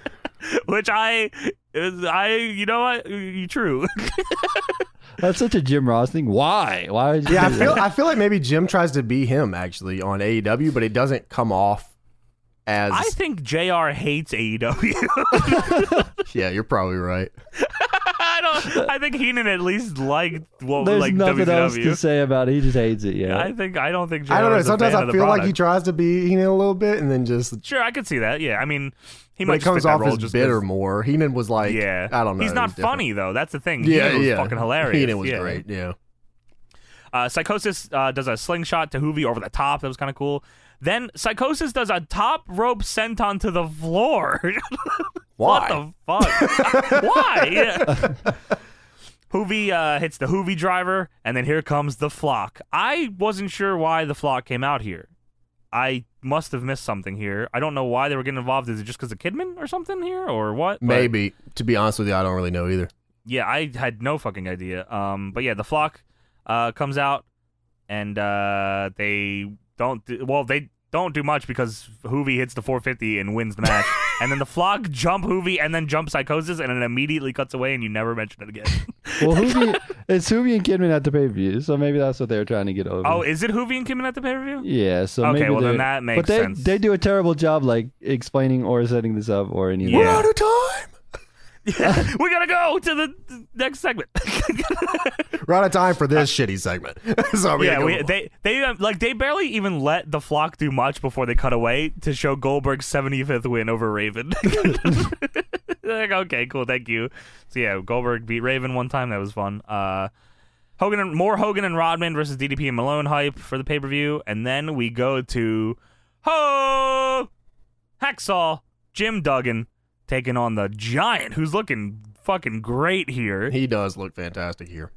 Speaker 3: Which I, is- I, you know what, you true.
Speaker 2: That's such a Jim Ross thing. Why? Why? Would you
Speaker 1: Yeah, I
Speaker 2: do
Speaker 1: *laughs* feel
Speaker 2: that?
Speaker 1: I feel like maybe Jim tries to be him actually on AEW, but it doesn't come off as
Speaker 3: *laughs*
Speaker 1: *laughs*
Speaker 3: I think Jr. hates E AEW.
Speaker 1: yeah. You're probably right.
Speaker 3: *laughs* I don't. I think Heenan at least liked well,
Speaker 2: There's
Speaker 3: like
Speaker 2: nothing else
Speaker 3: WCW.
Speaker 2: to say about it. He just hates it. Yeah.
Speaker 3: I think I don't think. JR
Speaker 1: I don't know.
Speaker 3: is a
Speaker 1: Sometimes
Speaker 3: fan
Speaker 1: I
Speaker 3: of the
Speaker 1: feel like he
Speaker 3: product.
Speaker 1: tries to be Heenan a little bit, and then just
Speaker 3: Sure, I could see that. Yeah, I mean, he
Speaker 1: but
Speaker 3: might
Speaker 1: it
Speaker 3: just
Speaker 1: comes
Speaker 3: fit that
Speaker 1: off
Speaker 3: role
Speaker 1: as
Speaker 3: just
Speaker 1: bitter
Speaker 3: as-
Speaker 1: more. Heenan was like,
Speaker 3: yeah,
Speaker 1: I don't know.
Speaker 3: He's
Speaker 1: it
Speaker 3: not
Speaker 1: was different.
Speaker 3: funny though. That's the thing.
Speaker 1: Yeah,
Speaker 3: Heenan was
Speaker 1: yeah.
Speaker 3: fucking hilarious.
Speaker 1: Heenan was
Speaker 3: Yeah.
Speaker 1: great. Yeah,
Speaker 3: Uh, Psychosis uh, does a slingshot to Hoovy over the top. That was kind of cool. Then Psychosis does a top rope senton to the floor. *laughs*
Speaker 1: why?
Speaker 3: What the fuck? *laughs* Why? Yeah. Hoovy uh, hits the Hoovy driver, and then here comes the flock. I wasn't sure why the flock came out here. I must have missed something here. I don't know why they were getting involved. Is it just because of Kidman or something here, or what? But,
Speaker 1: Maybe to be honest with you, I don't really know either.
Speaker 3: yeah, I had no fucking idea. Um, but yeah, the flock uh, comes out, and uh, they don't. Do, well, they don't do much because Hoovy hits the 450 and wins the match, and then the flock jump Hoovy and then jump Psychosis, and it immediately cuts away, and you never mention it again.
Speaker 2: well, Hoovy, it's Hoovy and Kidman at the pay per view, so maybe that's what they were trying to get over.
Speaker 3: oh, is it Hoovy and Kidman at the pay per view?
Speaker 2: yeah. So
Speaker 3: okay,
Speaker 2: maybe
Speaker 3: well then
Speaker 2: they're-
Speaker 3: that makes
Speaker 2: But they
Speaker 3: sense.
Speaker 2: they do a terrible job like explaining or setting this up or any of
Speaker 3: Yeah.
Speaker 1: We're out of time.
Speaker 3: we gotta go to the the next segment. *laughs*
Speaker 1: We're out of time for this shitty segment. *laughs* so we
Speaker 3: yeah,
Speaker 1: gotta go
Speaker 3: we,
Speaker 1: on.
Speaker 3: they they um, like they barely even let the flock do much before they cut away to show Goldberg's 75th win over Raven. *laughs* like, okay, cool, thank you. So yeah, Goldberg beat Raven one time. That was fun. Uh, Hogan and more Hogan and Rodman versus DDP and Malone hype for the pay per view, and then we go to Ho Hacksaw Jim Duggan taking on the Giant, who's looking fucking great here.
Speaker 1: he does look fantastic here.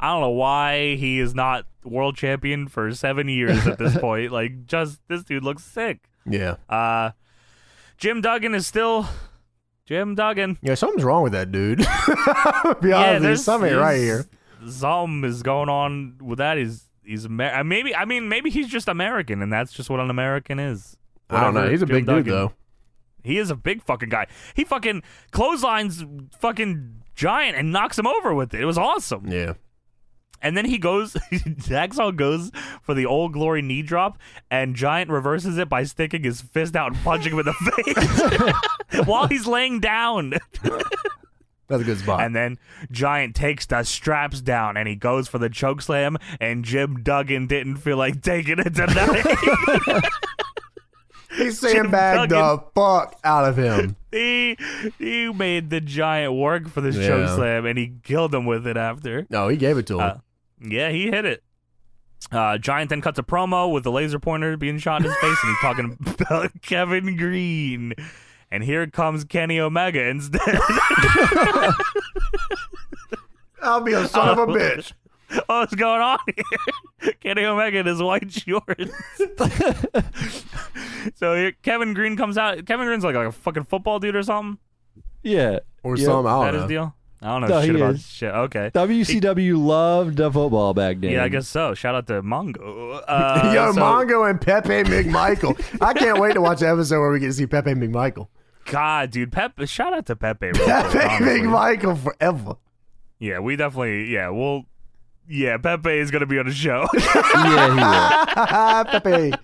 Speaker 3: I don't know why he is not world champion for seven years
Speaker 1: *laughs*
Speaker 3: at this point. Like, just this dude looks sick.
Speaker 1: Yeah,
Speaker 3: Uh, Jim Duggan is still Jim Duggan.
Speaker 1: yeah. Something's wrong with that dude. *laughs* I'll be honest, with you, something ain't right here.
Speaker 3: Something is going on with that. Is he's Amer- uh, maybe? I mean, maybe he's just American, and that's just what an American is.
Speaker 1: I don't know.
Speaker 3: Whatever
Speaker 1: He's a
Speaker 3: Jim
Speaker 1: big dude
Speaker 3: Duggan-
Speaker 1: though.
Speaker 3: He is a big fucking guy. He fucking clotheslines fucking giant and knocks him over with it. It was awesome.
Speaker 1: Yeah.
Speaker 3: And then he goes, *laughs* Hacksaw goes for the old glory knee drop, and Giant reverses it by sticking his fist out and punching him in the *laughs* face while he's laying down.
Speaker 1: That's a good spot. *laughs*
Speaker 3: And then Giant takes the straps down and he goes for the choke slam, and Jim Duggan didn't feel like taking it tonight. *laughs*
Speaker 1: He's
Speaker 3: Jim
Speaker 1: sandbagged the fuck out of *laughs* him.
Speaker 3: he, he made the Giant work for this
Speaker 1: Yeah.
Speaker 3: choke slam, and he killed him with it after.
Speaker 1: No, Oh, he gave it to him.
Speaker 3: Uh, Yeah, he hit it. Uh, Giant then cuts a promo with the laser pointer being shot in his face, and he's
Speaker 2: *laughs*
Speaker 3: talking about Kevin Green. And here comes Kenny Omega instead. *laughs*
Speaker 1: I'll be a son *laughs* of a bitch.
Speaker 3: Oh, What's going on here? *laughs* Kenny Omega in his white
Speaker 2: *laughs*
Speaker 3: shorts. so here, Kevin Green comes out. Kevin Green's like, a fucking football dude or something.
Speaker 2: Yeah.
Speaker 1: Or
Speaker 2: Oh, Yeah.
Speaker 1: some. I
Speaker 3: That
Speaker 1: don't
Speaker 3: is
Speaker 1: know.
Speaker 3: deal. I don't know
Speaker 2: No,
Speaker 3: shit
Speaker 2: he
Speaker 3: about
Speaker 2: is.
Speaker 3: shit. Okay.
Speaker 2: WCW loved the football back then.
Speaker 3: Yeah, I guess so. Shout out to
Speaker 2: *laughs*
Speaker 3: Mongo. Uh,
Speaker 1: Yo,
Speaker 3: so-
Speaker 1: Mongo and Pepe *laughs* McMichael. I can't wait to watch the episode where we get to see Pepe McMichael.
Speaker 3: God, dude, Pepe. Shout out to Pepe. real quick,
Speaker 1: Pepe
Speaker 3: honestly.
Speaker 1: McMichael forever.
Speaker 3: Yeah, we definitely. Yeah, we'll. Yeah, Pepe is gonna be on the show. *laughs*
Speaker 2: yeah, he was.
Speaker 1: Pepe.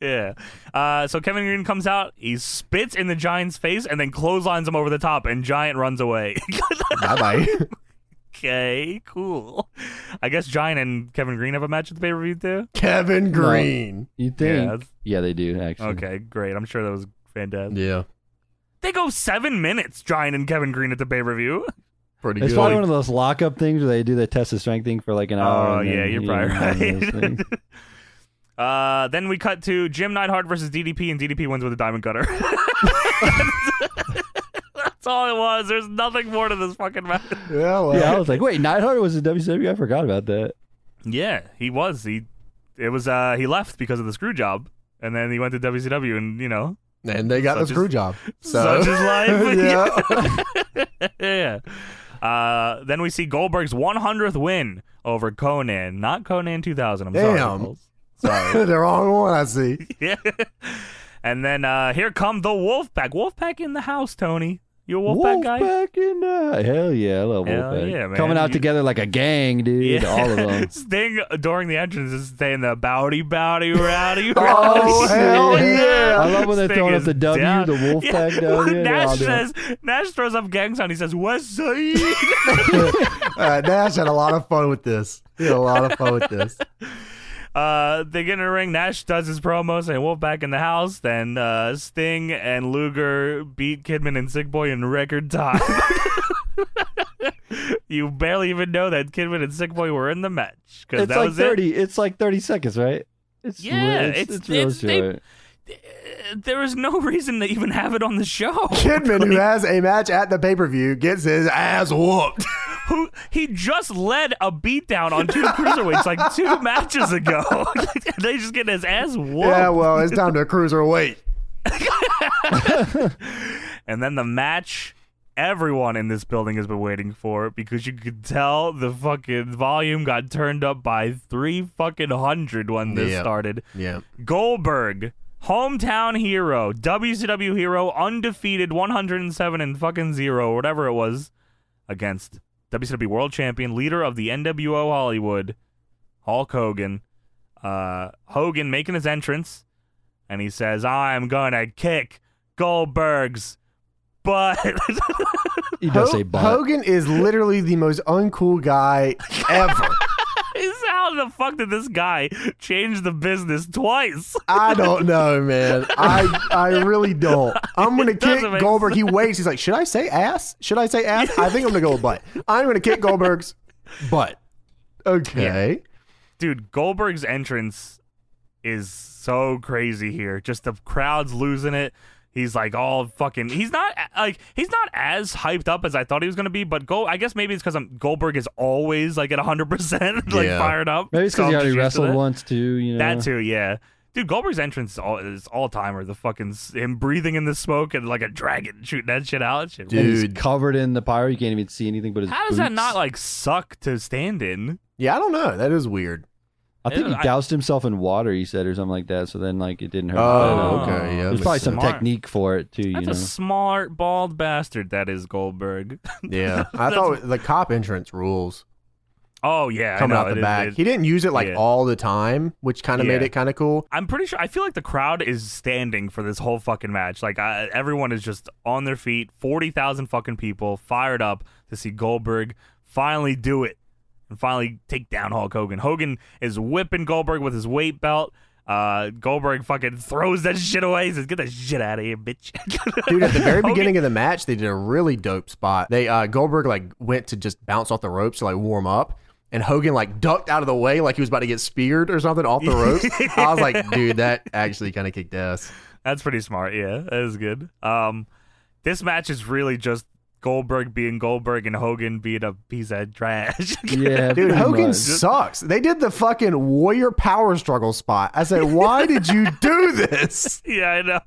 Speaker 3: yeah. Uh, so Kevin Green comes out. He spits in the Giant's face and then clotheslines him over the top, and Giant runs away. *laughs*
Speaker 1: Bye bye.
Speaker 3: okay, cool. I guess Giant and Kevin Green have a match at the pay per view too.
Speaker 1: Kevin Green.
Speaker 2: *laughs* You think?
Speaker 3: Yeah.
Speaker 2: Yeah, they do actually.
Speaker 3: Okay, great. I'm sure that was fantastic.
Speaker 1: Yeah.
Speaker 3: They go seven minutes, Giant and Kevin Green at the pay per view.
Speaker 1: Pretty
Speaker 2: It's
Speaker 1: good.
Speaker 2: probably one of those lockup things where they do the test of strength thing for like an hour.
Speaker 3: Oh,
Speaker 2: and
Speaker 3: yeah,
Speaker 2: then,
Speaker 3: you're
Speaker 2: you
Speaker 3: probably
Speaker 2: know, one of those
Speaker 3: right. *laughs*
Speaker 2: things.
Speaker 3: Uh, then we cut to Jim Neidhart versus DDP, and DDP wins with a diamond cutter. *laughs* That's all it was. There's nothing more to this fucking match.
Speaker 1: yeah, well.
Speaker 2: yeah, I was like, wait, Neidhart was in WCW. I forgot about that.
Speaker 3: Yeah, he was. He, it was. Uh, he left because of the screw job, and then he went to WCW, and you know,
Speaker 1: And they got
Speaker 3: Such
Speaker 1: the screw
Speaker 3: is-
Speaker 1: job. So. *laughs*
Speaker 3: such is life. *laughs*
Speaker 1: yeah.
Speaker 3: yeah. Uh, then we see Goldberg's 100th win over Conan, not Conan 2000. I'm sorry.
Speaker 1: Damn.
Speaker 3: Nichols.
Speaker 1: *laughs*
Speaker 3: Sorry.
Speaker 1: the wrong one, I see.
Speaker 3: *laughs* yeah. And then uh, here come the Wolfpack. Wolfpack in the house, Tony. You a Wolfpack, guy?
Speaker 2: Wolfpack in the hell yeah, I love
Speaker 3: Hell
Speaker 2: Wolfpack.
Speaker 3: yeah, man.
Speaker 2: Coming out
Speaker 3: You-
Speaker 2: together like a gang, dude. All
Speaker 3: *laughs*
Speaker 2: of them.
Speaker 3: Sting during the entrance is saying the bowdy bowdy rowdy.
Speaker 2: *laughs*
Speaker 1: Oh,
Speaker 3: rowdy. *laughs*
Speaker 1: hell yeah.
Speaker 2: I love when they're
Speaker 3: Sting
Speaker 2: throwing up
Speaker 3: is
Speaker 2: the W,
Speaker 3: down.
Speaker 2: the Wolfpack W. and all
Speaker 3: Nash says
Speaker 2: that.
Speaker 3: Nash throws up gang sign. He says West Side.
Speaker 1: Uh, Nash had a lot of fun with this. He had a lot of fun with this.
Speaker 3: *laughs* uh, they get in the ring. Nash does his promo saying Wolfpack in the house. Then uh, Sting and Luger beat Kidman and Sick Boy in record time. *laughs* you barely even know that Kidman and Sick Boy were in the match because
Speaker 2: it's
Speaker 3: that
Speaker 2: like
Speaker 3: was it.
Speaker 2: thirty. It's like thirty seconds, right? It's
Speaker 3: Yeah,
Speaker 2: real- it's,
Speaker 3: it's-
Speaker 2: it's, real
Speaker 3: it's- they-
Speaker 2: short.
Speaker 3: Uh, there is no reason to even have it on the
Speaker 2: *laughs*
Speaker 3: show.
Speaker 1: Kidman, who has a match at the pay per view, gets his ass whooped.
Speaker 3: Who he just led a beatdown on two
Speaker 1: *laughs*
Speaker 3: cruiserweights like two matches ago. *laughs* they just get his ass whooped.
Speaker 1: Yeah, well, it's time to cruiserweight.
Speaker 3: and then the match everyone in this building has been waiting for because you could tell the fucking volume got turned up by three fucking hundred when this
Speaker 1: Yeah.
Speaker 3: started.
Speaker 1: Yeah.
Speaker 3: Goldberg, hometown hero, WCW hero, undefeated, 107 and fucking zero, or whatever it was, against WCW world champion, leader of the NWO Hollywood, Hulk Hogan. Uh, Hogan making his entrance, and he says, "I'm gonna kick Goldberg's butt." *laughs*
Speaker 2: He does say
Speaker 1: Ho-
Speaker 2: butt.
Speaker 1: Hogan is literally the most uncool guy ever.
Speaker 3: How the fuck did this guy change the business twice?
Speaker 1: I don't know, man. I I really don't. I'm gonna kick
Speaker 3: doesn't make
Speaker 1: Goldberg. He waits. He's like, should I say ass? Should I say ass? I think I'm gonna go with butt. I'm gonna kick Goldberg's butt. Okay.
Speaker 3: dude, Goldberg's entrance is so crazy here. Just the crowd's losing it. He's like all fucking. He's not like he's not as hyped up as I thought he was gonna be. But go. I guess maybe it's because I'm Goldberg is always like at hundred percent, *laughs* like
Speaker 1: Yeah.
Speaker 3: fired up.
Speaker 2: Maybe it's
Speaker 3: So
Speaker 2: because he
Speaker 3: I'm
Speaker 2: already
Speaker 3: just used to
Speaker 2: wrestled
Speaker 3: that.
Speaker 2: once too. You know.
Speaker 3: That too, yeah. Dude, Goldberg's entrance is all is all timer. The fucking s- him breathing in the smoke and like a dragon *laughs* shooting that shit out. Shit.
Speaker 1: Dude.
Speaker 2: And he's covered in the pyro. You can't even see anything but his.
Speaker 3: How does that
Speaker 2: boots.
Speaker 3: not like suck to stand in?
Speaker 1: Yeah, I don't know. That is weird.
Speaker 2: I think
Speaker 3: I-
Speaker 2: he doused himself in water. He said or something like that. So then like it didn't hurt.
Speaker 1: Oh,
Speaker 3: Oh.
Speaker 1: okay. Yeah.
Speaker 2: There's
Speaker 1: makes
Speaker 2: probably some
Speaker 1: sense.
Speaker 3: Smart.
Speaker 2: technique for it too. You
Speaker 3: That's
Speaker 2: know.
Speaker 3: a smart bald bastard. That is Goldberg. *laughs*
Speaker 1: Yeah. I thought the cop entrance rules
Speaker 3: Oh yeah,
Speaker 1: coming
Speaker 3: I know.
Speaker 1: out
Speaker 3: It
Speaker 1: the
Speaker 3: is-
Speaker 1: back.
Speaker 3: it-
Speaker 1: he didn't use it like
Speaker 3: yeah.
Speaker 1: all the time, which kind of made
Speaker 3: Yeah.
Speaker 1: it kind of cool.
Speaker 3: I'm pretty sure. I feel like the crowd is standing for this whole fucking match. Like I, everyone is just on their feet. Forty thousand fucking people fired up to see Goldberg finally do it and finally take down Hulk Hogan. Hogan is whipping Goldberg with his weight belt. Uh, Goldberg fucking throws that shit away. He says, "Get that shit out of here, bitch."
Speaker 1: Dude,
Speaker 3: *laughs*
Speaker 1: at the very
Speaker 3: Hogan-
Speaker 1: beginning of the match, they did a really dope spot. They uh, Goldberg like went to just bounce off the ropes to like warm up, and Hogan like ducked out of the way like he was about to get speared or something off the
Speaker 3: *laughs*
Speaker 1: ropes. I was like, dude, that actually kind of kicked ass.
Speaker 3: That's pretty smart. Yeah, that is good. Um, this match is really just Goldberg being Goldberg and Hogan being a piece of trash. *laughs*
Speaker 2: Yeah,
Speaker 1: Dude,
Speaker 2: pretty
Speaker 1: Hogan
Speaker 2: much.
Speaker 1: sucks. They did the fucking warrior power struggle spot. I said, why did you do this?
Speaker 3: *laughs* Yeah, I know.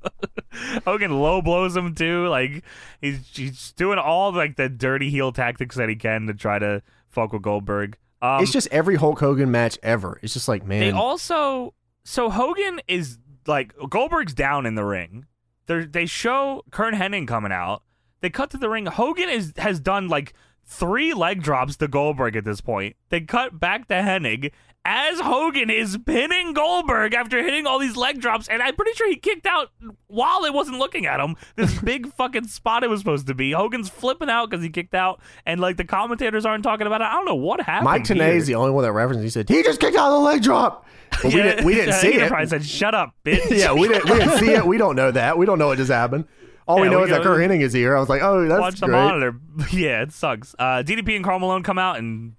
Speaker 3: Hogan low blows him too. Like he's he's doing all like the dirty heel tactics that he can to try to fuck with Goldberg. Um,
Speaker 1: it's just every Hulk Hogan match ever. It's just like,
Speaker 3: they
Speaker 1: man,
Speaker 3: also so Hogan is like Goldberg's down in the ring. They they show Kern Henning coming out. They cut to the ring. Hogan is has done like three leg drops to Goldberg at this point. They cut back to Henning as Hogan is pinning Goldberg after hitting all these leg drops, and I'm pretty sure he kicked out while it wasn't looking at him.
Speaker 1: *laughs*
Speaker 3: This big fucking spot it was supposed to be. Hogan's flipping out because he kicked out, and like the commentators aren't talking about it. I don't know what happened.
Speaker 1: Mike Tenay
Speaker 3: here.
Speaker 1: is the only one that referenced. it. He said he just kicked out of the leg drop, but we didn't. We
Speaker 3: *laughs*
Speaker 1: didn't see it.
Speaker 3: Enterprise said,
Speaker 1: *laughs*
Speaker 3: "Shut up, bitch."
Speaker 1: Yeah,
Speaker 3: *laughs*
Speaker 1: we didn't. We didn't see it. We don't know that. We don't know what just happened. All we
Speaker 3: Yeah,
Speaker 1: know
Speaker 3: we
Speaker 1: is that
Speaker 3: go-
Speaker 1: Kurt Hennig is here. I was like, oh, that's
Speaker 3: watch the
Speaker 1: great.
Speaker 3: monitor. *laughs* Yeah, it sucks. Uh, DDP and Carl Malone come out, and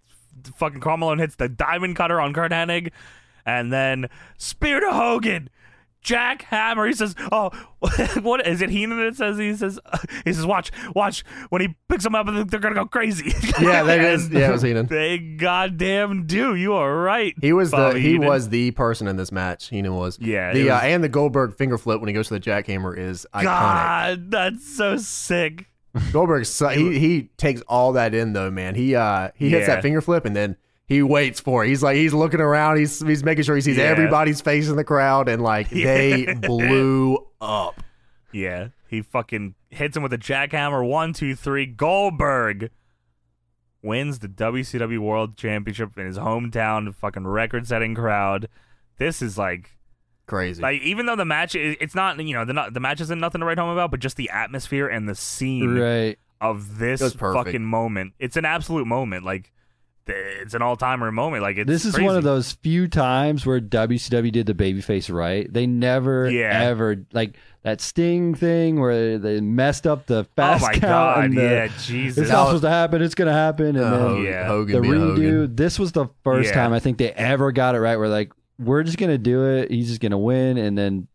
Speaker 3: fucking Carl Malone hits the diamond cutter on Kurt Hennig, and then Spear to Hogan. Jack Hammer. He says, "Oh, *laughs* what is it?" Heenan that says he says *laughs* he says, "Watch, watch." When he picks them up, they're gonna go crazy. *laughs*
Speaker 1: Yeah, that is.
Speaker 3: And
Speaker 1: Yeah, it was Heenan.
Speaker 3: They goddamn do. You are right.
Speaker 1: He was the
Speaker 3: Bobby
Speaker 1: he
Speaker 3: Heenan.
Speaker 1: was the person in this match. Heenan was.
Speaker 3: Yeah,
Speaker 1: The
Speaker 3: it
Speaker 1: uh,
Speaker 3: was-
Speaker 1: and the Goldberg finger flip when he goes to the jackhammer is iconic.
Speaker 3: God, that's so sick.
Speaker 1: Goldberg su- he he takes all that in though, man. He uh he hits
Speaker 3: Yeah.
Speaker 1: that finger flip and then he waits for it. He's like he's looking around. He's he's making sure he sees
Speaker 3: Yeah.
Speaker 1: everybody's face in the crowd and
Speaker 3: *laughs*
Speaker 1: like they blew up.
Speaker 3: Yeah, he fucking hits him with a jackhammer. One, two, three. Goldberg wins the WCW World Championship in his hometown, fucking record-setting crowd. This is like,
Speaker 1: Crazy.
Speaker 3: like even though the match, i- it's not, you know, the not, the match isn't nothing to write home about, but just the atmosphere and the scene
Speaker 2: Right.
Speaker 3: of
Speaker 1: It
Speaker 3: this
Speaker 1: was perfect.
Speaker 3: fucking moment. It's an absolute moment. Like, th- it's an all-timer moment. Like, it's
Speaker 2: This is one of those few times where WCW did the babyface right. They never,
Speaker 3: Yeah.
Speaker 2: ever like that Sting thing where they messed up the
Speaker 3: Oh
Speaker 2: fast
Speaker 3: my
Speaker 2: count.
Speaker 3: god!
Speaker 2: and the,
Speaker 3: Yeah,
Speaker 2: It's
Speaker 3: Jesus.
Speaker 2: not supposed to happen. It's gonna happen. And
Speaker 1: Uh,
Speaker 2: then
Speaker 3: yeah.
Speaker 1: Hogan
Speaker 2: the
Speaker 1: being
Speaker 2: redo.
Speaker 1: Hogan.
Speaker 2: This was the first
Speaker 3: Yeah.
Speaker 2: time I think they ever got it right. Where like we're just gonna do it. He's just gonna win, and then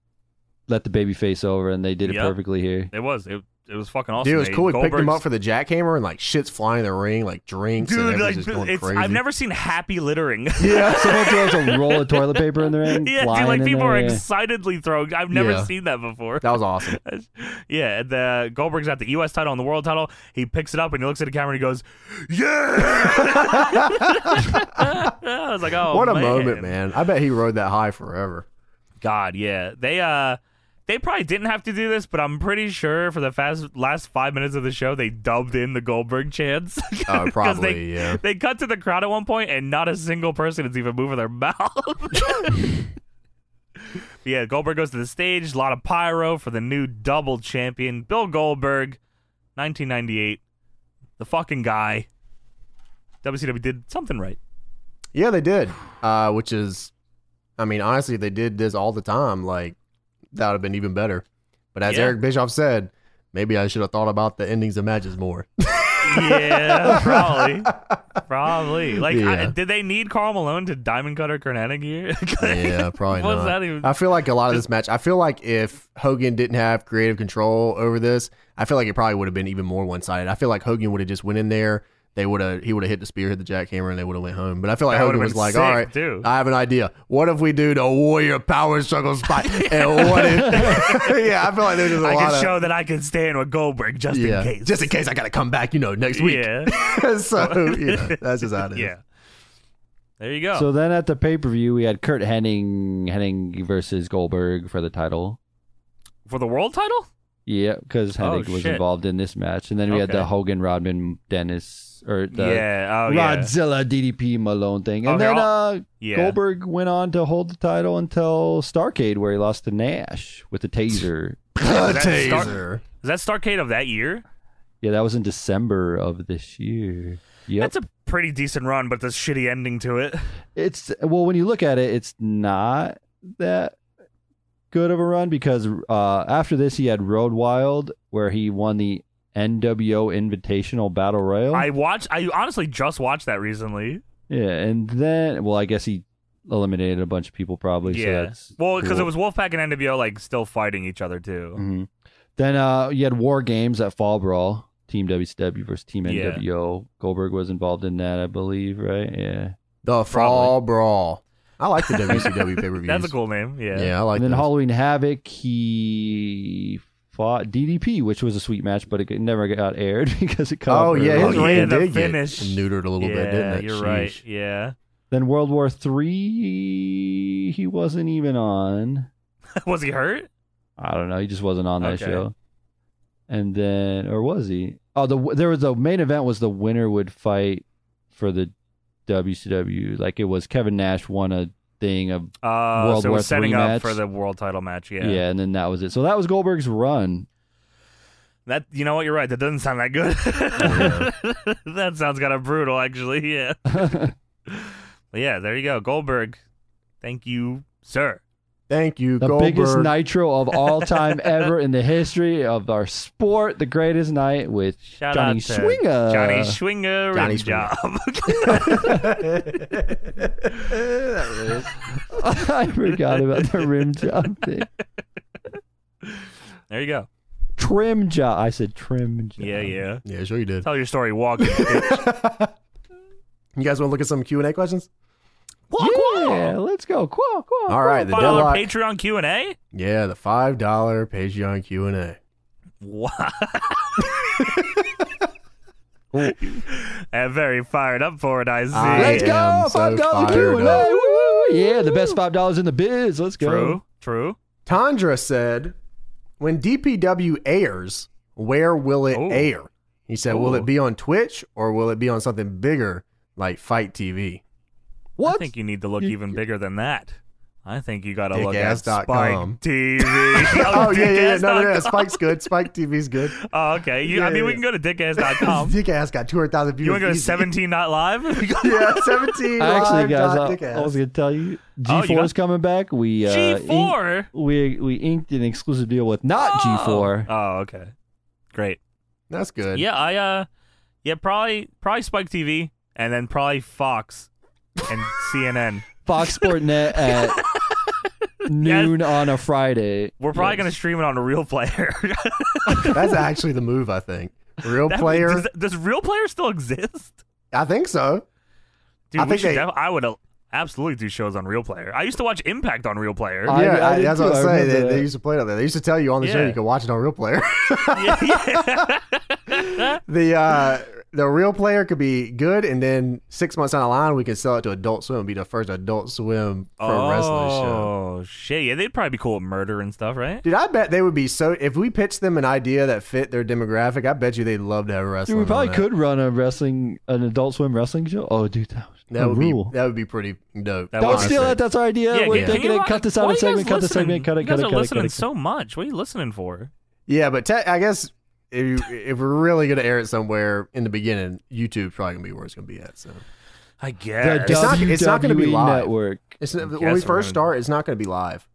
Speaker 2: let the baby face over. And they did it
Speaker 3: Yep.
Speaker 2: perfectly here.
Speaker 3: It was. It, it was fucking awesome.
Speaker 1: Dude, it was
Speaker 3: They-
Speaker 1: cool. He picked him
Speaker 3: Goldberg's-
Speaker 1: up for the jackhammer and like shit's flying in the ring, like drinks. and
Speaker 3: Dude,
Speaker 1: everybody's
Speaker 3: like
Speaker 1: just going
Speaker 3: it's,
Speaker 1: crazy.
Speaker 3: I've never seen happy littering.
Speaker 1: *laughs*
Speaker 3: *laughs*
Speaker 1: Yeah.
Speaker 2: Someone throws a roll of toilet paper in the ring.
Speaker 3: yeah,
Speaker 2: flying
Speaker 3: dude, like
Speaker 2: in
Speaker 3: people
Speaker 2: there,
Speaker 3: are
Speaker 2: yeah.
Speaker 3: excitedly throwing. I've never
Speaker 1: Yeah.
Speaker 3: seen that before. *laughs*
Speaker 1: that was awesome.
Speaker 3: yeah, and the Goldberg's got the U.S. title and the world title. He picks it up and he looks at the camera and he goes, "Yeah!" *laughs* I was like, "Oh,
Speaker 1: what a moment, man. I bet he rode that high forever.
Speaker 3: God, yeah. They uh they probably didn't have to do this, but I'm pretty sure for the fast last five minutes of the show they dubbed in the Goldberg chants. *laughs* 'Cause
Speaker 1: Uh, probably,
Speaker 3: they,
Speaker 1: yeah.
Speaker 3: *laughs* They cut to the crowd at one point and not a single person is even moving
Speaker 1: *laughs*
Speaker 3: their *laughs* mouth. yeah, Goldberg goes to the stage, a lot of pyro for the new double champion, Bill Goldberg, nineteen ninety eight. The fucking guy. WCW did something right.
Speaker 1: Yeah, they did. Uh, which is, I mean, honestly, if they did this all the time, like that would have been even better. But as
Speaker 3: Yeah.
Speaker 1: Eric Bischoff said, maybe I should have thought about the endings of matches
Speaker 3: *laughs*
Speaker 1: more. *laughs*
Speaker 3: yeah, probably, probably. Like, I,
Speaker 1: Yeah.
Speaker 3: did they need Carl Malone to diamond cutter Kernatic *laughs* here?
Speaker 1: yeah, probably
Speaker 3: What's
Speaker 1: not.
Speaker 3: that even-
Speaker 1: I feel like a lot of this match. I feel like if Hogan didn't have creative control over this, I feel like it probably would have been even more one sided. I feel like Hogan would have just went in there. They would have he would have hit the spear, hit the jackhammer, and they would have went home. But I feel like
Speaker 3: That
Speaker 1: Hogan
Speaker 3: would've
Speaker 1: was
Speaker 3: been
Speaker 1: like,
Speaker 3: sick,
Speaker 1: "All right,
Speaker 3: too."
Speaker 1: I have an idea. What if we do the Warrior Power
Speaker 3: *laughs*
Speaker 1: Struggle spot? and what if? yeah, I feel like there's just a
Speaker 3: I
Speaker 1: lot
Speaker 3: can
Speaker 1: of
Speaker 3: show that I can stand with Goldberg just
Speaker 1: yeah,
Speaker 3: in case.
Speaker 1: just in case I got to come back, you know, next week.
Speaker 3: Yeah,
Speaker 1: *laughs*
Speaker 3: *laughs*
Speaker 1: so you know, that's just how it is.
Speaker 3: yeah. There you go.
Speaker 2: So then at the pay per view, we had Kurt Henning Henning versus Goldberg for the title.
Speaker 3: For the world title?
Speaker 2: Yeah, because
Speaker 3: Oh,
Speaker 2: Hennig was
Speaker 3: shit.
Speaker 2: involved in this match, and then we had
Speaker 3: Okay.
Speaker 2: the Hogan Rodman Dennis or the
Speaker 3: yeah. Oh yeah.
Speaker 2: Rodzilla DDP Malone thing, and
Speaker 3: Okay,
Speaker 2: then uh,
Speaker 3: Yeah.
Speaker 2: Goldberg went on to hold the title until Starcade, where he lost to Nash with the
Speaker 3: *laughs*
Speaker 2: taser.
Speaker 1: *laughs* The
Speaker 3: Is that Star-
Speaker 1: taser.
Speaker 3: Is that Starcade of that year?
Speaker 2: yeah, that was in December of this year. Yep,
Speaker 3: That's a pretty decent run, but this shitty ending to it.
Speaker 2: it's well when you look at it, it's not that good of a run because uh, after this he had Road Wild, where he won the NWO Invitational Battle Royal.
Speaker 3: I watched. I honestly just watched that recently.
Speaker 2: Yeah, and then well, I guess he eliminated a bunch of people probably.
Speaker 3: Yeah.
Speaker 2: So that's
Speaker 3: Well, because it
Speaker 2: cool. Mm,
Speaker 3: was Wolfpack
Speaker 1: Mm-hmm.
Speaker 3: and NWO like still fighting each other too.
Speaker 2: Mhm. Then uh, you had War Games at Fall Brawl. Team WCW versus Team
Speaker 3: Yeah.
Speaker 2: NWO. Goldberg was involved in that, I believe, right? Yeah.
Speaker 1: The Fall Brawl. I like the
Speaker 3: *laughs*
Speaker 1: WCW pay per views.
Speaker 3: That's a cool name. Yeah.
Speaker 1: Yeah, I like
Speaker 2: and then
Speaker 1: those.
Speaker 2: Halloween Havoc, he fought DDP, which was a sweet match, but it never got aired *laughs* because it got.
Speaker 1: Oh yeah,
Speaker 3: Oh,
Speaker 1: his
Speaker 3: yeah,
Speaker 1: reign
Speaker 3: the
Speaker 1: did get
Speaker 3: finish.
Speaker 1: neutered a little bit,
Speaker 3: Yeah,
Speaker 1: didn't it?
Speaker 3: you're right.
Speaker 1: Sheesh.
Speaker 3: Yeah. *laughs*
Speaker 2: Then World War Three, he wasn't even on.
Speaker 3: Was he hurt?
Speaker 2: I don't know. He just wasn't on that
Speaker 3: Okay.
Speaker 2: show. And then, or was he? Oh, the there was the main event was the winner would fight for the WCW. Like it was Kevin Nash won a thing of
Speaker 3: Uh,
Speaker 2: World
Speaker 3: so
Speaker 2: War
Speaker 3: we're setting
Speaker 2: III
Speaker 3: up
Speaker 2: match.
Speaker 3: for the world title match.
Speaker 2: yeah.
Speaker 3: Yeah.
Speaker 2: and then that was it. So that was Goldberg's run. *laughs*
Speaker 3: That you know what? You're right. That doesn't sound that good. *laughs* that sounds kind of brutal, actually. Yeah.
Speaker 2: the
Speaker 3: But yeah. There you go, Goldberg. Thank you, sir.
Speaker 1: Thank you, *laughs*
Speaker 2: biggest
Speaker 1: Goldberg.
Speaker 2: nitro of all time ever in the history of our sport. The greatest night with
Speaker 3: Shout
Speaker 2: Johnny
Speaker 3: out to
Speaker 2: Swinger.
Speaker 3: Johnny
Speaker 2: *laughs*
Speaker 3: Schwinger.
Speaker 1: Johnny
Speaker 3: Johnny
Speaker 1: Swinger.
Speaker 3: Job. *laughs*
Speaker 2: I forgot about the rim job thing.
Speaker 3: there you go.
Speaker 2: Trim job. I said trim job.
Speaker 3: Yeah. Yeah.
Speaker 1: yeah, sure you did.
Speaker 3: Tell your story
Speaker 1: *laughs*
Speaker 3: walking. bitch.
Speaker 1: You guys want to look at some Q and A questions?
Speaker 3: Walk, walk.
Speaker 2: Yeah, let's go. Quaw, quaw.
Speaker 1: All right, the
Speaker 3: Oh, Five dollar
Speaker 1: deadlock.
Speaker 3: Patreon Q and A.
Speaker 1: yeah, the five dollar Patreon Q and A.
Speaker 3: Wow.
Speaker 1: *laughs*
Speaker 3: *laughs* I'm very fired up for it. I see.
Speaker 1: I
Speaker 2: Let's
Speaker 1: am
Speaker 2: go.
Speaker 1: so
Speaker 2: Five dollar
Speaker 1: fired
Speaker 2: Q and
Speaker 1: up.
Speaker 2: A. Yeah, the best five dollars in the biz. Let's go.
Speaker 3: True. True.
Speaker 1: Tandra said, "When DPW airs, where will it
Speaker 3: Ooh.
Speaker 1: air?" He said, "Will
Speaker 3: Ooh.
Speaker 1: it be on Twitch or will it be on something bigger like Fight TV?"
Speaker 2: What?
Speaker 3: I think you need to look
Speaker 2: You-
Speaker 3: even bigger than that. I think you got to look at
Speaker 1: Dickass.com.
Speaker 3: Spike TV.
Speaker 1: *laughs* Oh yeah, yeah, yeah. no, no, no.
Speaker 3: dickass.com.
Speaker 1: Spike's good. Spike TV's good.
Speaker 3: *laughs* Oh, okay. You,
Speaker 1: Yeah,
Speaker 3: I mean,
Speaker 1: yeah.
Speaker 3: we can go to
Speaker 1: *laughs*
Speaker 3: dickass.com.
Speaker 1: Dick ass got two hundred thousand views.
Speaker 3: you want to go to
Speaker 1: easy. *laughs*
Speaker 3: 17.live?
Speaker 1: Yeah, seventeen.
Speaker 2: Actually,
Speaker 1: live
Speaker 2: guys,
Speaker 1: dot
Speaker 2: I,
Speaker 1: dick
Speaker 2: I was
Speaker 1: ass.
Speaker 2: gonna tell you,
Speaker 3: Oh, you
Speaker 2: G4
Speaker 3: got-
Speaker 2: is coming back. We uh, inked-
Speaker 3: G4?
Speaker 2: we we inked an exclusive deal with
Speaker 1: uh,
Speaker 2: not G4.
Speaker 3: Oh, okay. Great.
Speaker 1: That's good.
Speaker 3: Yeah, I, uh, yeah, probably, probably Spike TV and then probably Fox and *laughs* CNN.
Speaker 2: Fox Sport
Speaker 3: *laughs*
Speaker 2: Net at noon on a Friday.
Speaker 3: We're probably
Speaker 2: Yes.
Speaker 3: going to stream it on a real player. *laughs*
Speaker 1: That's actually the move. I think. Real
Speaker 3: That-
Speaker 1: player.
Speaker 3: Does, does real player still exist?
Speaker 1: I think so.
Speaker 3: Dude,
Speaker 1: I
Speaker 3: we
Speaker 1: think
Speaker 3: should
Speaker 1: they-
Speaker 3: def- I would uh, absolutely do shows on Real Player. I used to watch Impact on Real Player.
Speaker 1: *laughs*
Speaker 3: *laughs*
Speaker 2: I-
Speaker 1: yeah,
Speaker 2: did
Speaker 1: that's
Speaker 2: too.
Speaker 1: what I'm saying.
Speaker 2: remember
Speaker 1: They, they
Speaker 2: that.
Speaker 1: used to play it on there. They used to tell you on the show
Speaker 3: Yeah.
Speaker 1: you could watch it on Real Player. *laughs*
Speaker 3: Yeah.
Speaker 1: the uh, the Real Player could be good, and then six months down the line, we could sell it to Adult Swim. Be the first Adult Swim pro wrestling show.
Speaker 3: Oh shit! Yeah, they'd probably be cool with murder and stuff, right?
Speaker 1: Dude, I bet they would be so. If we pitched them an idea that fit their demographic, I bet you they'd love to have wrestling.
Speaker 2: Dude, we probably
Speaker 1: on that.
Speaker 2: could run a wrestling, an Adult Swim wrestling show. Oh, dude, that,
Speaker 1: That would
Speaker 2: rule.
Speaker 1: be that would be pretty dope.
Speaker 3: That
Speaker 2: Don't
Speaker 3: honestly.
Speaker 2: steal it. That's our idea.
Speaker 3: yeah,
Speaker 2: We're
Speaker 3: can- can
Speaker 2: taking
Speaker 3: you
Speaker 2: it.
Speaker 3: not-
Speaker 2: Cut this
Speaker 3: why
Speaker 2: out
Speaker 3: are
Speaker 2: of
Speaker 3: you
Speaker 2: segment.
Speaker 3: guys
Speaker 2: Cut the
Speaker 3: listening?
Speaker 2: segment. Cut it.
Speaker 3: You
Speaker 2: Cut
Speaker 3: guys
Speaker 2: it.
Speaker 3: are
Speaker 2: Cut it.
Speaker 3: listening
Speaker 2: Cut it.
Speaker 3: so much. What are you listening for?
Speaker 1: Yeah, but te- I guess if you, if we're really gonna air it somewhere in the beginning, YouTube's probably gonna be where it's gonna be at. So
Speaker 3: I
Speaker 2: The
Speaker 3: guess.
Speaker 1: It's not- it's not gonna be
Speaker 2: WWE
Speaker 1: live.
Speaker 2: Network.
Speaker 1: it's not, when
Speaker 3: guess
Speaker 1: we
Speaker 3: we're
Speaker 1: first
Speaker 3: gonna-
Speaker 1: start, it's not gonna be live.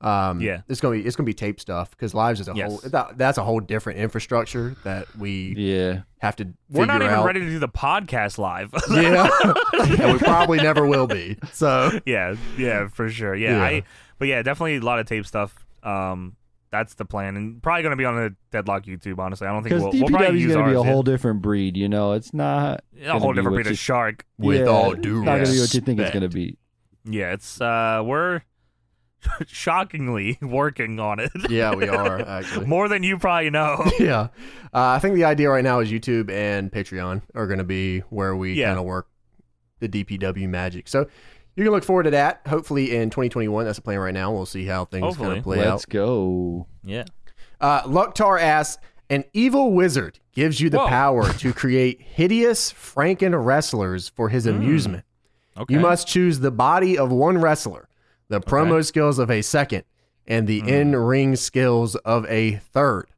Speaker 1: Um,
Speaker 3: Yeah.
Speaker 1: it's gonna be it's gonna be tape stuff because lives is a
Speaker 3: Yes.
Speaker 1: whole that, that's a whole different infrastructure that we
Speaker 2: Yeah.
Speaker 1: have to.
Speaker 3: We're not
Speaker 1: figure
Speaker 3: even
Speaker 1: out.
Speaker 3: ready to do the podcast live. *laughs*
Speaker 1: Yeah, *laughs* and we probably never will be. So
Speaker 3: yeah, yeah, for sure. Yeah,
Speaker 1: Yeah.
Speaker 3: I. But yeah, definitely a lot of tape stuff. Um, that's the plan, and probably gonna be on the Deadlock YouTube. Honestly, I don't think
Speaker 2: Because
Speaker 3: we'll, we'll
Speaker 2: DPW
Speaker 3: probably
Speaker 2: is
Speaker 3: use
Speaker 2: going to
Speaker 3: ours.
Speaker 2: be a
Speaker 3: yeah.
Speaker 2: whole different breed. You know, it's not.
Speaker 3: a whole
Speaker 2: gonna be
Speaker 3: different
Speaker 2: what
Speaker 3: breed
Speaker 2: you-
Speaker 3: of shark.
Speaker 1: with
Speaker 2: yeah,
Speaker 1: all
Speaker 2: it's
Speaker 1: due
Speaker 2: not gonna be what you
Speaker 1: respect,
Speaker 2: think it's going to be.
Speaker 3: Yeah, it's uh we're *laughs* shockingly working on it. *laughs*
Speaker 1: yeah, we are actually.
Speaker 3: More than you probably know.
Speaker 1: yeah, uh, I think the idea right now is YouTube and Patreon are going to be where we
Speaker 3: Yeah.
Speaker 1: kind of work the DPW magic. So you can look forward to that. Hopefully in 2021, that's the plan right now. We'll see how things kind
Speaker 3: Hopefully.
Speaker 1: of play
Speaker 2: Let's go.
Speaker 3: Yeah.
Speaker 1: out. Uh, Lucktar asks, an evil wizard gives you the
Speaker 3: Whoa.
Speaker 1: power to create hideous Franken wrestlers for his amusement.
Speaker 3: Hmm, Okay.
Speaker 1: You must choose the body of one wrestler, the promo skills of a second, and
Speaker 3: Hmm.
Speaker 1: the in ring skills of a third.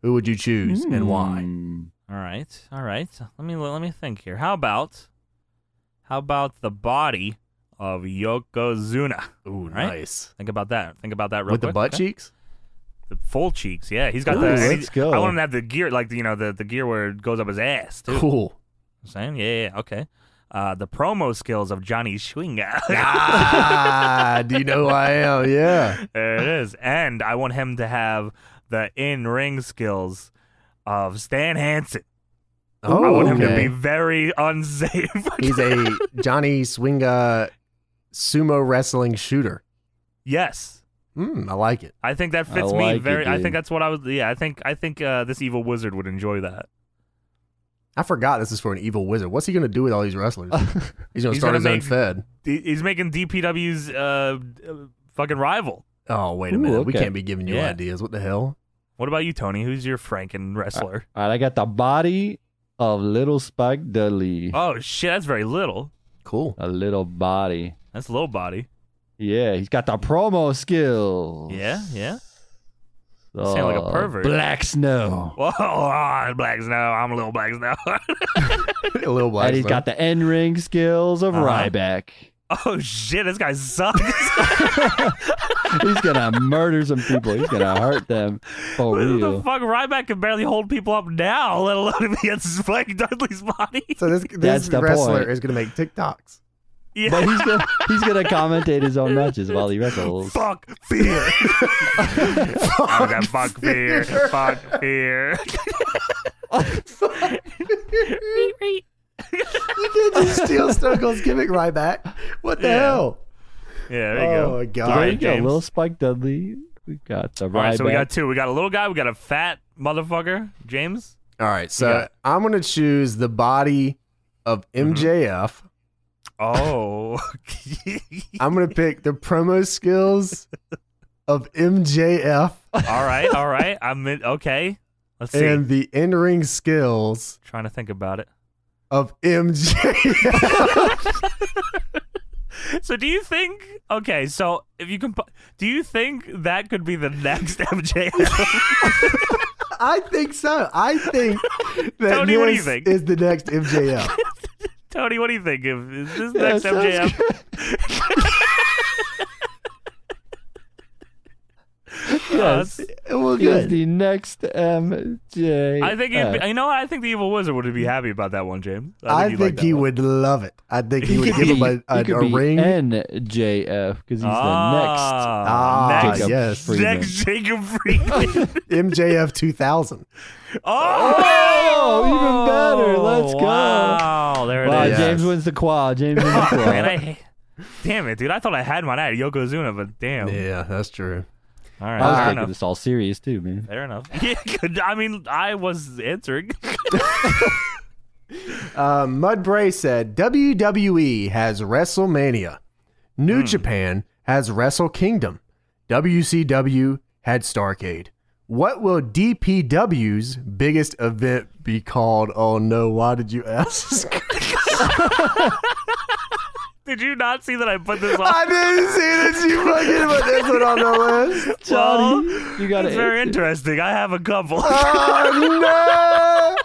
Speaker 1: Who would you choose and
Speaker 3: Hmm.
Speaker 1: why?
Speaker 2: Mm.
Speaker 3: All right. All right. Let me let me think here. How about how about the body of Yokozuna?
Speaker 1: Ooh,
Speaker 3: Right?
Speaker 1: nice.
Speaker 3: Think about that. Think about that real
Speaker 1: With
Speaker 3: quick.
Speaker 1: the butt
Speaker 3: okay?
Speaker 1: cheeks?
Speaker 3: The full cheeks. Yeah, he's got
Speaker 2: Ooh,
Speaker 3: the. and he-
Speaker 2: let's go.
Speaker 3: I want him
Speaker 2: *laughs*
Speaker 3: to have the gear, like you know, the, the gear where it goes up his ass. Too.
Speaker 1: Cool.
Speaker 3: *laughs* I'm saying, yeah, yeah, yeah, okay. Uh, the promo skills of Johnny *laughs* Schwinga.
Speaker 1: ah, do you know who I am? Yeah.
Speaker 3: There it is. And I want him to have the in ring skills of Stan Hansen.
Speaker 1: Oh,
Speaker 3: I want him to
Speaker 1: okay.
Speaker 3: *laughs* be very unsafe.
Speaker 1: He's a Johnny Swinga sumo wrestling shooter.
Speaker 3: *laughs* yes.
Speaker 1: Mm, I like it.
Speaker 3: I think that
Speaker 2: I
Speaker 3: fits
Speaker 2: like
Speaker 3: me
Speaker 2: it,
Speaker 3: very. I
Speaker 2: dude.
Speaker 3: think that's what I would. Yeah, I think I think uh, this evil wizard would enjoy that.
Speaker 1: I forgot this is for an evil wizard. What's he going to do with all these wrestlers? He's going to
Speaker 3: Uh, He's
Speaker 1: start
Speaker 3: gonna
Speaker 1: his own
Speaker 3: make-
Speaker 1: Fed.
Speaker 3: D- He's making DPW's uh, uh, fucking rival.
Speaker 1: Oh, wait a
Speaker 2: Ooh,
Speaker 1: minute. We
Speaker 2: okay.
Speaker 1: can't be giving you
Speaker 3: Yeah.
Speaker 1: ideas. What the hell?
Speaker 3: What about you, Tony? Who's your Franken wrestler?
Speaker 2: All right, I got the body of little Spike Dudley.
Speaker 3: oh shit, that's very little. *laughs*
Speaker 1: Cool.
Speaker 2: A little body.
Speaker 3: That's low body.
Speaker 2: Yeah, he's got the promo skills.
Speaker 3: Yeah,
Speaker 2: *laughs*
Speaker 3: yeah. sound like a
Speaker 2: Uh,
Speaker 3: pervert.
Speaker 2: Black Snow.
Speaker 3: Whoa, *laughs* ah, Black Snow. I'm a little Black Snow. *laughs*
Speaker 1: a little black.
Speaker 2: and he's
Speaker 1: Snow.
Speaker 2: got the end ring skills of
Speaker 3: Uh-huh.
Speaker 2: Ryback.
Speaker 3: oh shit, this guy sucks.
Speaker 2: He's
Speaker 3: *laughs*
Speaker 2: gonna murder some people. He's gonna hurt them *laughs* for
Speaker 3: What the
Speaker 2: real.
Speaker 3: fuck? Ryback can barely hold people up now, let alone *laughs* if he has Spike Dudley's body. *laughs*
Speaker 1: so this,
Speaker 2: That's
Speaker 1: this
Speaker 2: the
Speaker 1: wrestler
Speaker 2: point.
Speaker 1: is going to make TikToks.
Speaker 3: Yeah.
Speaker 2: *laughs* But he's gonna he's gonna commentate his own matches while he wrestles.
Speaker 3: Fuck
Speaker 2: *laughs*
Speaker 3: fear.
Speaker 1: *laughs*
Speaker 3: I'm gonna Oh, fuck fear. Fuck fear.
Speaker 1: You can't just steal Stone Cold's gimmick right back. What the
Speaker 3: Yeah.
Speaker 1: hell?
Speaker 3: Yeah, there you
Speaker 1: oh my
Speaker 3: go.
Speaker 2: So there you
Speaker 1: god.
Speaker 3: Alright,
Speaker 2: go,
Speaker 3: James.
Speaker 2: little Spike Dudley. We got the
Speaker 3: All right,
Speaker 2: Ryback.
Speaker 3: so we got two. We got a little guy. We got a fat motherfucker, James.
Speaker 1: All right, so
Speaker 3: got it.
Speaker 1: I'm going to choose the body of MJF.
Speaker 3: Oh,
Speaker 1: I'm going to pick the promo skills of MJF
Speaker 3: *laughs* all right, all right. I'm in, okay. Let's see.
Speaker 1: and the in-ring skills
Speaker 3: Trying to think about it.
Speaker 1: of MJF.
Speaker 3: So, do you think? Okay, so if you can, do you think that could be the next *laughs* MJF?
Speaker 1: *laughs* I think so. I think that
Speaker 3: Tony, what do you
Speaker 1: this
Speaker 3: think?
Speaker 1: is the next MJF. *laughs*
Speaker 3: Tony, what do you think? If is this
Speaker 2: Yeah,
Speaker 3: next
Speaker 2: sounds
Speaker 3: MJF?
Speaker 2: yes.
Speaker 1: well,
Speaker 2: He is
Speaker 1: good.
Speaker 2: the next MJ.
Speaker 3: I think it'd be, you know what? I think the evil wizard would be happy about that one, James.
Speaker 1: I
Speaker 3: he'd
Speaker 1: think
Speaker 3: like that
Speaker 1: he
Speaker 3: one.
Speaker 1: would love it. I think he,
Speaker 2: He
Speaker 1: would
Speaker 2: could
Speaker 1: give
Speaker 2: be,
Speaker 1: him a,
Speaker 2: he
Speaker 1: a,
Speaker 2: could
Speaker 1: a
Speaker 2: be
Speaker 1: ring.
Speaker 2: NJF because he's
Speaker 3: ah,
Speaker 1: Ah,
Speaker 3: next,
Speaker 1: yes.
Speaker 2: Freeman.
Speaker 3: next Jacob
Speaker 2: *laughs*
Speaker 3: Friedman. *laughs*
Speaker 1: MJF 2000.
Speaker 3: oh,
Speaker 2: even better. Let's go.
Speaker 3: Wow, there it is. Ah,
Speaker 2: the next. Wow,
Speaker 1: Yes.
Speaker 2: James wins the quad. James wins the
Speaker 3: Fuck, man,
Speaker 2: quad.
Speaker 3: I, damn it, dude. I thought I had mine. I had Yokozuna, but damn.
Speaker 1: Yeah, that's true.
Speaker 3: All right,
Speaker 2: I was
Speaker 3: fair
Speaker 2: taking
Speaker 3: enough.
Speaker 2: this all serious too, man.
Speaker 3: Fair enough. *laughs* Yeah, good. I mean, I was answering. *laughs*
Speaker 1: Um, Mud Bray said WWE has WrestleMania.
Speaker 3: Hmm.
Speaker 1: New Japan has Wrestle Kingdom. WCW had Starcade. What will DPW's biggest event be called? Oh no, why did you ask? *laughs*
Speaker 3: Did you not see that I put
Speaker 2: *laughs*
Speaker 3: this on?
Speaker 1: I didn't see that you fucking put this one on the list.
Speaker 3: *laughs* Well,
Speaker 2: Johnny, you got
Speaker 3: It's very interesting. I have a
Speaker 2: *laughs*
Speaker 3: couple.
Speaker 1: Oh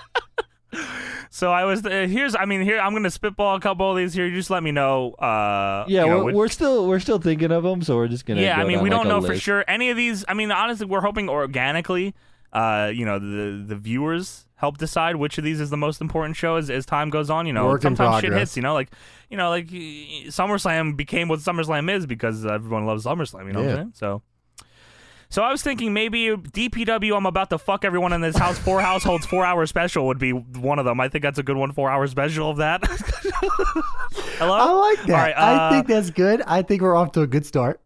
Speaker 3: so I was uh, here's. I mean, here I'm gonna spitball a couple of these here. You just let me know. Uh,
Speaker 2: Yeah,
Speaker 3: you know,
Speaker 2: we're,
Speaker 3: which-
Speaker 2: we're still we're still thinking of them, so we're just gonna.
Speaker 3: yeah.
Speaker 2: go
Speaker 3: I mean,
Speaker 2: down
Speaker 3: we
Speaker 2: like
Speaker 3: don't
Speaker 2: a
Speaker 3: know for
Speaker 2: list.
Speaker 3: sure any of these. I mean, honestly, we're hoping organically. Uh, you know, the the viewers help decide which of these is the most important show as, as time goes on. You know,
Speaker 1: Work in
Speaker 3: sometimes shit
Speaker 1: progress.
Speaker 3: hits. You know, like you know, like y- y- SummerSlam became what SummerSlam is because everyone loves SummerSlam. You know what
Speaker 1: Yeah.
Speaker 3: I'm saying? So. So I was thinking maybe DPW. I'm about to fuck everyone in this house. Four households, four hour special would be one of them. I think that's a good one. Four hour special of that. *laughs* Hello.
Speaker 1: I like that.
Speaker 3: All right,
Speaker 1: I
Speaker 3: uh,
Speaker 1: think that's good. I think we're off to a good start.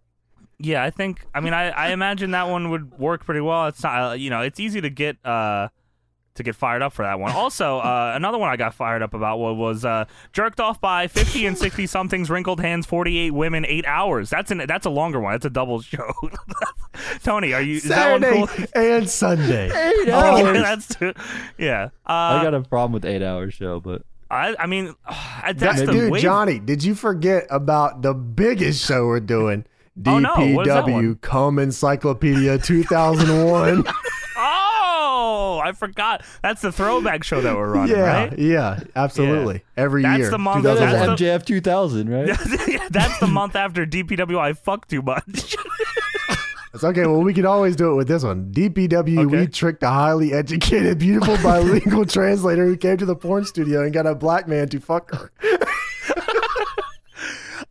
Speaker 3: Yeah, I think. I mean, I, I imagine that one would work pretty well. It's not, uh, you know, it's easy to get uh, to get fired up for that one. Also, uh, another one I got fired up about wa- was uh, jerked off by fifty and sixty somethings, wrinkled hands, forty eight women, eight hours. That's an that's a longer one. That's a double show. *laughs* Tony, are you is that
Speaker 1: *laughs* Saturday
Speaker 3: one cool?
Speaker 1: and Sunday.
Speaker 3: *laughs*
Speaker 2: *laughs* Eight
Speaker 3: Yeah,
Speaker 2: hours.
Speaker 3: that's too, yeah. Uh,
Speaker 2: I got a problem with eight hour show, but
Speaker 3: I, I mean, *sighs* that's
Speaker 1: That-
Speaker 3: the
Speaker 1: dude,
Speaker 3: wave-
Speaker 1: Johnny, did you forget about the biggest show we're doing?
Speaker 3: Oh, no. What is that
Speaker 1: DPW
Speaker 3: one?
Speaker 1: Come Encyclopedia
Speaker 3: *laughs*
Speaker 1: 2001.
Speaker 3: Oh, I forgot. That's the throwback show that we're running,
Speaker 1: yeah,
Speaker 3: right?
Speaker 1: yeah, absolutely. Every
Speaker 3: That's
Speaker 1: year.
Speaker 3: the month-
Speaker 2: that
Speaker 1: 2001.
Speaker 2: is
Speaker 3: the-
Speaker 2: MJF 2000,
Speaker 3: *laughs*
Speaker 2: right?
Speaker 3: That's the month after DPW. I fucked too much. *laughs*
Speaker 1: It's okay. Well, we could always do it with this one. DPW,
Speaker 3: Okay.
Speaker 1: we tricked a highly educated, beautiful
Speaker 3: *laughs*
Speaker 1: bilingual translator who came to the porn studio and got a black man to fuck her.
Speaker 3: oh,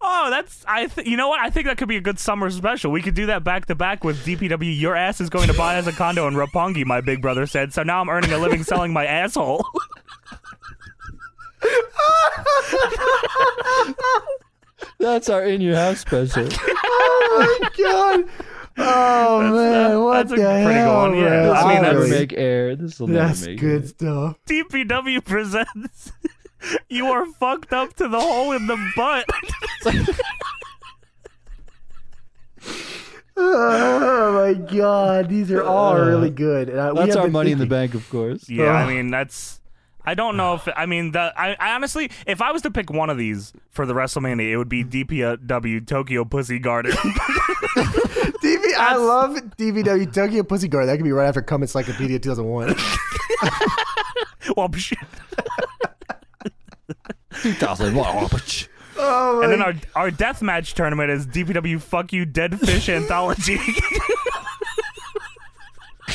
Speaker 3: Oh, that's I. Th- you know what? I think that could be a good summer special. We could do that back to back with DPW. Your ass is going to buy us a condo in Rapongi, my big brother said. So now I'm earning a living selling my asshole. *laughs*
Speaker 2: That's our in your house special.
Speaker 1: Oh my god. Oh man,
Speaker 3: that-
Speaker 1: what
Speaker 3: that's a
Speaker 1: the
Speaker 3: pretty good
Speaker 1: hell,
Speaker 3: one, yeah.
Speaker 1: man.
Speaker 3: I
Speaker 2: I
Speaker 3: mean,
Speaker 2: mean,
Speaker 3: that's-
Speaker 2: never
Speaker 1: Honestly,
Speaker 2: make air. This will never
Speaker 1: that's
Speaker 2: make
Speaker 1: good
Speaker 2: air.
Speaker 1: stuff.
Speaker 3: DPW presents. *laughs* You are fucked up to the hole in the butt.
Speaker 1: Oh my god, these are all
Speaker 2: Uh,
Speaker 1: really good. Uh, we
Speaker 2: That's
Speaker 1: have
Speaker 2: our
Speaker 1: been
Speaker 2: money in the
Speaker 1: thinking-
Speaker 2: bank,
Speaker 3: *laughs*
Speaker 2: of course.
Speaker 3: Yeah, I
Speaker 1: Ugh.
Speaker 3: mean that's. I don't know if I mean the. I, I honestly, if I was to pick one of these for the WrestleMania, it would be DPW Tokyo Pussy Garden.
Speaker 1: DV, I love DVW Tokyo Pussy Guard. That could be right after Cum Encyclopedia *laughs* 2001.
Speaker 3: *laughs* well, *laughs* psh.
Speaker 2: 2001.
Speaker 1: oh
Speaker 3: and
Speaker 1: my
Speaker 3: then our our deathmatch tournament is DPW Fuck You Dead Fish Anthology. *laughs*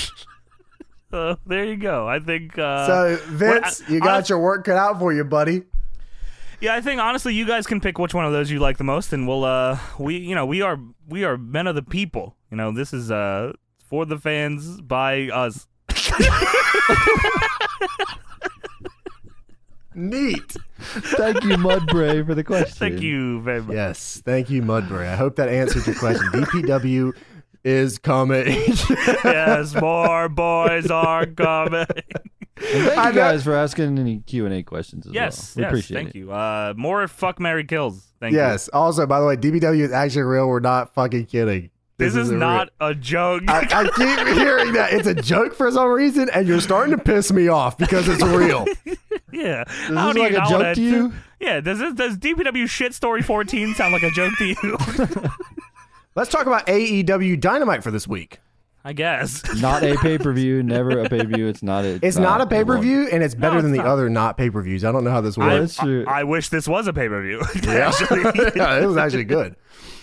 Speaker 3: so there you go. I think. Uh,
Speaker 1: So Vince,
Speaker 3: I-
Speaker 1: you got
Speaker 3: honest-
Speaker 1: your work cut out for you, buddy.
Speaker 3: Yeah, I think honestly, you guys can pick which one of those you like the most, and we'll uh, we you know we are we are men of the people. You know, this is uh for the fans by us.
Speaker 1: Neat.
Speaker 2: Thank you, Mudbray, for the question.
Speaker 3: Thank you very much.
Speaker 1: Yes, thank you, Mudbury. I hope that answered your question. *laughs* DPW is *laughs* coming.
Speaker 3: *laughs* yes, more boys
Speaker 1: *laughs*
Speaker 3: are coming.
Speaker 2: And thank
Speaker 1: I
Speaker 2: you
Speaker 1: know-
Speaker 2: guys for asking any Q and A questions as
Speaker 3: yes,
Speaker 2: well. We
Speaker 3: yes,
Speaker 2: appreciate
Speaker 3: thank
Speaker 2: it.
Speaker 3: you. Uh, more fuck Mary kills. Thank you.
Speaker 1: yes. Also, by the way, DPW is actually real. We're not fucking kidding.
Speaker 3: This, is,
Speaker 1: a real-
Speaker 3: not a joke.
Speaker 1: *laughs* I, I keep hearing that it's a joke for some reason, and you're starting to piss me off because it's *laughs* real.
Speaker 3: yeah. Does
Speaker 2: this like a joke to you?
Speaker 3: Yeah. Does this, does DPW shit story fourteen sound like a joke to you? *laughs*
Speaker 1: Let's talk about AEW Dynamite for this week.
Speaker 3: I guess.
Speaker 2: Not a pay per view. Never a pay per view. It's not a.
Speaker 1: It's not, a pay per
Speaker 2: one.
Speaker 1: view, and it's better
Speaker 3: it's
Speaker 1: than the
Speaker 3: not.
Speaker 1: other not pay per views. I don't know how this
Speaker 3: I,
Speaker 1: works.
Speaker 2: that's true.
Speaker 3: I, I wish this was a pay per *laughs* view.
Speaker 1: *laughs* yeah, it was actually good.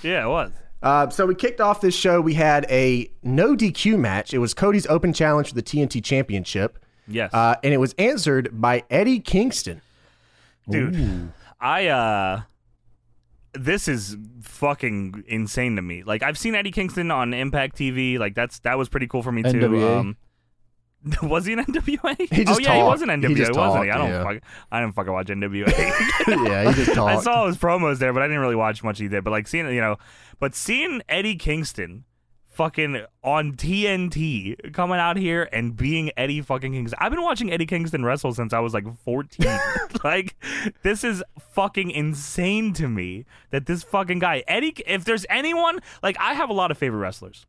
Speaker 3: yeah, it was.
Speaker 1: Uh, so we kicked off this show. We had a no DQ match. It was Cody's open challenge for the TNT Championship,
Speaker 3: Yes,
Speaker 1: uh, and it was answered by Eddie Kingston. *laughs*
Speaker 3: dude. I uh, this is fucking insane to me. Like I've seen Eddie Kingston on Impact TV. Like that's that was pretty cool for me too.
Speaker 2: NWA.
Speaker 3: Um, *laughs* was he in NWA?
Speaker 1: He
Speaker 3: oh
Speaker 1: just
Speaker 3: yeah, he was in
Speaker 1: talked. He
Speaker 3: NWA,
Speaker 1: just
Speaker 3: wasn't he? I
Speaker 1: talked,
Speaker 3: don't
Speaker 1: yeah.
Speaker 3: fuck, I didn't fucking watch NWA.
Speaker 1: yeah, he *laughs* just
Speaker 3: I
Speaker 1: talked.
Speaker 3: saw his promos there, but I didn't really watch much he did. But like seeing you know, but seeing Eddie Kingston fucking on TNT coming out here and being Eddie fucking Kingston. I've been watching Eddie Kingston wrestle since I was like 14. like this is fucking insane to me that this fucking guy Eddie if there's anyone like I have a lot of favorite wrestlers.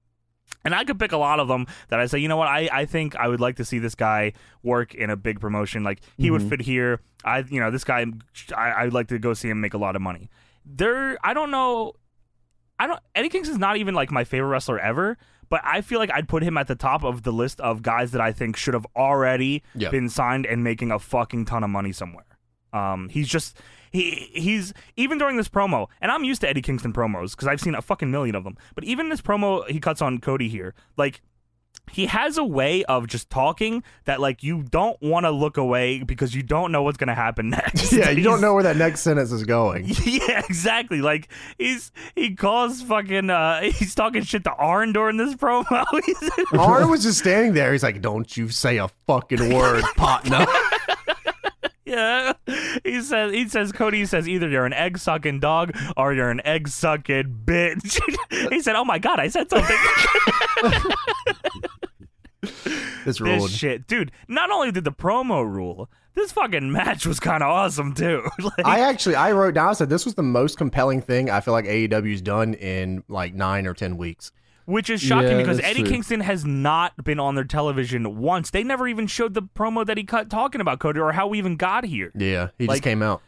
Speaker 3: And I could pick a lot of them that I say, you know what, I, I think I would like to see this guy work in a big promotion. Like he would fit here. I you know this guy, I, I'd like to go see him make a lot of money. There, I don't know. I don't. Eddie Kingston's not even like my favorite wrestler ever, but I feel like I'd put him at the top of the list of guys that I think should have already
Speaker 1: Yeah. *laughs*
Speaker 3: been signed and making a fucking ton of money somewhere. Um, he's just he he's even during this promo, and I'm used to Eddie Kingston promos because I've seen a fucking million of them. But even this promo he cuts on Cody here, like he has a way of just talking that like you don't want to look away because you don't know what's gonna happen *laughs* next.
Speaker 1: yeah, you don't
Speaker 3: He's-
Speaker 1: know where that next sentence is *laughs* going.
Speaker 3: *laughs* yeah, exactly. Like he's he calls fucking uh *laughs* he's talking shit to Arn during this promo. *laughs* He's-
Speaker 1: Arn was just standing there. He's like, "Don't you say a fucking word, *laughs* partner."
Speaker 3: yeah, *laughs* he says he says Cody says either you're an egg sucking dog or you're an egg sucking bitch. *laughs* he said, "Oh my god, I said something."
Speaker 1: This
Speaker 3: this
Speaker 1: ruled.
Speaker 3: shit, dude. Not only did the promo rule, this fucking match was kind of awesome too. *laughs* like,
Speaker 1: I actually I wrote down I said this was the most compelling thing I feel like AEW's done in like nine or ten weeks.
Speaker 3: Which is shocking
Speaker 2: Yeah,
Speaker 3: because
Speaker 2: that's
Speaker 3: Eddie
Speaker 2: true.
Speaker 3: Kingston has not been on their television once. They never even showed the promo that he cut talking about Cody or how we even got here.
Speaker 1: Yeah, he
Speaker 3: Like-
Speaker 1: just came out.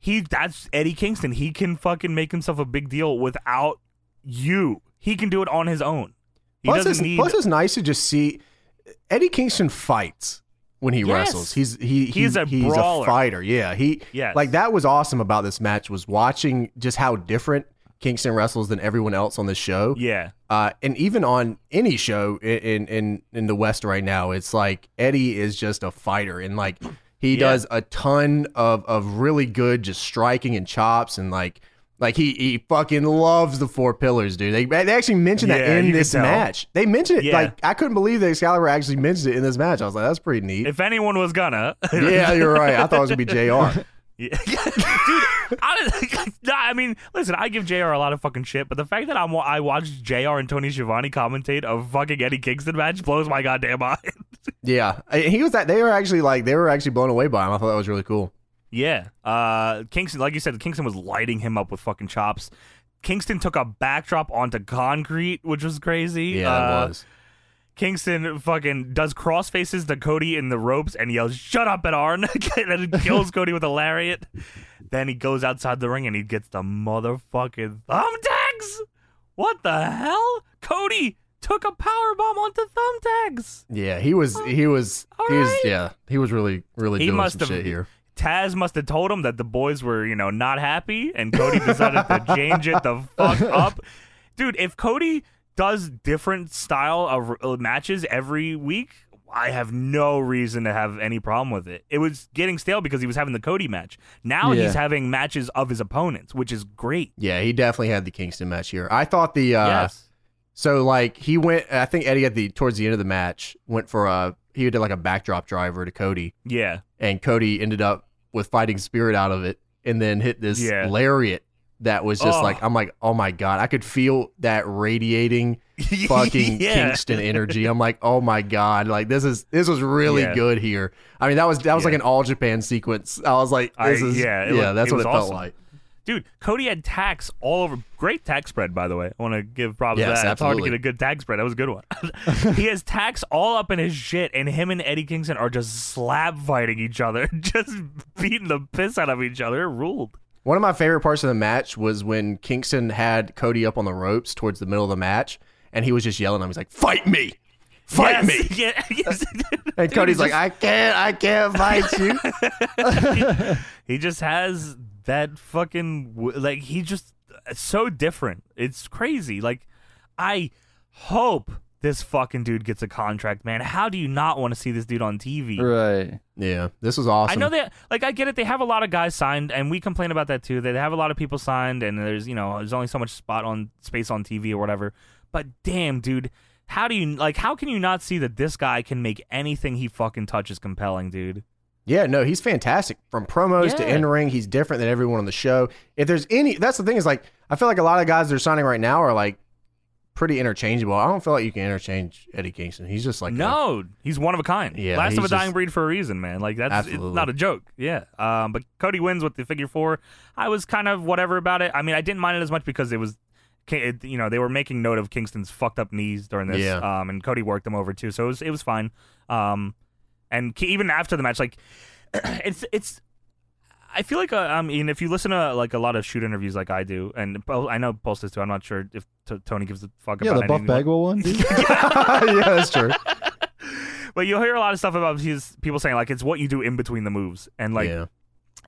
Speaker 3: He that's Eddie Kingston. He can fucking make himself a big deal without you. He can do it on his own. He
Speaker 1: Plus
Speaker 3: doesn't
Speaker 1: it's,
Speaker 3: need
Speaker 1: plus, it's nice to just see Eddie Kingston fights when he
Speaker 3: Yes.
Speaker 1: wrestles. He's he, he
Speaker 3: He's a
Speaker 1: he's
Speaker 3: brawler.
Speaker 1: a fighter. Yeah, he
Speaker 3: Yes.
Speaker 1: like that was awesome about this match was watching just how different Kingston wrestles than everyone else on this show.
Speaker 3: Yeah.
Speaker 1: uh, and even on any show i- in in in the West right now, it's like Eddie is just a fighter, and like he
Speaker 3: Yeah.
Speaker 1: does a ton of of really good just striking and chops, and like Like he he fucking loves the four pillars, dude. They they actually mentioned that
Speaker 3: Yeah,
Speaker 1: in
Speaker 3: you can
Speaker 1: this
Speaker 3: tell.
Speaker 1: match. They mentioned it.
Speaker 3: Yeah.
Speaker 1: Like I couldn't believe that Excalibur actually mentioned it in this match. I was like, that's pretty neat.
Speaker 3: If anyone was gonna,
Speaker 1: *laughs* yeah, you're right. I thought it was gonna be Jr.
Speaker 3: *laughs* Yeah. dude. I, nah, *laughs* I mean, listen, I give Jr. a lot of fucking shit, but the fact that I'm wa- I watched Jr. and Tony Schiavone commentate a fucking Eddie Kingston match blows my goddamn mind. *laughs*
Speaker 1: Yeah, I- he was that. They were actually like they were actually blown away by him. I thought that was really cool.
Speaker 3: Yeah. Uh, Kingston, like you said, Kingston was lighting him up with fucking chops. Kingston took a backdrop onto concrete, which was crazy.
Speaker 1: Yeah,
Speaker 3: uh,
Speaker 1: it was.
Speaker 3: Kingston fucking does cross faces to Cody in the ropes and yells, Shut up, at Arn! *laughs* and then kills Cody with a lariat. Then he goes outside the ring and he gets the motherfucking thumbtacks! What the hell? Cody took a powerbomb onto thumbtacks!
Speaker 1: Yeah, he was. He was. He was.
Speaker 3: Alright.
Speaker 1: Yeah, he was really, really
Speaker 3: He
Speaker 1: doing some
Speaker 3: must have-
Speaker 1: shit here.
Speaker 3: Taz must have told him that the boys were, you know, not happy, and Cody decided to change it the
Speaker 1: *laughs*
Speaker 3: fuck up. Dude, if Cody does different style of uh, matches every week, I have no reason to have any problem with it. It was getting stale because he was having the Cody match. Now
Speaker 2: Yeah.
Speaker 3: he's having matches of his opponents, which is great.
Speaker 1: Yeah, he definitely had the Kingston match here. I thought the. Uh,
Speaker 3: yes.
Speaker 1: So like he went. I think Eddie at the towards the end of the match went for a. He did like a backdrop driver to Cody,
Speaker 3: Yeah. *laughs*
Speaker 1: and Cody ended up with fighting spirit out of it, and then hit this
Speaker 3: Yeah.
Speaker 1: lariat that was just
Speaker 3: Oh.
Speaker 1: like I'm like oh my god I could feel that radiating *laughs* fucking
Speaker 3: *laughs* yeah.
Speaker 1: Kingston energy. I'm like, oh my god, like this is this was really
Speaker 3: Yeah.
Speaker 1: good here. I mean, that was that was like
Speaker 3: Yeah.
Speaker 1: an all Japan sequence. I was like,
Speaker 3: I-
Speaker 1: this is
Speaker 3: yeah,
Speaker 1: yeah,
Speaker 3: it was-
Speaker 1: that's
Speaker 3: it
Speaker 1: what
Speaker 3: was
Speaker 1: it felt
Speaker 3: awesome.
Speaker 1: like.
Speaker 3: Dude, Cody had tax all over. Great tax spread, by the way. I want to give props to
Speaker 1: Yes,
Speaker 3: that. It's hard to
Speaker 1: absolutely.
Speaker 3: get a good tax spread. That was
Speaker 1: *laughs*
Speaker 3: a good one. *laughs* he has tax all up in his shit, and him and Eddie Kingston are just slap fighting each other, *laughs* just beating the piss out of each other. It Ruled.
Speaker 1: One of my favorite parts of the match was when Kingston had Cody up on the ropes towards the middle of the match, and he was just yelling at him. He's like, "Fight me, fight
Speaker 3: yes,
Speaker 1: me!"
Speaker 3: *laughs* Yeah, yes.
Speaker 1: And
Speaker 3: Dude,
Speaker 1: Cody's
Speaker 3: he
Speaker 1: like,
Speaker 3: just-
Speaker 1: "I can't, I can't fight
Speaker 3: *laughs*
Speaker 1: you."
Speaker 3: he just has that fucking w- like. He just it's so different. It's crazy. Like, I hope this fucking dude gets a contract, man. How do you not want to see this dude on TV?
Speaker 2: Right.
Speaker 1: yeah, this was awesome.
Speaker 3: I know that, like, I get it. They have a lot of guys signed, and we complain about that too. They have a lot of people signed, and there's, you know, there's only so much spot on space on TV or whatever. But damn, dude, how do you like? How can you not see that this guy can make anything he fucking touches compelling, dude?
Speaker 1: Yeah, no, he's fantastic. From promos to
Speaker 3: Yeah.
Speaker 1: in ring, he's different than everyone on the show. If there's any, that's the thing is like, I feel like a lot of guys they're signing right now are like pretty interchangeable. I don't feel like you can interchange Eddie Kingston. He's just like, a-
Speaker 3: no, he's one of a kind.
Speaker 1: Yeah,
Speaker 3: last of a
Speaker 1: he's
Speaker 3: dying
Speaker 1: just-
Speaker 3: breed for a reason, man. Like that's it's
Speaker 1: Absolutely.
Speaker 3: not a joke. Yeah. Um, but Cody wins with the figure four. I was kind of whatever about it. I mean, I didn't mind it as much because it was. Ki- it- You know they were making note of Kingston's fucked up knees during this,
Speaker 1: Yeah.
Speaker 3: um, and Cody worked them over too, so it was it was fine. Um, and Ki- even after the match, like *clears throat* it's it's I feel like uh, I mean, if you listen to like a lot of shoot interviews, like I do, and Paul- I know Pulse does too. I'm not sure if t- Tony gives a fuck
Speaker 2: Yeah,
Speaker 3: about
Speaker 2: the Buff
Speaker 3: anything,
Speaker 2: Bagwell one. dude.
Speaker 1: yeah, that's true.
Speaker 3: but you'll hear a lot of stuff about his people saying like it's what you do in between the moves, and like
Speaker 1: yeah,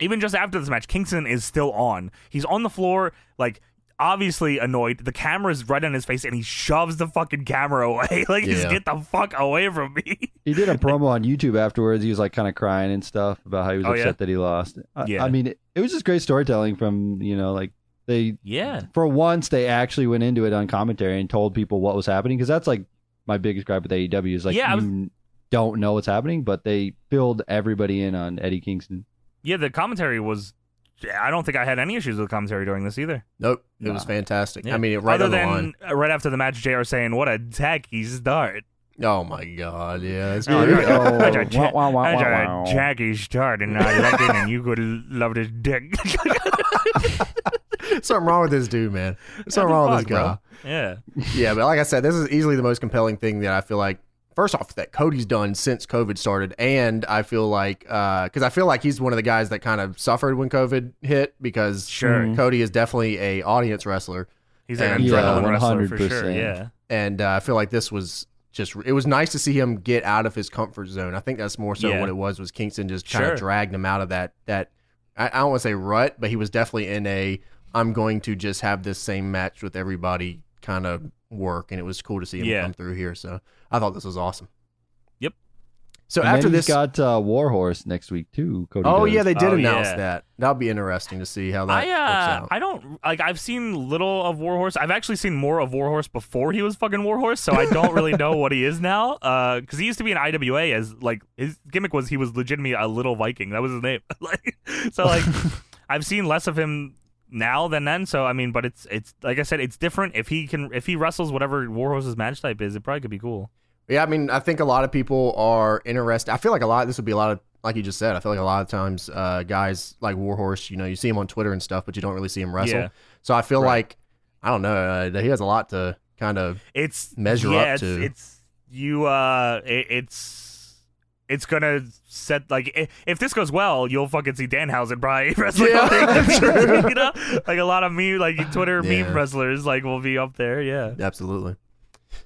Speaker 3: even just after this match, Kingston is still on. He's on the floor, like obviously annoyed. The camera's right on his face, and he shoves the fucking camera *laughs* away. like, just
Speaker 1: Yeah.
Speaker 3: get the fuck away from me.
Speaker 2: He did a promo on YouTube afterwards. He was like kind of crying and stuff about how he was
Speaker 3: Oh,
Speaker 2: upset
Speaker 3: yeah?
Speaker 2: that he lost. I,
Speaker 3: Yeah.
Speaker 2: I mean, it, it was just great storytelling from you know like they
Speaker 3: yeah,
Speaker 2: for once they actually went into it on commentary and told people what was happening because that's like my biggest gripe with AEW is like
Speaker 3: Yeah, I was-
Speaker 2: you don't know what's happening, but they filled everybody in on Eddie Kingston.
Speaker 3: yeah. The commentary was. I don't think I had any issues with commentary during this either.
Speaker 1: nope, it
Speaker 2: Nah.
Speaker 1: was fantastic.
Speaker 3: Yeah.
Speaker 1: I mean, it right
Speaker 3: Other
Speaker 1: on the
Speaker 3: than
Speaker 1: line.
Speaker 3: uh, right after the match, JR saying, "What a tacky start."
Speaker 1: Oh my god, yeah, it's
Speaker 3: Oh,
Speaker 1: really-
Speaker 3: yeah. I
Speaker 2: Oh,
Speaker 3: don't-
Speaker 2: wah, wah, wah,
Speaker 3: *laughs* That's a
Speaker 2: wah, wah.
Speaker 3: tacky start, and I loved it, and you could love this dick.
Speaker 1: *laughs*
Speaker 3: *laughs*
Speaker 1: something wrong with this dude, man. Something wrong with this guy.
Speaker 3: Fuck, bro. yeah.
Speaker 1: yeah, but like I said, this is easily the most compelling thing that I feel like. First off, that Cody's done since COVID started, and I feel like because I feel like he's one of the guys that kind of suffered when COVID hit because
Speaker 3: Sure.
Speaker 2: Mhm.
Speaker 1: Cody is definitely a audience wrestler,
Speaker 3: He's an
Speaker 1: Yeah,
Speaker 3: adrenaline wrestler for sure.
Speaker 2: 100%.
Speaker 3: Yeah.
Speaker 1: and uh, I feel like this was just it was nice to see him get out of his comfort zone. I think that's more so
Speaker 3: Yeah.
Speaker 1: what it was was Kingston just kind
Speaker 3: Sure.
Speaker 1: of dragged him out of that that I, I don't want to say rut, but he was definitely in a I'm going to just have this same match with everybody kind of work, and it was cool to see him
Speaker 3: Yeah.
Speaker 1: come through here. So I thought this was awesome. So
Speaker 2: And
Speaker 1: after
Speaker 2: then
Speaker 1: this,
Speaker 2: he's got uh, Warhorse next week too. Cody
Speaker 1: oh
Speaker 2: does.
Speaker 1: yeah, they did
Speaker 3: Oh,
Speaker 1: announce
Speaker 3: yeah.
Speaker 1: that. That'll be interesting to see how that
Speaker 3: I uh,
Speaker 1: works out.
Speaker 3: I don't like. I've seen little of Warhorse. I've actually seen more of Warhorse before he was fucking Warhorse, so I don't
Speaker 1: *laughs*
Speaker 3: really know what he is now. Because he used to be an IWA as like his gimmick was he was legitimately a little Viking. That was his name. *laughs* like so,
Speaker 1: *laughs*
Speaker 3: like I've seen less of him now than then. So I mean, but it's it's like I said, it's different. If he can, if he wrestles whatever Warhorse's match type is, it probably could be cool.
Speaker 1: yeah, I mean, I think a lot of people are interested. I feel like a lot. This would be a lot of like you just said. I feel like a lot of times, uh, guys like Warhorse, you know, you see him on Twitter and stuff, but you don't really see him wrestle.
Speaker 3: Yeah.
Speaker 1: So I feel
Speaker 3: Right.
Speaker 1: like I don't know uh, that he has a lot to kind of
Speaker 3: it's
Speaker 1: measure
Speaker 3: yeah,
Speaker 1: up
Speaker 3: it's,
Speaker 1: to.
Speaker 3: It's you. Uh, it, it's it's gonna set like i- if this goes well, you'll fucking see Danhausen probably *laughs* wrestling.
Speaker 1: Yeah,
Speaker 3: all day.
Speaker 1: that's *laughs*
Speaker 3: you know, like a lot of meme, like Twitter
Speaker 1: Yeah.
Speaker 3: meme wrestlers, like will be up there. Yeah. *laughs*
Speaker 1: Absolutely.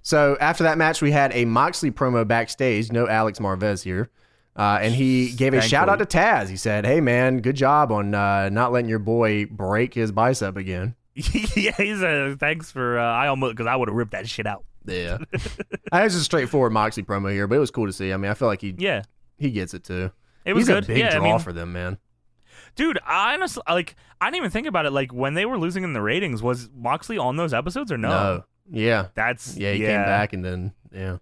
Speaker 1: So after that match, we had a Moxley promo backstage. No Alex Marvez here. Uh, and he gave a
Speaker 3: Thankfully.
Speaker 1: shout out to Taz. He said, Hey, man, good job on uh, not letting your boy break his bicep again.
Speaker 3: yeah, he's a thanks for. Uh, I almost because I would have ripped that shit out. *laughs*
Speaker 1: Yeah. I was just a straightforward Moxley promo here, but it was cool to see. I mean, I feel like he
Speaker 3: Yeah,
Speaker 1: he gets it too.
Speaker 3: it was
Speaker 1: He's
Speaker 3: good.
Speaker 1: a big
Speaker 3: yeah,
Speaker 1: draw
Speaker 3: I mean,
Speaker 1: for them, man.
Speaker 3: dude, I honestly like. I didn't even think about it. Like when they were losing in the ratings, was Moxley on those episodes or no?
Speaker 1: Yeah.
Speaker 3: That's
Speaker 1: Yeah, he came back and then, yeah.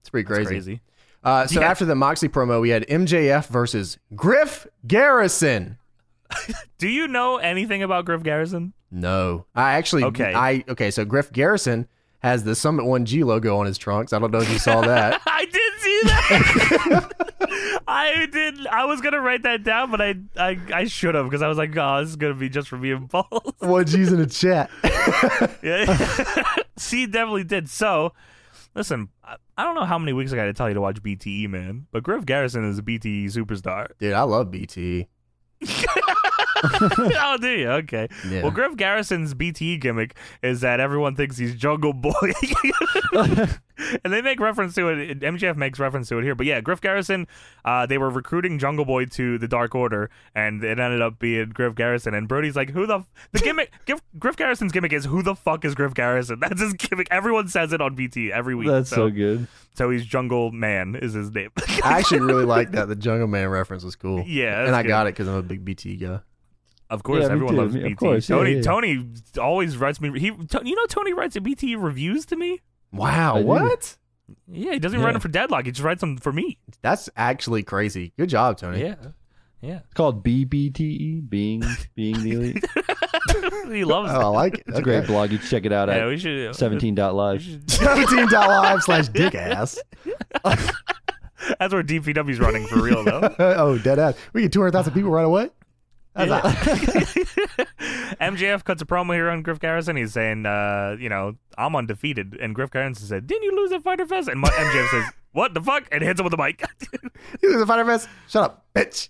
Speaker 1: It's pretty
Speaker 3: That's
Speaker 1: crazy.
Speaker 3: crazy.
Speaker 1: Uh, so
Speaker 3: Yeah.
Speaker 1: after the Moxley promo, we had MJF versus Griff Garrison.
Speaker 3: Do you know anything about Griff Garrison?
Speaker 1: No, I actually.
Speaker 3: Okay.
Speaker 1: I okay. So Griff Garrison has the Summit One G logo on his trunks. I don't know if you saw that.
Speaker 3: *laughs* I did see that. *laughs* I did. I was gonna write that down, but I I, I should have because I was like, oh, this is gonna be just for me and Paul. *laughs*
Speaker 1: One G's in the chat.
Speaker 3: Yeah. *laughs* she definitely did. So, listen, I, I don't know how many weeks I got to tell you to watch BTE, man. But Griff Garrison is a BTE superstar. *laughs*
Speaker 1: Dude, I love BT.
Speaker 3: oh, do you? Okay.
Speaker 1: Yeah.
Speaker 3: Well, Griff Garrison's BTE gimmick is that everyone thinks he's Jungle Boy. *laughs* and they make reference to it. MJF makes reference to it here. But yeah, Griff Garrison, uh, they were recruiting Jungle Boy to the Dark Order, and it ended up being Griff Garrison. And Brody's like, who the. F-? The gimmick. *laughs* Griff, Griff Garrison's gimmick is who the fuck is Griff Garrison? *laughs* That's his gimmick. Everyone says it on BT every week.
Speaker 2: That's so
Speaker 3: so,
Speaker 2: good.
Speaker 3: so he's Jungle Man, is his name. *laughs*
Speaker 1: I actually really like that. The Jungle Man reference was cool.
Speaker 3: yeah.
Speaker 1: and
Speaker 3: that's
Speaker 1: I
Speaker 3: good.
Speaker 1: got it because I'm a big BT guy.
Speaker 3: Of course,
Speaker 2: Yeah, me
Speaker 3: everyone
Speaker 2: too.
Speaker 3: loves
Speaker 2: Me- of
Speaker 3: BT.
Speaker 2: course, yeah,
Speaker 3: Tony,
Speaker 2: yeah.
Speaker 3: Tony always writes me. He, to, you know, Tony writes a BT reviews to me.
Speaker 1: Wow,
Speaker 2: I do.
Speaker 1: what?
Speaker 3: Yeah, he doesn't even write
Speaker 2: Yeah.
Speaker 3: them for Deadlock. He just writes them for me.
Speaker 1: That's actually crazy. Good job, Tony.
Speaker 3: Yeah, yeah.
Speaker 2: It's called BBTE, E, being being the elite.
Speaker 3: *laughs* he loves.
Speaker 1: Oh, I like it.
Speaker 2: It's
Speaker 1: *laughs*
Speaker 2: a great blog. You check it out
Speaker 3: it. Yeah,
Speaker 2: at
Speaker 3: we should. uh, we
Speaker 2: 17.live.
Speaker 3: should-
Speaker 1: Seventeen.live slash dick ass.
Speaker 3: That's where DPW's running for
Speaker 1: *laughs*
Speaker 3: real, though.
Speaker 1: *laughs* oh, dead ass. We get two hundred thousand people right away.
Speaker 3: *laughs* MJF cuts a promo here on Griff Garrison. He's saying, uh, you know, I'm undefeated. And Griff Garrison said, Didn't you lose at Fighter Fest? And MJF says, What the fuck? And hits him with the mic. *laughs*
Speaker 1: *laughs* You the fighter fest. Shut up, bitch.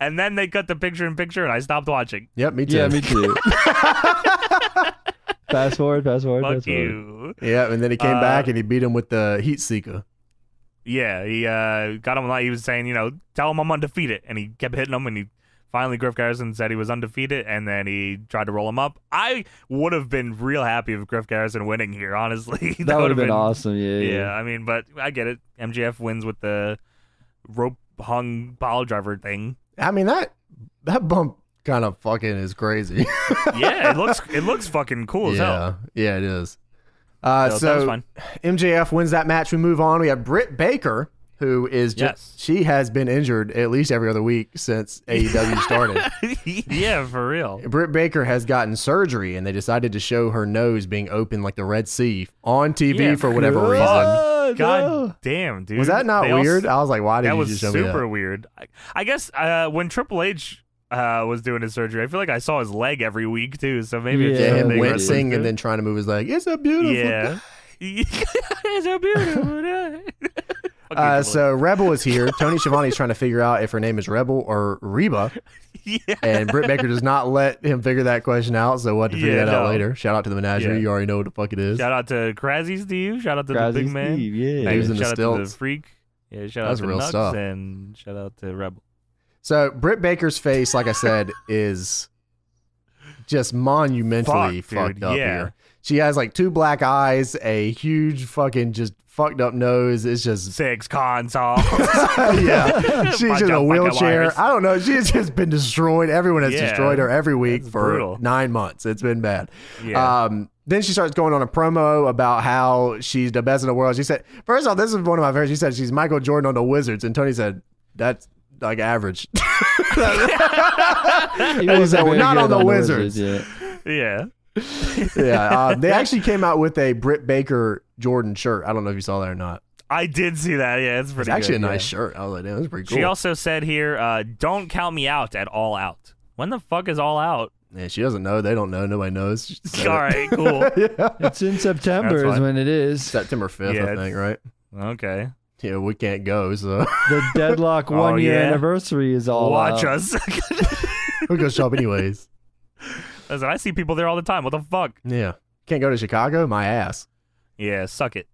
Speaker 3: and then they cut the picture in picture, and I stopped watching.
Speaker 1: Yep, me too.
Speaker 2: *laughs*
Speaker 1: *laughs*
Speaker 2: Yeah, me too. fast forward, fast forward,
Speaker 3: Fuck
Speaker 2: fast forward.
Speaker 3: you.
Speaker 1: Yeah, and then he came
Speaker 3: Uh,
Speaker 1: back and he beat him with the heat seeker.
Speaker 3: Yeah, he uh, got him a lot. He was saying, you know, tell him I'm undefeated, and he kept hitting him, and he finally Griff Garrison said he was undefeated, and then he tried to roll him up. I would have been real happy if Griff Garrison winning here, honestly. *laughs*
Speaker 2: That, would have been, awesome. Yeah,
Speaker 3: Yeah,
Speaker 2: yeah.
Speaker 3: I mean, but I get it. MJF wins with the rope hung pile driver
Speaker 2: *laughs*
Speaker 3: thing.
Speaker 1: I mean that that bump kind of fucking is *laughs* crazy.
Speaker 3: Yeah, it looks it looks fucking cool as hell.
Speaker 1: yeah, yeah, it is. Uh,
Speaker 3: So,
Speaker 1: so
Speaker 3: that was fun.
Speaker 1: MJF wins that match. We move on. We have Britt Baker, who is just
Speaker 3: Yes.
Speaker 1: she has been injured at least every other week since
Speaker 3: *laughs*
Speaker 1: AEW started.
Speaker 3: *laughs* yeah, for
Speaker 2: *laughs*
Speaker 3: real.
Speaker 1: Britt Baker has gotten surgery, and they decided to show her nose being open like the Red Sea on TV
Speaker 3: Yeah,
Speaker 1: for whatever
Speaker 3: fuck.
Speaker 1: reason.
Speaker 2: Ah,
Speaker 3: God
Speaker 2: no.
Speaker 3: damn, dude.
Speaker 1: Was that not
Speaker 3: They all
Speaker 1: weird? I was like, why did
Speaker 3: that
Speaker 1: you
Speaker 3: was
Speaker 1: just show me
Speaker 3: super
Speaker 1: that?
Speaker 3: weird. I, I guess uh, when Triple H uh, was doing his surgery, I feel like I saw his leg every week too. So maybe it's
Speaker 1: Yeah,
Speaker 3: just
Speaker 2: Yeah,
Speaker 1: him
Speaker 3: something
Speaker 2: weird.
Speaker 1: wincing and then trying to move his leg. It's a beautiful day.
Speaker 3: *laughs* yeah. it's so beautiful. *laughs* day. Fuck you,
Speaker 1: Uh,
Speaker 3: Triple
Speaker 1: so Rebel is here. Tony Schiavone is trying to figure out if her name is Rebel or Reba,
Speaker 3: H. *laughs* yeah,
Speaker 1: and Britt Baker does not let him figure that question out. So we'll have to figure
Speaker 3: Yeah,
Speaker 1: that out
Speaker 3: no.
Speaker 1: later. Shout out to the menagerie.
Speaker 3: Yeah.
Speaker 1: You already know what the fuck it is.
Speaker 3: shout out to Crazy Steve. Shout out to
Speaker 2: Crazy
Speaker 3: the big man.
Speaker 2: Steve,
Speaker 3: Hey,
Speaker 1: He
Speaker 2: yeah.
Speaker 1: was in the
Speaker 3: shout out to the
Speaker 1: stilts.
Speaker 3: freak. Yeah, shout
Speaker 1: That's
Speaker 3: out to
Speaker 1: real
Speaker 3: Nux
Speaker 1: stuff.
Speaker 3: and shout out to Rebel.
Speaker 1: So Britt Baker's face, like I said, is just monumentally
Speaker 3: Fuck, dude,
Speaker 1: fucked up
Speaker 3: yeah.
Speaker 1: here. She has like two black eyes, a huge fucking just fucked up nose. It's
Speaker 3: *laughs*
Speaker 1: just *laughs*
Speaker 3: Six consoles.
Speaker 1: yeah. She's
Speaker 3: Bunch
Speaker 1: in a
Speaker 3: of fucking
Speaker 1: wheelchair.
Speaker 3: liars.
Speaker 1: I don't know. She's just been destroyed. Everyone has
Speaker 3: Yeah.
Speaker 1: destroyed her every week
Speaker 3: It's
Speaker 1: for
Speaker 3: brutal.
Speaker 1: nine months. It's been bad.
Speaker 3: yeah.
Speaker 1: Um, then she starts going on a promo about how she's the best in the world. She said, first off, this is one of my favorites. She said she's Michael Jordan on the Wizards, and Tony said that's like
Speaker 2: *laughs*
Speaker 1: average. *laughs*
Speaker 2: He
Speaker 1: He
Speaker 2: wasn't
Speaker 1: said,
Speaker 2: very
Speaker 1: "Not
Speaker 2: good
Speaker 1: on the Wizards."
Speaker 2: yeah.
Speaker 3: yeah.
Speaker 2: *laughs*
Speaker 1: yeah, um, they actually came out with a Britt Baker Jordan shirt. I don't know if you saw that or not.
Speaker 3: I did see that. Yeah, it's
Speaker 1: It's
Speaker 3: pretty
Speaker 1: actually
Speaker 3: good,
Speaker 1: a
Speaker 3: yeah.
Speaker 1: nice shirt. I was like, damn, that's pretty cool.
Speaker 3: She also said here, uh, don't count me out at all out. When the fuck is all out?
Speaker 1: yeah, she doesn't know. They don't know. Nobody knows. She *laughs* said it.
Speaker 3: All right,
Speaker 1: *laughs*
Speaker 3: cool.
Speaker 1: yeah.
Speaker 2: It's in
Speaker 3: That's
Speaker 2: September is
Speaker 3: fine.
Speaker 2: when it is.
Speaker 1: September fifth,
Speaker 3: Yeah,
Speaker 1: I
Speaker 3: it's-
Speaker 1: think, right?
Speaker 3: okay.
Speaker 1: Yeah, we can't go, so *laughs*
Speaker 2: The
Speaker 3: *laughs*
Speaker 2: deadlock
Speaker 3: Oh,
Speaker 2: one year
Speaker 3: yeah.
Speaker 2: anniversary is all.
Speaker 3: Watch
Speaker 2: out.
Speaker 3: us. *laughs*
Speaker 1: we'll go shop anyways.
Speaker 3: Listen, I see people there all the time. What the fuck?
Speaker 1: Yeah. Can't go to Chicago? My ass.
Speaker 3: Yeah, suck it.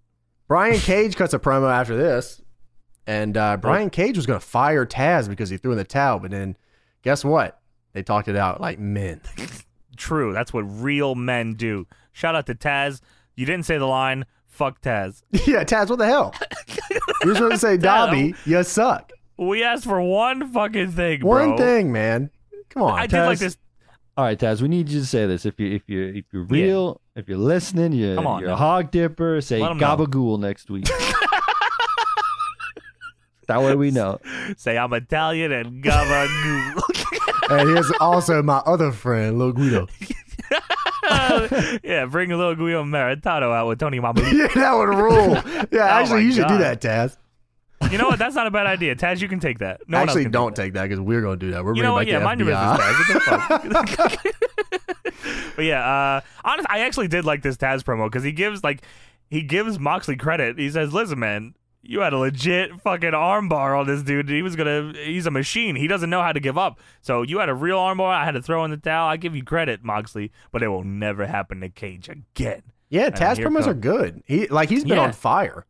Speaker 1: Brian Cage cuts a promo after this, and uh, Brian Cage was going to fire Taz because he threw in the towel, but then guess what? They talked it out like men. *laughs*
Speaker 3: True. That's what real men do. Shout out to Taz. You didn't say the line. Fuck Taz.
Speaker 1: yeah, Taz, what the hell? you were supposed to
Speaker 3: *laughs*
Speaker 1: say, Dobby, you suck.
Speaker 3: We asked for one fucking thing, bro.
Speaker 1: One thing, man. Come on.
Speaker 3: I did like
Speaker 1: Taz.
Speaker 3: this.
Speaker 2: All right, Taz, we need you to say this. If you if you if you're real, if you're listening, you're,
Speaker 3: Come on,
Speaker 2: you're
Speaker 3: now.
Speaker 2: a hog dipper. Say
Speaker 3: Let 'em know.
Speaker 2: gabagool
Speaker 3: *laughs*
Speaker 2: next week. that way we know.
Speaker 3: Say I'm Italian and gabagoo.
Speaker 1: And here's also my other friend, Lil Guido.
Speaker 3: *laughs* yeah, bring a little Guillaume Maritano out with Tony Mamma.
Speaker 1: yeah, that would rule. Yeah,
Speaker 3: Oh my
Speaker 1: actually, you should do that,
Speaker 3: God.
Speaker 1: Taz.
Speaker 3: You know what? That's not a bad idea. Taz, you can take that. No one else
Speaker 1: actually,
Speaker 3: can
Speaker 1: don't take that because we're going to do that. We're bringing
Speaker 3: You know what?
Speaker 1: back
Speaker 3: Yeah,
Speaker 1: the
Speaker 3: mind your
Speaker 1: FBI.
Speaker 3: business, Taz. What the
Speaker 1: *laughs*
Speaker 3: fuck? *laughs* but yeah, uh, honest, I actually did like this Taz promo because he gives like he gives Moxley credit. He says, "Listen, man." You had a legit fucking armbar on this dude. He was gonna. He's a machine. He doesn't know how to give up. So you had a real armbar. I had to throw in the towel. I give you credit, Moxley, but it will never happen to Cage again.
Speaker 1: Yeah,
Speaker 3: And
Speaker 1: Taz
Speaker 3: here
Speaker 1: promos
Speaker 3: comes-
Speaker 1: are good. He like he's been
Speaker 3: Yeah.
Speaker 1: on fire.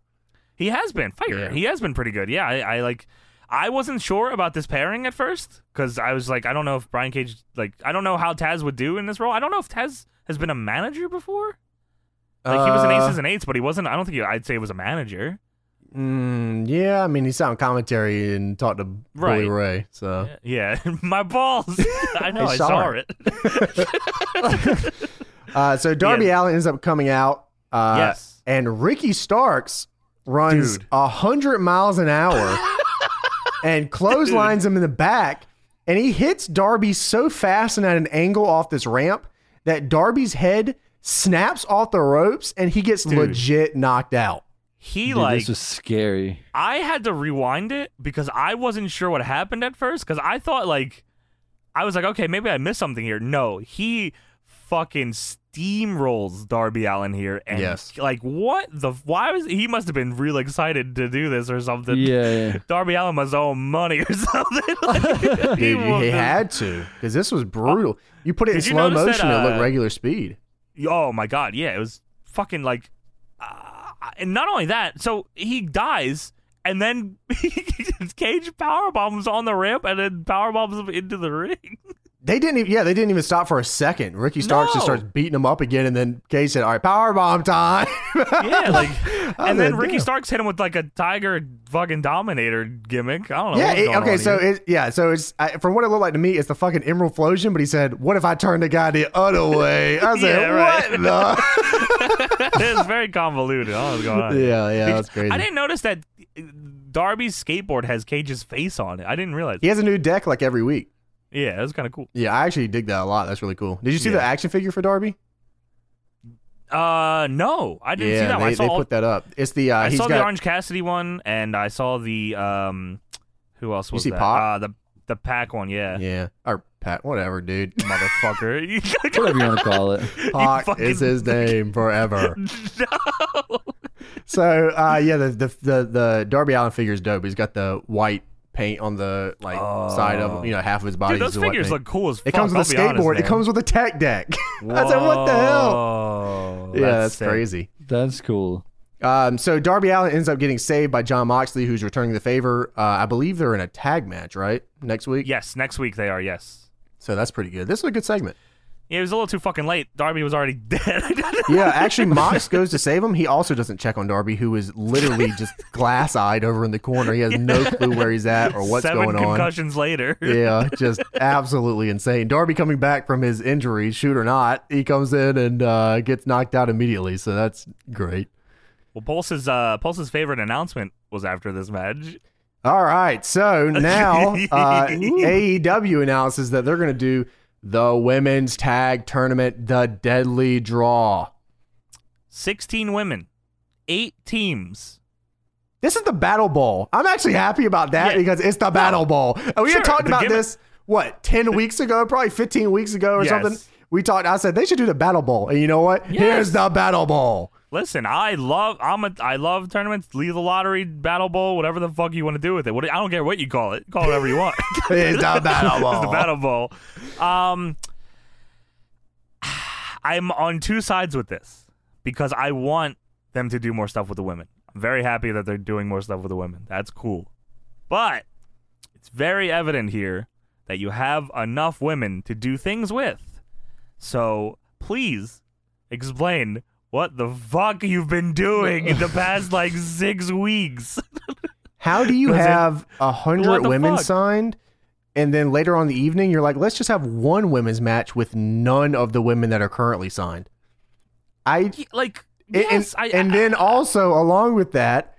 Speaker 3: He has been fire.
Speaker 1: Yeah.
Speaker 3: He has been pretty good. Yeah, I, I like. I wasn't sure about this pairing at first because I was like, I don't know if Brian Cage, like, I don't know how Taz would do in this role. I don't know if Taz has been a manager before. Like he was
Speaker 1: Uh,
Speaker 3: an aces and eights, but he wasn't. I don't think he, I'd say he was a manager.
Speaker 1: Mm, yeah, I mean, he sound commentary and talked to Billy
Speaker 3: Right.
Speaker 1: Ray. So
Speaker 3: Yeah, *laughs* my balls. I
Speaker 1: I
Speaker 3: know. I
Speaker 1: saw
Speaker 3: saw
Speaker 1: it.
Speaker 3: it.
Speaker 1: uh, so Darby Allin ends up coming out. Uh,
Speaker 3: yes.
Speaker 1: And Ricky Starks runs
Speaker 3: Dude.
Speaker 1: a hundred miles an
Speaker 3: *laughs*
Speaker 1: hour and clotheslines him in the back, and he hits Darby so fast and at an angle off this ramp that Darby's head snaps off the ropes and he gets legit knocked out.
Speaker 3: He
Speaker 2: Dude,
Speaker 3: like
Speaker 2: this was scary.
Speaker 3: I had to rewind it because I wasn't sure what happened at first because I thought like I was like, okay, maybe I missed something here. No, he fucking steamrolls Darby Allen here, and
Speaker 1: Yes.
Speaker 3: like what the why was he must have been real excited to do this or something.
Speaker 2: yeah, yeah.
Speaker 3: Darby Allen must owe him money or *laughs* something. Like, *laughs* he
Speaker 1: Dude, you-
Speaker 3: whooped
Speaker 1: he
Speaker 3: his-
Speaker 1: had to because this was brutal. You put it in
Speaker 3: Did you
Speaker 1: slow
Speaker 3: notice
Speaker 1: motion;
Speaker 3: that,
Speaker 1: it looked
Speaker 3: uh,
Speaker 1: regular speed.
Speaker 3: Oh my god, yeah, it was fucking like, uh, and not only that, so he dies, and then *laughs* Cage power bombs on the ramp, and then power bombs him into the
Speaker 1: *laughs*
Speaker 3: ring.
Speaker 1: They didn't even. Yeah, they didn't even stop for a second. Ricky Starks just
Speaker 3: No.
Speaker 1: starts beating him up again, and then Cage said, "All right, power bomb time." *laughs*
Speaker 3: Yeah, like,
Speaker 1: I
Speaker 3: and then
Speaker 1: said,
Speaker 3: Ricky
Speaker 1: Oh, "Damn."
Speaker 3: Starks hit him with like a tiger fucking dominator gimmick. I don't know.
Speaker 1: Yeah.
Speaker 3: what was
Speaker 1: it-
Speaker 3: going
Speaker 1: okay.
Speaker 3: oh, on
Speaker 1: So
Speaker 3: here.
Speaker 1: it, yeah. So it's I, from what it looked like to me, it's the fucking Emerald Flosion. But he said, "What if I turn the guy the other way?" I
Speaker 3: *laughs*
Speaker 1: said,
Speaker 3: Yeah, right.
Speaker 1: "What the?" *laughs*
Speaker 3: *laughs* it's very convoluted. I don't know what's going on.
Speaker 1: yeah, yeah,
Speaker 3: Did-
Speaker 1: that's crazy.
Speaker 3: I didn't notice that Darby's skateboard has Cage's face on it. I didn't realize.
Speaker 1: he has a new deck like every week.
Speaker 3: Yeah, it was kind of cool.
Speaker 1: Yeah, I actually dig that a lot. That's really cool. Did you see
Speaker 3: Yeah.
Speaker 1: the action figure for Darby?
Speaker 3: Uh, no, I didn't
Speaker 1: yeah,
Speaker 3: see that.
Speaker 1: they,
Speaker 3: one. I saw
Speaker 1: they
Speaker 3: all
Speaker 1: put that up. It's the uh,
Speaker 3: I
Speaker 1: he's
Speaker 3: saw
Speaker 1: got
Speaker 3: the Orange Cassidy one, and I saw the um, who else
Speaker 1: You
Speaker 3: was
Speaker 1: see
Speaker 3: that?
Speaker 1: Pac?
Speaker 3: Uh, the the pack one, yeah,
Speaker 1: yeah or Pat whatever, dude.
Speaker 3: *laughs* motherfucker. You
Speaker 2: Whatever you want to call it.
Speaker 3: *laughs*
Speaker 1: Pac
Speaker 3: fucking-
Speaker 1: is
Speaker 3: *laughs*
Speaker 1: his name forever.
Speaker 3: no.
Speaker 1: so uh, yeah, the, the the the Darby Allen figure is dope. He's got the white paint on the like
Speaker 3: Oh.
Speaker 1: side of you know half of his body.
Speaker 3: Dude, those
Speaker 1: is the white
Speaker 3: figures
Speaker 1: paint.
Speaker 3: look cool as fuck.
Speaker 1: It comes with a
Speaker 3: I'll be honest,
Speaker 1: skateboard. It
Speaker 3: man.
Speaker 1: comes with a tech
Speaker 3: *laughs*
Speaker 1: deck. I said, what the hell?
Speaker 3: Whoa,
Speaker 1: yeah, that's
Speaker 3: sick.
Speaker 1: crazy.
Speaker 2: That's cool.
Speaker 1: Um, so Darby Allen ends up getting saved by John Moxley, who's returning the favor. Uh, I believe they're in a tag match, right? Next week.
Speaker 3: Yes, next week they are. Yes,
Speaker 1: So that's pretty good. This is a good segment.
Speaker 3: Yeah, it was a little too fucking late. Darby was already *laughs* dead.
Speaker 1: *laughs* Yeah,
Speaker 3: *laughs*
Speaker 1: actually, Mox goes to save him. He also doesn't check on Darby, who is literally
Speaker 3: *laughs*
Speaker 1: just glass eyed over in the corner. He has no clue where he's at or what's
Speaker 3: Seven
Speaker 1: going on.
Speaker 3: concussions later. *laughs*
Speaker 1: Yeah, just absolutely insane. Darby coming back from his injury, shoot or not, he comes in and uh, gets knocked out immediately. So that's great.
Speaker 3: Well, Pulse's uh, Pulse's favorite announcement was after this match.
Speaker 1: All right. So now
Speaker 3: *laughs*
Speaker 1: uh, AEW announces that they're going to do the women's tag tournament, the deadly draw.
Speaker 3: Sixteen women, eight teams.
Speaker 1: This is the battle ball. I'm actually happy about that
Speaker 3: Yeah.
Speaker 1: because it's the battle ball. And we
Speaker 3: Sure,
Speaker 1: had talked
Speaker 3: the
Speaker 1: about
Speaker 3: gimmick-
Speaker 1: this, what,
Speaker 3: *laughs*
Speaker 1: 10 weeks ago, probably 15 weeks ago or
Speaker 3: Yes.
Speaker 1: something. We talked, I said, they should do the battle ball. And you know what? Here's
Speaker 3: Yes.
Speaker 1: the battle
Speaker 3: *laughs*
Speaker 1: ball.
Speaker 3: Listen, I love I'm a I love tournaments. Leave the lottery, battle bowl, whatever the fuck you want to do with it. What I don't care what you call it. Call it whatever you want.
Speaker 1: Here's the battle ball.
Speaker 3: It's the battle bowl. Um, I'm on two sides with this because I want them to do more stuff with the women. I'm very happy that they're doing more stuff with the women. That's cool, but it's very evident here that you have enough women to do things with. So please explain what the fuck you've been doing in the past like six weeks.
Speaker 1: How do you
Speaker 3: 'Cause it-
Speaker 1: have a
Speaker 3: What
Speaker 1: hundred
Speaker 3: the
Speaker 1: women
Speaker 3: fuck?
Speaker 1: signed, and then later on in the evening you're like, let's just have one women's match with none of the women that are currently signed. I
Speaker 3: *laughs* like
Speaker 1: and,
Speaker 3: yes, I,
Speaker 1: and, and then also along with that,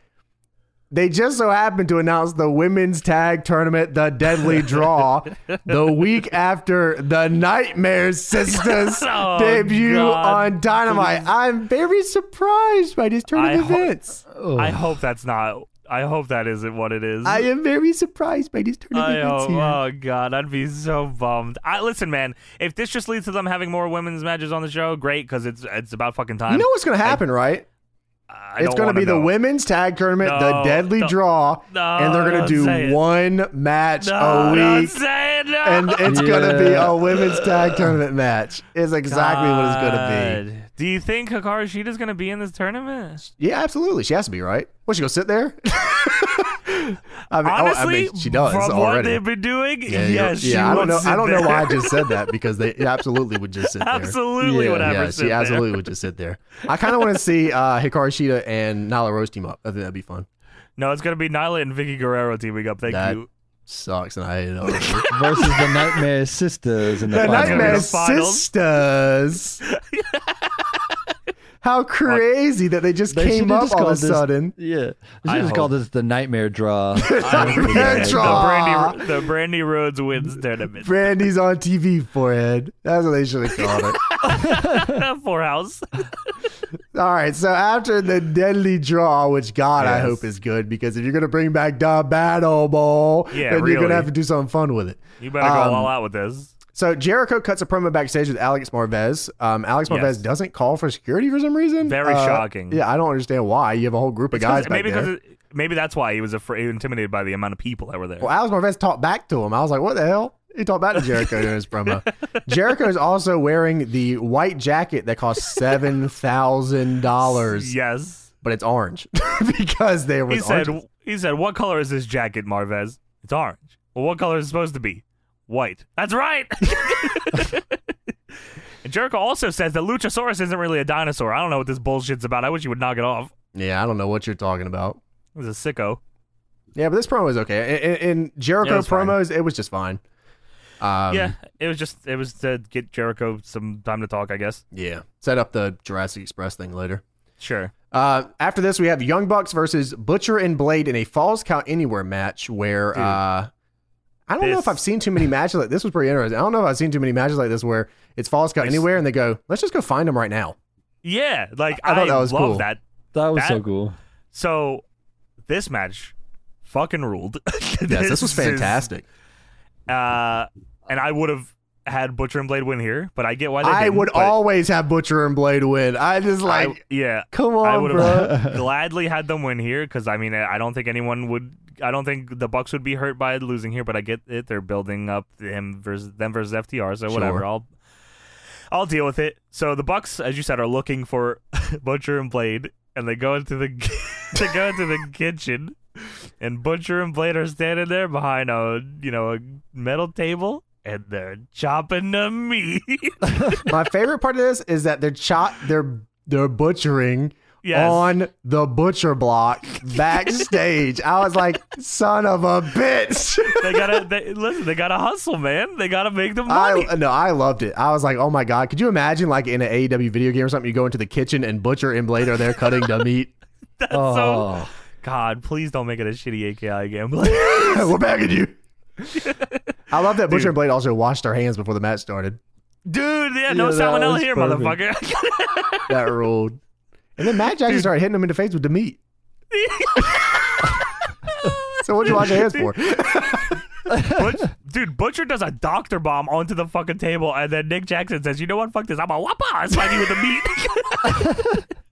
Speaker 1: they just so happened to announce the women's tag tournament, the
Speaker 3: *laughs*
Speaker 1: Deadly Draw, the week after the Nightmare Sisters
Speaker 3: *laughs* Oh,
Speaker 1: debut
Speaker 3: God.
Speaker 1: on Dynamite. I'm very surprised by this turn
Speaker 3: I
Speaker 1: of
Speaker 3: ho-
Speaker 1: events.
Speaker 3: I hope that's not. I hope that isn't what it is.
Speaker 1: I am very surprised by this turn of
Speaker 3: I
Speaker 1: events
Speaker 3: hope-
Speaker 1: here.
Speaker 3: oh god, I'd be so bummed. I listen, man. If this just leads to them having more women's matches on the show, great because it's it's about fucking time.
Speaker 1: You know what's going to happen, right?
Speaker 3: I
Speaker 1: It's going
Speaker 3: don't
Speaker 1: to
Speaker 3: wanna
Speaker 1: be the
Speaker 3: know.
Speaker 1: women's tag tournament, the
Speaker 3: No,
Speaker 1: deadly
Speaker 3: don't-
Speaker 1: draw,
Speaker 3: No,
Speaker 1: and they're going to
Speaker 3: don't say
Speaker 1: do
Speaker 3: it.
Speaker 1: one match
Speaker 3: No,
Speaker 1: a
Speaker 3: don't
Speaker 1: week.
Speaker 3: say it, no. *laughs*
Speaker 1: And it's going to be
Speaker 2: Yeah.
Speaker 1: a women's tag tournament match. Is exactly what it's going to
Speaker 3: God. Do you think Hikaru Shida's going to be in this tournament?
Speaker 1: be. Yeah, absolutely. She has to be, right? What, she going to sit there? *laughs* I mean, oh, I
Speaker 3: Honestly,
Speaker 1: mean, she does
Speaker 3: from what
Speaker 1: already.
Speaker 3: they've been doing,
Speaker 1: yeah, you're-
Speaker 3: yes, she
Speaker 1: yeah, I don't
Speaker 3: would
Speaker 1: know.
Speaker 3: sit
Speaker 1: I don't know
Speaker 3: there. *laughs*
Speaker 1: why I just said that because they absolutely would just sit there.
Speaker 3: absolutely
Speaker 2: Yeah.
Speaker 3: would ever
Speaker 1: yeah,
Speaker 3: sit
Speaker 1: she
Speaker 3: there.
Speaker 1: absolutely would just sit there. I kind of want to see uh, Hikaru Shida and Nala Rose team up. I think that'd be fun.
Speaker 3: No, it's going to be Nyla and Vicky Guerrero teaming up. Thank
Speaker 1: That-
Speaker 3: you.
Speaker 1: Sucks, and I hate it. already.
Speaker 2: versus the Nightmare Sisters in the,
Speaker 1: the
Speaker 2: finals.
Speaker 1: Nightmare
Speaker 3: The finals.
Speaker 1: Sisters.
Speaker 3: *laughs*
Speaker 1: How crazy that they just
Speaker 2: They
Speaker 1: came
Speaker 2: should've
Speaker 1: up
Speaker 2: just
Speaker 1: all of a
Speaker 2: called this-
Speaker 1: sudden.
Speaker 2: Yeah, we
Speaker 3: I
Speaker 2: should just call
Speaker 3: hope.
Speaker 2: this the Nightmare
Speaker 3: *laughs*
Speaker 2: Draw.
Speaker 1: Nightmare
Speaker 3: the
Speaker 1: Draw.
Speaker 3: Brandy, the Brandy Rhodes wins
Speaker 1: *laughs*
Speaker 3: tournament. *laughs*
Speaker 1: Brandy's on TV forehead. That's what they should have called it.
Speaker 3: Four house.
Speaker 1: All right, so after the deadly draw, which God I
Speaker 3: Yes.
Speaker 1: hope is good, because if you're gonna bring back the battle ball,
Speaker 3: Yeah,
Speaker 1: then you're
Speaker 3: really.
Speaker 1: gonna have to do something fun with it.
Speaker 3: You better go
Speaker 1: Um,
Speaker 3: all out with this.
Speaker 1: So Jericho cuts a promo backstage with Alex Marvez. Um, Alex Marvez
Speaker 3: Yes.
Speaker 1: doesn't call for security for some reason.
Speaker 3: Very
Speaker 1: Uh,
Speaker 3: shocking.
Speaker 1: Yeah, I don't understand why. You have a whole group of guys back
Speaker 3: maybe
Speaker 1: there.
Speaker 3: because it- maybe that's why he was afraid, intimidated by the amount of people that were there.
Speaker 1: Well, Alex Marvez talked back to him. I was like, what the hell? He talked back to Jericho in his
Speaker 3: *laughs*
Speaker 1: promo. Jericho is also wearing the white jacket that cost seven thousand dollars,
Speaker 3: Yes,
Speaker 1: but it's orange *laughs* because they were.
Speaker 3: he said. He said, "What color is this jacket, Marvez? It's orange. Well, what color is it supposed to be? White. That's right." *laughs* And Jericho also says that Luchasaurus isn't really a dinosaur. I don't know what this bullshit's about. I wish you would knock it off.
Speaker 1: "Yeah, I don't know what you're talking about."
Speaker 3: It was a sicko.
Speaker 1: Yeah, but this promo is okay. In, in- in Jericho
Speaker 3: Yeah, it's fine.
Speaker 1: promos, it was just fine. Um,
Speaker 3: yeah, it was just it was to get Jericho some time to talk, I guess.
Speaker 1: yeah. Set up the Jurassic Express thing later.
Speaker 3: Sure.
Speaker 1: Uh, after this, we have Young Bucks versus Butcher and Blade in a Falls Count Anywhere match where
Speaker 3: Dude.
Speaker 1: uh, I don't know if
Speaker 3: This-
Speaker 1: I've seen too many matches like this. Was pretty interesting. I don't know if I've seen too many matches like this where it's Falls Count
Speaker 3: I s-
Speaker 1: Anywhere and they go, let's just go find them right
Speaker 3: *laughs*
Speaker 1: now.
Speaker 3: Yeah, like
Speaker 1: I
Speaker 3: I,
Speaker 1: thought that was
Speaker 3: love
Speaker 1: cool.
Speaker 3: that.
Speaker 2: that was
Speaker 3: That-
Speaker 2: so cool.
Speaker 3: So this match fucking ruled. *laughs*
Speaker 1: Yes, this was
Speaker 3: is-
Speaker 1: fantastic.
Speaker 3: uh, and I would have had Butcher and Blade win here, but I get why they
Speaker 1: I
Speaker 3: didn't,
Speaker 1: would
Speaker 3: but
Speaker 1: always have Butcher and Blade win. I just
Speaker 3: I-
Speaker 1: like,
Speaker 3: yeah.
Speaker 1: come
Speaker 3: I
Speaker 1: on,
Speaker 3: would *laughs*
Speaker 1: bro.
Speaker 2: *laughs*
Speaker 3: have gladly had them win here because I mean I don't think anyone would I don't think the Bucks would be hurt by losing here, but I get it. They're building up him versus them versus FTR, so whatever.
Speaker 1: Sure.
Speaker 3: I'll I'll deal with it. So the Bucks, as you said, are looking for *laughs* Butcher and Blade, and they go into the *laughs* they go into the kitchen, and Butcher and Blade are standing there behind a you know a metal table, and they're chopping the meat. *laughs*
Speaker 1: My favorite part of this is that they're chop they're they're butchering
Speaker 3: yes.
Speaker 1: on the butcher block backstage. I was like, son of a bitch.
Speaker 3: they gotta they, listen. They gotta hustle, man. They gotta make the money. *laughs*
Speaker 1: I no, I loved it. I was like, oh my god, could you imagine like in an AEW video game or something? You go into the kitchen and butcher and blade are there cutting the meat. *laughs*
Speaker 3: That's so
Speaker 2: Oh,
Speaker 3: God, please don't make it a shitty AKI game. *laughs*
Speaker 1: We're back at *laughs* you. I love that butcher and blade also washed their hands before the match started.
Speaker 3: Dude, yeah, no
Speaker 2: Yeah, that
Speaker 3: salmonella
Speaker 2: was
Speaker 3: here,
Speaker 2: perfect.
Speaker 3: motherfucker.
Speaker 1: That ruled. And then Matt Jackson started hitting him in the face with the *laughs* meat. So what'd you wash your hands for?
Speaker 3: *laughs* Butch, dude, Butcher does a doctor bomb onto the fucking table, and then Nick Jackson says, "You know what? Fuck this. I'm a whopper. I slide you with the meat."
Speaker 1: *laughs*
Speaker 3: *laughs*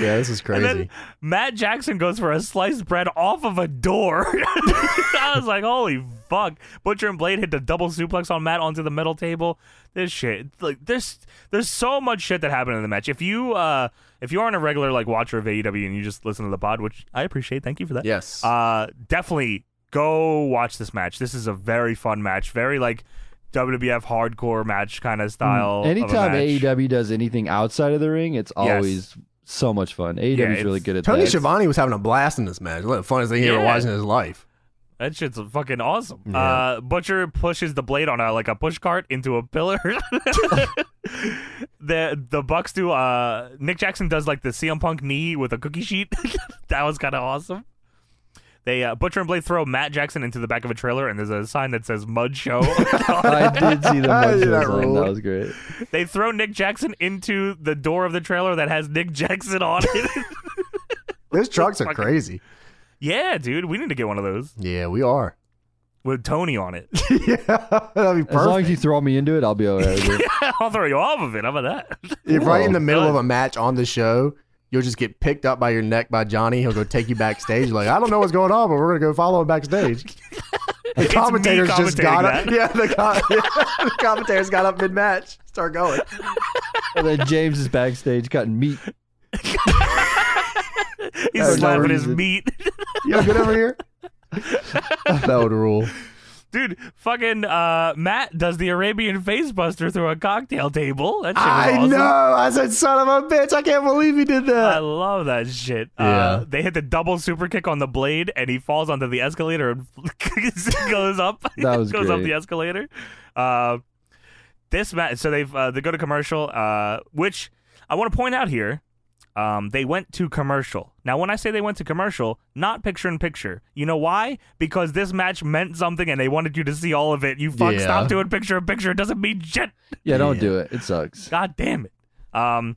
Speaker 1: Yeah, this is
Speaker 3: and
Speaker 1: crazy.
Speaker 3: then Matt Jackson goes for a sliced bread off of a door. *laughs* I was like, "Holy fuck!" Butcher and Blade hit the double suplex on Matt onto the metal table. This shit, like, there's there's so much shit that happened in the match. If you uh if you aren't a regular like watcher of AEW and you just listen to the pod, which I appreciate, thank you for that.
Speaker 1: yes.
Speaker 3: Uh, definitely go watch this match. This is a very fun match. Very like WWF hardcore match kind of style. of a
Speaker 2: anytime E
Speaker 3: match.
Speaker 2: AEW does anything outside of the ring, it's
Speaker 3: Yes.
Speaker 2: always so much fun. AEW
Speaker 3: Yeah,
Speaker 2: is really
Speaker 3: it's-
Speaker 2: good at
Speaker 1: Tony
Speaker 2: that.
Speaker 1: Schiavone was having a blast in this match. It was the funniest thing he ever
Speaker 3: Yeah.
Speaker 1: watched in his life.
Speaker 3: that shit's fucking awesome.
Speaker 1: Yeah.
Speaker 3: Uh, Butcher pushes the blade on a like a push cart into a pillar. *laughs* the the Bucks do. Uh, Nick Jackson does like the CM Punk knee with a cookie sheet. *laughs* that was kind of awesome. They uh, Butcher and Blade throw Matt Jackson into the back of a trailer, and there's a sign that says "Mud Show." *laughs*
Speaker 2: *laughs* I
Speaker 1: *laughs*
Speaker 2: did see the
Speaker 1: That
Speaker 2: much that,
Speaker 1: ruled.
Speaker 2: that was great.
Speaker 3: They throw Nick Jackson into the door of the trailer that has Nick Jackson on
Speaker 1: *laughs*
Speaker 3: it.
Speaker 1: Those trucks are
Speaker 3: Fucking-
Speaker 1: crazy.
Speaker 3: yeah, dude, we need to get one of those
Speaker 1: Yeah, we are.
Speaker 3: with Tony on it.
Speaker 1: *laughs*
Speaker 3: *laughs*
Speaker 1: yeah, that'd be
Speaker 2: As long as
Speaker 1: perfect.
Speaker 2: you throw me into it, I'll be alright.
Speaker 1: *laughs*
Speaker 2: with it.
Speaker 3: I'll throw you off of it. How about that?
Speaker 1: If right in the middle
Speaker 3: good.
Speaker 1: of a match on the show, you'll just get picked up by your neck by Johnny. He'll go take you backstage. Like I don't know what's going on, but we're gonna go follow him
Speaker 3: *laughs*
Speaker 1: backstage. The
Speaker 3: It's me
Speaker 1: commentators just
Speaker 3: commentating
Speaker 1: got
Speaker 3: that.
Speaker 1: up. Yeah, the, com- *laughs* yeah, the commentators got up mid match. Start going.
Speaker 2: and then James is backstage cutting meat.
Speaker 3: He's
Speaker 1: For no
Speaker 3: slapping his
Speaker 2: reason.
Speaker 3: meat. *laughs*
Speaker 1: Yo, get over here. that would rule.
Speaker 3: Dude, fucking uh, Matt does the Arabian facebuster through a cocktail table. That shit was
Speaker 1: I
Speaker 3: awesome.
Speaker 1: know. I said, son of a bitch. I can't believe he did
Speaker 3: I
Speaker 1: that.
Speaker 3: love that shit.
Speaker 1: Yeah.
Speaker 3: Uh, they hit the double super kick on the blade, and he falls onto the escalator and *laughs* goes up.
Speaker 2: *laughs* That was
Speaker 3: goes up
Speaker 2: great.
Speaker 3: the escalator. Uh, this match, so they've uh, they go to commercial, uh, which I want to point out here. Um, they went to commercial. Now, when I say they went to commercial, not picture in picture. You know why? Because this match meant something, and they wanted you to see all of it. You fuck,
Speaker 1: Yeah.
Speaker 3: stop doing picture in picture. It doesn't mean shit.
Speaker 2: Yeah, don't
Speaker 1: Yeah.
Speaker 2: do it. It
Speaker 1: *laughs*
Speaker 2: sucks.
Speaker 3: God damn it. Um,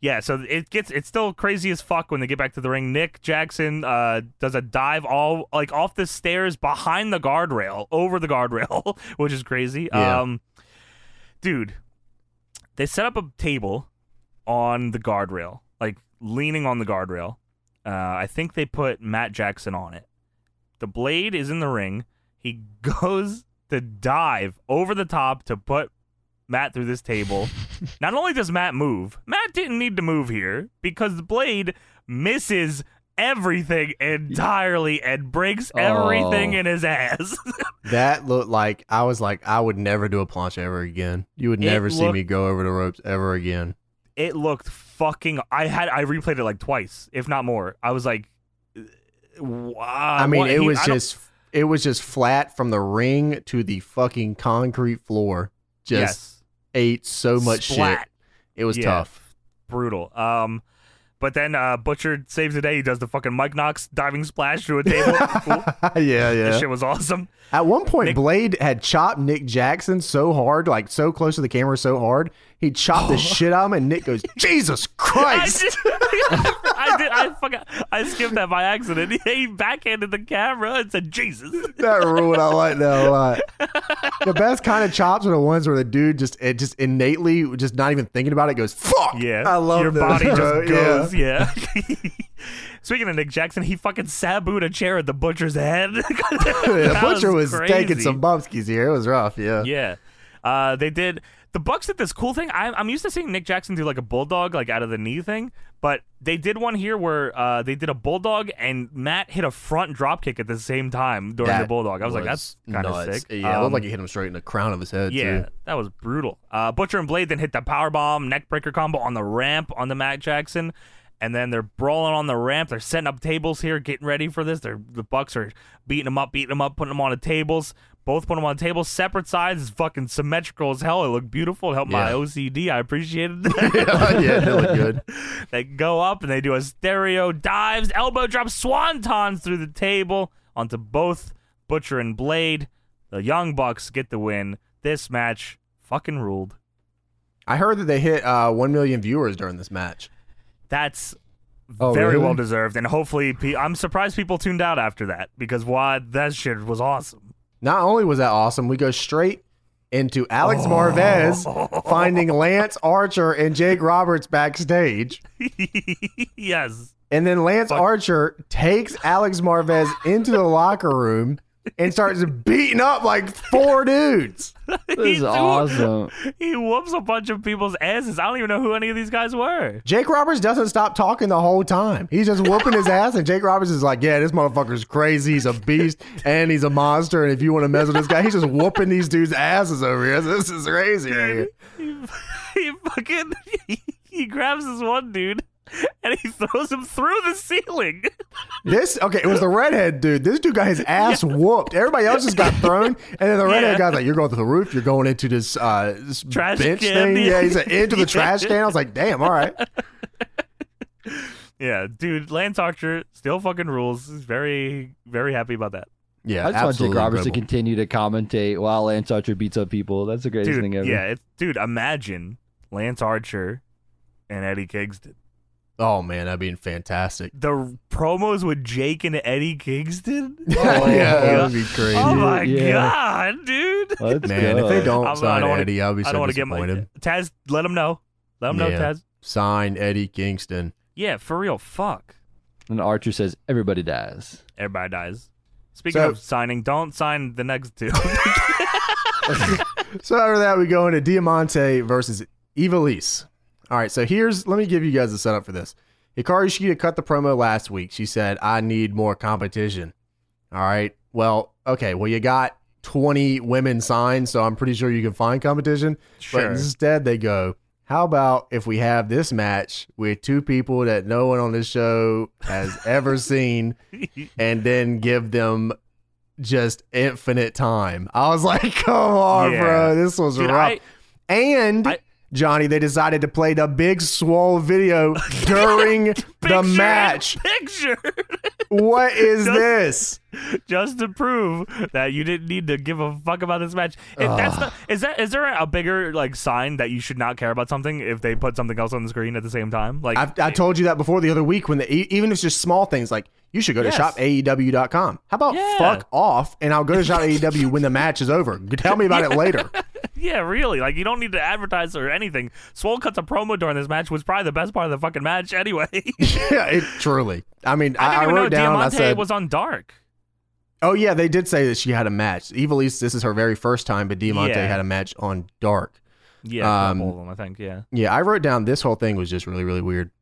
Speaker 3: yeah, so it gets it's still crazy as fuck when they get back to the ring. Nick Jackson uh, does a dive all like off the stairs behind the guardrail, over the guardrail, *laughs* which is crazy.
Speaker 1: Yeah.
Speaker 3: Um, dude, they set up a table on the guardrail, like leaning on the guardrail. Uh, I think they put Matt Jackson on it. The blade is in the ring. He *laughs* goes to dive over the top to put Matt through
Speaker 1: *laughs*
Speaker 3: this table. Not only does Matt move, Matt didn't need to move here because the blade misses everything entirely and breaks everything
Speaker 2: Oh.
Speaker 3: in his *laughs* ass.
Speaker 1: That looked like I was like, I would never do a planche ever again. You would
Speaker 3: It
Speaker 1: never see
Speaker 3: looked-
Speaker 1: me go over the ropes ever again.
Speaker 3: it looked fucking. I had I replayed it like twice, if not more. I was like, wow.
Speaker 1: I mean,
Speaker 3: Uh, what-
Speaker 1: it
Speaker 3: he-
Speaker 1: was
Speaker 3: I don't-
Speaker 1: just it was just flat from the ring to the fucking concrete floor. Just
Speaker 3: yes.
Speaker 1: ate so much
Speaker 3: Splat.
Speaker 1: shit. It was
Speaker 3: Yeah.
Speaker 1: tough. *laughs*
Speaker 3: brutal. Um, but then uh, Butcher saves the day. He does the fucking Mike Knox diving splash through
Speaker 1: *laughs*
Speaker 3: a table. cool.
Speaker 1: yeah,
Speaker 3: This
Speaker 1: yeah.
Speaker 3: shit
Speaker 1: *laughs*
Speaker 3: was awesome.
Speaker 1: At one point,
Speaker 3: Nick-
Speaker 1: Blade had chopped Nick Jackson so hard, like so close to the camera, so hard he chopped the
Speaker 3: *laughs*
Speaker 1: shit out of him, and Nick goes, "Jesus
Speaker 3: I
Speaker 1: Christ!"
Speaker 3: did, *laughs* I did. I fucking. I skipped that by accident. *laughs* He backhanded the camera and said, "Jesus."
Speaker 1: that rule I like that a
Speaker 3: *laughs*
Speaker 1: lot. The best kind of chops are the ones where the dude just it just innately, just not even thinking about it, goes fuck.
Speaker 3: Yeah,
Speaker 1: I love
Speaker 3: your
Speaker 1: those,
Speaker 3: body
Speaker 1: bro.
Speaker 3: just
Speaker 1: Yeah.
Speaker 3: goes. Yeah. *laughs* Speaking of Nick Jackson, he fucking sabooed a chair at the butcher's head. *laughs*
Speaker 1: The *laughs*
Speaker 3: That
Speaker 1: butcher was taking
Speaker 3: crazy.
Speaker 1: some bumpskis here. It was rough. Yeah.
Speaker 3: Yeah. Uh, they did. the Bucks did this cool thing. I'm, I'm used to seeing Nick Jackson do like a bulldog, like out of the knee thing, but they did one here where uh, they did a bulldog and Matt hit a front drop kick at the same time during the
Speaker 1: That
Speaker 3: bulldog. I was, like, that's kind of
Speaker 1: nuts.
Speaker 3: sick.
Speaker 1: Yeah, it
Speaker 3: Um,
Speaker 1: looked like he hit him straight in the crown of his head.
Speaker 3: yeah,
Speaker 1: too.
Speaker 3: that was brutal. Uh, Butcher and Blade then hit the power bomb, neck breaker combo on the ramp on the Matt Jackson, and then they're brawling on the ramp. They're setting up tables here, getting ready for this. They're the Bucks are beating them up, beating them up, putting them on the tables. Both put them on the tables, separate sides. It's fucking symmetrical as hell. It looked beautiful. It helped my
Speaker 1: Yeah.
Speaker 3: OCD.
Speaker 1: *laughs*
Speaker 3: I appreciated that.
Speaker 1: *laughs* yeah, it did look
Speaker 3: *laughs*
Speaker 1: good.
Speaker 3: They go up and they do a stereo dives, elbow drops, swantons through the table onto both Butcher and Blade. The Young Bucks get the win. This match fucking ruled.
Speaker 1: I heard that they hit uh, one million viewers during this match.
Speaker 3: That's
Speaker 2: Oh,
Speaker 3: very
Speaker 2: really?
Speaker 3: well deserved, and hopefully, pe- I'm surprised people tuned out after that because why? That shit was awesome. *laughs*
Speaker 1: Not only was that awesome, we go straight into Alex
Speaker 3: Oh.
Speaker 1: Marvez
Speaker 3: *laughs*
Speaker 1: finding Lance Archer and Jake Roberts backstage.
Speaker 3: yes,
Speaker 1: And then Lance Archer takes Alex Marvez into the locker room and starts beating up like four dudes.
Speaker 3: He
Speaker 2: This is
Speaker 3: threw-
Speaker 2: awesome.
Speaker 3: He whoops a bunch of people's asses. I don't even know who any of these guys were. *laughs*
Speaker 1: Jake Roberts doesn't stop talking the whole time. He's just whooping his ass, and Jake Roberts is like, "Yeah, this motherfucker's crazy. He's a beast, and he's a monster. And if you want to mess with this guy, he's just whooping these dudes' asses over here. This is crazy." Right here.
Speaker 3: he fucking *laughs* he grabs this one dude and he throws him through the ceiling.
Speaker 1: This okay? It was the redhead dude. This dude got his ass whooped. Everybody else just got thrown, and then the redhead
Speaker 3: Yeah.
Speaker 1: guy's like, "You're going to the roof. You're going into this, uh, this
Speaker 3: Trash
Speaker 1: bench
Speaker 3: can,
Speaker 1: thing.
Speaker 3: yeah.
Speaker 1: Yeah, he's like, into the
Speaker 3: *laughs* Yeah.
Speaker 1: trash can." I was like, "Damn, all right."
Speaker 3: Yeah, dude, Lance Archer still fucking rules. He's very very happy about that.
Speaker 1: *laughs* Yeah,
Speaker 2: I just want Jake
Speaker 1: absolutely
Speaker 2: Roberts to
Speaker 1: incredible.
Speaker 2: continue to commentate while Lance Archer beats up people. That's the greatest
Speaker 3: Dude,
Speaker 2: thing ever.
Speaker 3: yeah, it, dude, imagine Lance Archer and Eddie Kingston.
Speaker 1: Oh man, that'd be fantastic.
Speaker 3: The promos with Jake and Eddie Kingston.
Speaker 1: *laughs* yeah, that would be crazy.
Speaker 3: Oh my
Speaker 2: Yeah.
Speaker 3: god, dude!
Speaker 2: Let's
Speaker 1: Man, if they
Speaker 2: go.
Speaker 1: don't
Speaker 3: I'm- I
Speaker 1: sign
Speaker 3: don't wanna-
Speaker 1: Eddie, I'll be
Speaker 3: I
Speaker 1: so
Speaker 3: don't want to get my
Speaker 1: disappointed.
Speaker 3: Taz. Let him know. Let him know,
Speaker 1: Yeah.
Speaker 3: Taz.
Speaker 1: Sign Eddie Kingston.
Speaker 3: Yeah, for real. Fuck.
Speaker 2: And Archer says, everybody dies.
Speaker 3: Everybody dies. Speaking
Speaker 1: So-
Speaker 3: of signing, don't sign the
Speaker 1: *laughs*
Speaker 3: next two.
Speaker 1: So after that, we go into Diamante versus Evilise. All right, so here's let me give you guys the setup for this. Hikaru Shida cut the promo last week. She said, "I need more competition." All right. Well, okay. Well, you got 20 women signed, so I'm pretty sure you can find competition. But
Speaker 3: *laughs*
Speaker 1: instead, they go, "How about if we have this match with two people that no one on this show has ever *laughs* seen?" and then give them just infinite time. I was like, *laughs* come on,
Speaker 3: Yeah.
Speaker 1: bro. This was
Speaker 3: Dude,
Speaker 1: rough.
Speaker 3: I-
Speaker 1: and
Speaker 3: I-
Speaker 1: Johnny, they decided to play the big swole
Speaker 3: *laughs*
Speaker 1: video during the
Speaker 3: Picture it,
Speaker 1: match.
Speaker 3: Picture.
Speaker 1: What is
Speaker 3: *laughs* Just-
Speaker 1: this?
Speaker 3: just to prove that you didn't need to give a fuck about this match. If that's the, is that is there a bigger like sign that you should not care about something if they put something else on the screen at the same time? Like
Speaker 1: I've, I told you that before the other week when the e- even if it's just small things like you should go to E
Speaker 3: Yes.
Speaker 1: shopaew.com. How about
Speaker 3: Yeah.
Speaker 1: fuck off and I'll go to
Speaker 3: *laughs*
Speaker 1: shopaew when the match is over. Tell me about it later.
Speaker 3: *laughs*
Speaker 1: *laughs*
Speaker 3: yeah, really. Like you don't need to advertise or anything. Swole cuts a promo during this match was probably the best part of the fucking match anyway. *laughs* I didn't
Speaker 1: yeah, it truly. I mean, I, I
Speaker 3: even know
Speaker 1: wrote down.
Speaker 3: Diamante
Speaker 1: I said
Speaker 3: was on Dark.
Speaker 1: Oh yeah, they did say that she had a match. Evil East, this is her very first time, but Diamante
Speaker 3: Yeah.
Speaker 1: had a match on Dark.
Speaker 3: Yeah,
Speaker 1: Um,
Speaker 3: both of them, I think. Yeah.
Speaker 1: Yeah, I wrote down this whole thing was just really, really weird.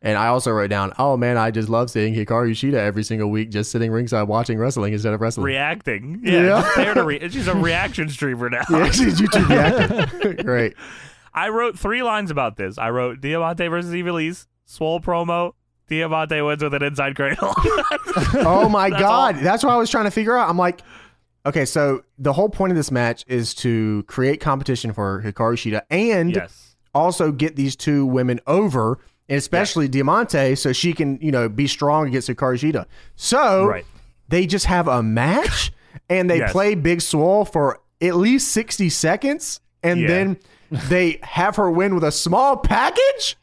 Speaker 1: And I also wrote down, oh man, I just love seeing Hikaru Shida every single week, just sitting ringside watching wrestling instead of wrestling.
Speaker 3: Reacting.
Speaker 1: Yeah.
Speaker 3: Yeah. just there to re- she's a reaction streamer now.
Speaker 1: *laughs* yeah, she's YouTube reacting. *laughs* Great.
Speaker 3: I wrote three lines about this. I wrote Diamante versus Evilise, Swole promo, Diamante wins with an inside cradle. *laughs*
Speaker 1: Oh my
Speaker 3: That's
Speaker 1: god, that's what I was trying to figure out. I'm like, okay, so the whole point of this match is to create competition for Hikaru Shida and
Speaker 3: yes.
Speaker 1: also get these two women over, and especially Diamante, so she can, you know, be strong against Hikaru Shida. So
Speaker 3: Right.
Speaker 1: they just have a
Speaker 3: *laughs*
Speaker 1: match and they
Speaker 3: Yes.
Speaker 1: play Big Swole for at least 60 seconds and
Speaker 3: Yeah.
Speaker 1: then they have her win with a small
Speaker 3: *laughs*
Speaker 1: package.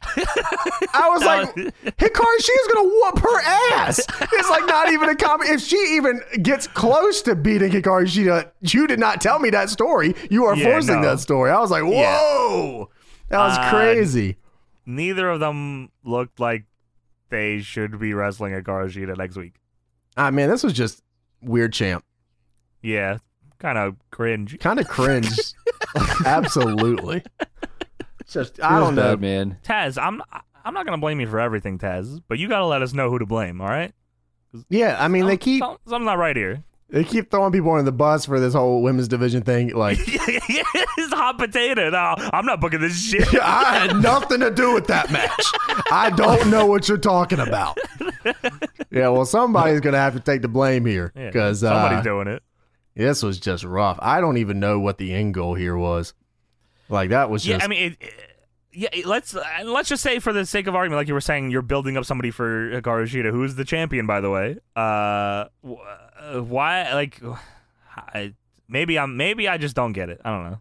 Speaker 1: I was like, Hikaru Shida's gonna whoop her ass. It's like not even a comment. If she even gets close to beating Hikaru Shida, you did not tell me that story. You are
Speaker 3: Yeah,
Speaker 1: forcing
Speaker 3: no.
Speaker 1: that story. I was like,
Speaker 3: Yeah.
Speaker 1: whoa, that was
Speaker 3: Uh,
Speaker 1: crazy.
Speaker 3: Neither of them looked like they should be wrestling at Garajita next week.
Speaker 1: I mean, Ah, this was just weird champ.
Speaker 3: Yeah. Kind of
Speaker 1: *laughs*
Speaker 3: cringe.
Speaker 1: Kind of cringe. Absolutely. Just I don't know.
Speaker 2: bad, man.
Speaker 3: Taz, I'm I'm not gonna blame you for everything, Taz, but you gotta let us know who to blame. All right?
Speaker 1: Yeah, I mean they
Speaker 3: Some-
Speaker 1: keep
Speaker 3: some- something's not right here. *laughs*
Speaker 1: they keep throwing people under the bus for this whole women's division thing. Like *laughs*
Speaker 3: it's hot potato. No, I'm not booking this
Speaker 1: *laughs*
Speaker 3: shit.
Speaker 1: I had nothing to do with that match. I don't know what you're talking about. Yeah, well, somebody's gonna have to take the blame here
Speaker 3: Yeah,
Speaker 1: because
Speaker 3: somebody's
Speaker 1: uh,
Speaker 3: doing it.
Speaker 1: this was just rough. I don't even know what the end goal here was. Like that was
Speaker 3: Yeah,
Speaker 1: just
Speaker 3: I mean, it, it- yeah. it- Let's uh, let's just say, for the sake of argument, like you were saying, you're building up somebody for Hikaru Shida, who's the champion, by the way. Uh, wh- uh, why? Like, *sighs* I, maybe I'm maybe I just don't get it. I don't know.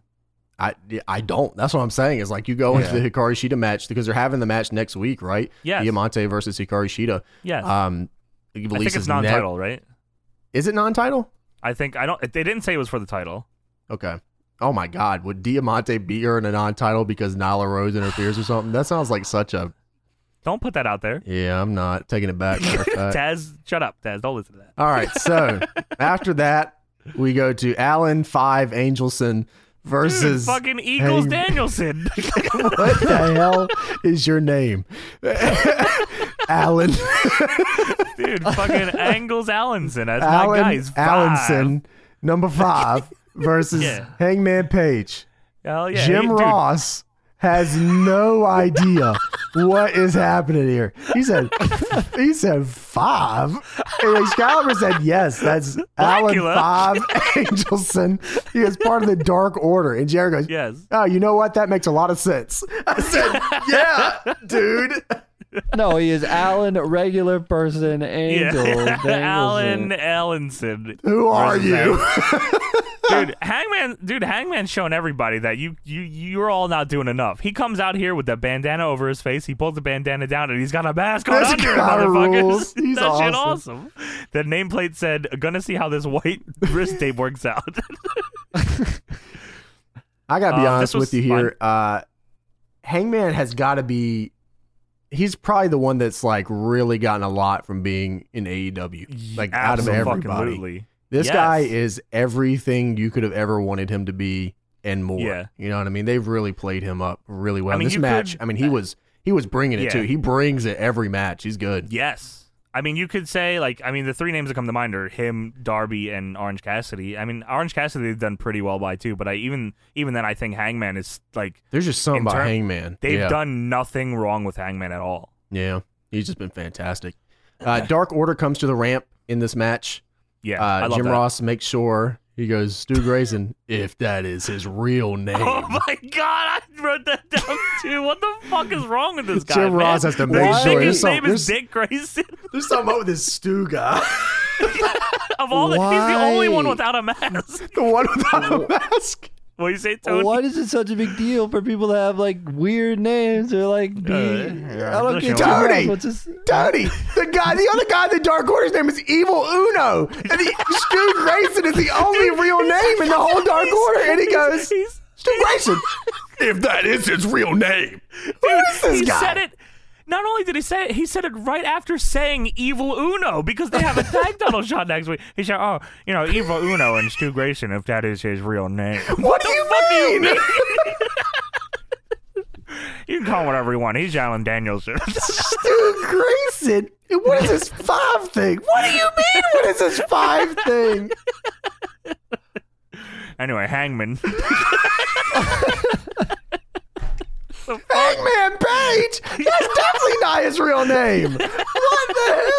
Speaker 1: I I don't. That's what I'm saying. Is like you go into
Speaker 2: Yeah.
Speaker 1: the Hikari Shida match because they're having the match next week, right?
Speaker 3: Yes,
Speaker 1: Diamante versus Hikari Shida.
Speaker 3: yes.
Speaker 1: Um,
Speaker 3: I think it's non-title, right?
Speaker 1: is it non-title?
Speaker 3: I think I don't. They didn't say it was for the title.
Speaker 1: Okay. Oh my God, would Diamante beat her in a non-title because Nyla Rose interferes or something? That sounds like such a
Speaker 3: Don't put that out there.
Speaker 1: yeah. I'm not taking it back. matter of
Speaker 3: *laughs*
Speaker 1: fact.
Speaker 3: Taz, shut up, Taz. Don't listen to that.
Speaker 1: All right. So after that, we go to Alan Five Angelson
Speaker 3: Dude,
Speaker 1: versus
Speaker 3: fucking Eagles
Speaker 1: Hang-
Speaker 3: Danielson.
Speaker 1: *laughs*
Speaker 3: *laughs*
Speaker 1: what the hell is your name, *laughs* Alan?
Speaker 3: *laughs* Dude, fucking
Speaker 1: *laughs*
Speaker 3: Angles Allenson. That's my
Speaker 1: Alan
Speaker 3: guy's five.
Speaker 1: Allenson, number five, versus
Speaker 3: *laughs* Yeah.
Speaker 1: Hangman Page.
Speaker 3: Hell yeah.
Speaker 1: Jim
Speaker 3: he- dude,
Speaker 1: Ross has no idea what is happening here. He
Speaker 3: *laughs*
Speaker 1: said, he said five. And Excalibur said, yes, that's
Speaker 3: Blackula.
Speaker 1: Alan Five Angelson. He is part of the Dark Order. And Jared goes,
Speaker 3: Yes.
Speaker 1: oh, you know what? That makes a lot of sense. I said, yeah, dude.
Speaker 2: No, he is Alan,
Speaker 1: *laughs*
Speaker 2: regular person,
Speaker 3: *laughs*
Speaker 2: Angel.
Speaker 3: Yeah.
Speaker 2: Danielson.
Speaker 3: Alan Allenson.
Speaker 1: Who are you?
Speaker 3: Dude, Hangman dude, Hangman's showing everybody that you you you're all not doing enough. He comes out here with the bandana over his face, he pulls the bandana down and he's got a mask on
Speaker 1: This
Speaker 3: under it,
Speaker 1: guy
Speaker 3: motherfuckers. *laughs*
Speaker 1: rules. He's
Speaker 3: that shit awesome. The nameplate said, Gonna see how this white *laughs* wrist tape works out.
Speaker 1: I gotta be
Speaker 3: Um,
Speaker 1: honest
Speaker 3: this was
Speaker 1: with you here. Uh, Hangman has got to be. He's probably the one that's like really gotten a lot from being in AEW, like out of everybody.
Speaker 3: Absolutely.
Speaker 1: This
Speaker 3: Yes.
Speaker 1: guy is everything you could have ever wanted him to be and more.
Speaker 3: Yeah.
Speaker 1: You know what I mean? They've really played him up really well.
Speaker 3: I mean,
Speaker 1: this
Speaker 3: you
Speaker 1: match,
Speaker 3: could-
Speaker 1: I mean, he was he was bringing it
Speaker 3: Yeah.
Speaker 1: too. He brings it every match. He's good.
Speaker 3: Yes. I mean, you could say like I mean the three names that come to mind are him, Darby, and Orange Cassidy. I mean, Orange Cassidy they've done pretty well by too, but I even even then I think Hangman is like
Speaker 1: There's just something
Speaker 3: In
Speaker 1: about
Speaker 3: term-
Speaker 1: Hangman.
Speaker 3: they've
Speaker 1: yeah.
Speaker 3: done nothing wrong with Hangman at all.
Speaker 1: Yeah, he's just been
Speaker 3: *laughs*
Speaker 1: fantastic. Uh, Dark Order comes to the ramp in this match.
Speaker 3: Yeah, I
Speaker 1: uh,
Speaker 3: love
Speaker 1: Jim
Speaker 3: that.
Speaker 1: Ross makes sure he goes Stu Grayson if that is his
Speaker 3: *laughs*
Speaker 1: real name.
Speaker 3: *laughs* Oh my god, I wrote that down too. What the fuck is wrong with this guy?
Speaker 1: Jim
Speaker 3: man?
Speaker 1: Ross has to
Speaker 3: They
Speaker 1: make
Speaker 3: think
Speaker 1: sure
Speaker 3: his
Speaker 1: there's
Speaker 3: name
Speaker 1: some-
Speaker 3: is Dick Grayson. *laughs*
Speaker 1: There's something up with this Stu guy,
Speaker 3: Of all, the, he's the only one
Speaker 1: Why?
Speaker 3: without a mask.
Speaker 1: *laughs*
Speaker 3: *laughs*
Speaker 1: the one without a mask.
Speaker 3: What do you say, Tony?
Speaker 2: Why is it such a big deal for people to have like weird names or like be?
Speaker 3: yeah,
Speaker 2: I don't
Speaker 3: look
Speaker 2: get
Speaker 3: at
Speaker 2: Jim
Speaker 1: Tony!
Speaker 2: Ross, what's his-
Speaker 1: Tony, the guy, the other guy in the Dark Order's name is Evil Uno, and the, Stu Grayson is the only real name in the
Speaker 3: *laughs*
Speaker 1: whole Dark Order. And he goes,
Speaker 3: He's,
Speaker 1: Stu Grayson, if that is his real name. Who is this
Speaker 3: he
Speaker 1: guy?
Speaker 3: said it. Not only did he say it, he said it right after saying "Evil Uno" because
Speaker 1: *laughs*
Speaker 3: they have a tag title shot next week. He said, "Oh, you know, Evil Uno and Stu Grayson, if that is his real
Speaker 1: *laughs*
Speaker 3: name,
Speaker 1: What do you
Speaker 3: fuck do you
Speaker 1: mean?
Speaker 3: *laughs* you can call him whatever you want." He's Alan Danielson. *laughs*
Speaker 1: Stu Grayson. What is this five thing? What do you mean? What is this five thing?
Speaker 3: anyway, Hangman.
Speaker 1: Hangman Page. That's definitely not his real name. What the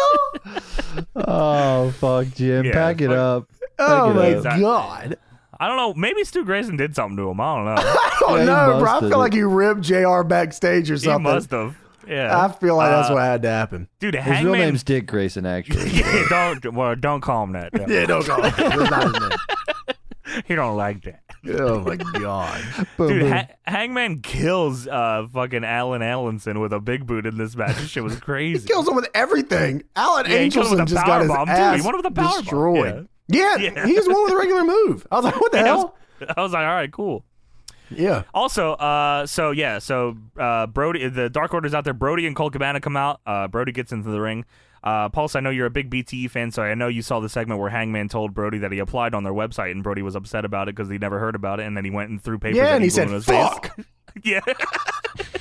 Speaker 1: hell?
Speaker 2: Oh fuck, Jim,
Speaker 3: Yeah,
Speaker 2: pack it
Speaker 3: fuck.
Speaker 2: up.
Speaker 1: Oh
Speaker 2: Look
Speaker 1: my
Speaker 2: at
Speaker 3: that.
Speaker 1: god.
Speaker 3: I don't know. Maybe Stu Grayson did something to him. I don't know.
Speaker 1: I don't
Speaker 2: Yeah, he
Speaker 1: know, Oh, bro. I
Speaker 2: busted
Speaker 1: feel
Speaker 2: it.
Speaker 1: like you ripped Jr. backstage or
Speaker 3: he
Speaker 1: something.
Speaker 3: must have. Yeah,
Speaker 1: I feel like that's
Speaker 3: Uh,
Speaker 1: what had to happen.
Speaker 3: dude.
Speaker 2: His real
Speaker 3: Hangman.
Speaker 2: name's Dick Grayson,
Speaker 3: *laughs*
Speaker 2: actually.
Speaker 3: yeah, don't well, don't call him that. Yeah.
Speaker 1: Yeah, don't go. *laughs* That's not his
Speaker 3: *laughs*
Speaker 1: name.
Speaker 3: He don't like that.
Speaker 1: Oh my god.
Speaker 2: Boom,
Speaker 3: Dude,
Speaker 2: boom.
Speaker 3: ha- Hangman kills uh fucking Alan Allenson with a big boot in this match. This shit was crazy.
Speaker 1: Kills him with everything. Alan
Speaker 3: Yeah, he killed
Speaker 1: Angelson
Speaker 3: him with a
Speaker 1: just got his
Speaker 3: powerbomb, too. He
Speaker 1: ass
Speaker 3: won with a powerbomb.
Speaker 1: destroyed. Yeah, he was one with a regular move. I was like, what the
Speaker 3: I
Speaker 1: hell?
Speaker 3: was, I was like, all right, cool.
Speaker 1: Yeah.
Speaker 3: Also, uh, so yeah, so uh, Brody, the Dark Order's out there. Brody and Cole Cabana come out. Uh, Brody gets into the ring. Uh, Pulse, I know you're a big BTE fan, so I know you saw the segment where Hangman told Brody that he applied on their website, and Brody was upset about it because he never heard about it, and then he went and threw papers.
Speaker 1: yeah,
Speaker 3: at
Speaker 1: and he
Speaker 3: Eagle
Speaker 1: said,
Speaker 3: in his face.
Speaker 1: "Fuck."
Speaker 3: *laughs* Yeah,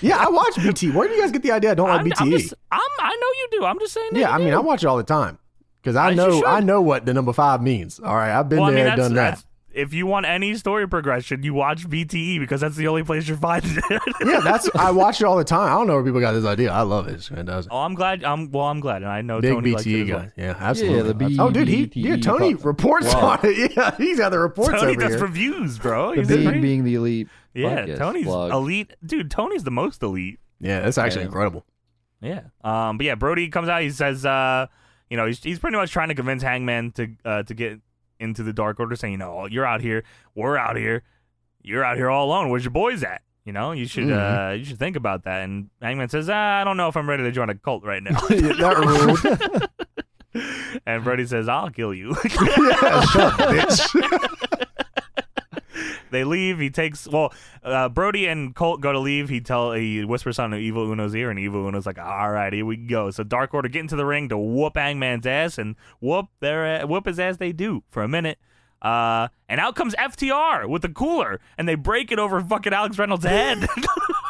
Speaker 1: yeah, I watch BT. Where do you guys get the idea? I don't like
Speaker 3: I'm, I'm
Speaker 1: BTE.
Speaker 3: just, I'm, I know you do. I'm just saying. that
Speaker 1: E. yeah,
Speaker 3: you
Speaker 1: I mean,
Speaker 3: do.
Speaker 1: I watch it all the time because I
Speaker 3: As you
Speaker 1: know
Speaker 3: should.
Speaker 1: I know what the number five means. All right, I've been
Speaker 3: Well, I
Speaker 1: there,
Speaker 3: mean, that's,
Speaker 1: done that.
Speaker 3: that's- if you want any story progression, you watch BTE because that's the only place you're finding it.
Speaker 1: *laughs* yeah, that's I watch it all the time. I don't know where people got this idea. I love it. It's fantastic.
Speaker 3: *laughs* oh, I'm glad. I'm well. I'm glad. I know
Speaker 1: Big
Speaker 3: Tony likes it
Speaker 1: BTE
Speaker 3: as well.
Speaker 1: guy. Yeah, absolutely.
Speaker 2: the
Speaker 1: oh, dude, he
Speaker 2: BTE
Speaker 1: dude, Tony
Speaker 2: podcast.
Speaker 1: reports
Speaker 2: Wow.
Speaker 1: on it. *laughs* Yeah, he's got the reports
Speaker 3: Tony
Speaker 1: over
Speaker 3: does
Speaker 1: here.
Speaker 3: reviews, bro.
Speaker 2: The
Speaker 3: He's a
Speaker 2: being
Speaker 3: great-
Speaker 2: being the elite.
Speaker 3: yeah,
Speaker 2: podcast
Speaker 3: Tony's
Speaker 2: plug.
Speaker 3: elite, dude. Tony's the most elite.
Speaker 1: yeah, that's actually
Speaker 2: Yeah.
Speaker 1: incredible.
Speaker 3: Yeah. Um. But yeah, Brody comes out. He says, uh, you know, he's he's pretty much trying to convince Hangman to uh to get into the Dark Order, saying, you know, you're out here, we're out here, you're out here all alone. Where's your boys at? You know, you should uh you should think about that. And Hangman says, ah, I don't know if I'm ready to join a cult right
Speaker 1: *laughs*
Speaker 3: now.
Speaker 1: *laughs* Yeah, that ruled.
Speaker 3: and Brody says, I'll kill you. *laughs*
Speaker 1: yeah, shut up, *laughs* bitch.
Speaker 3: they leave. He takes well, uh, Brody and Colt go to leave. He tell he whispers something to Evil Uno's ear, and Evil Uno's like, "All right, here we go." So Dark Order get into the ring to whoop Hangman's ass and whoop their a- whoop his ass. They do for a minute. Uh, and out comes FTR with the cooler, and they break it over fucking Alex
Speaker 1: *laughs*
Speaker 3: Reynolds' head. *laughs*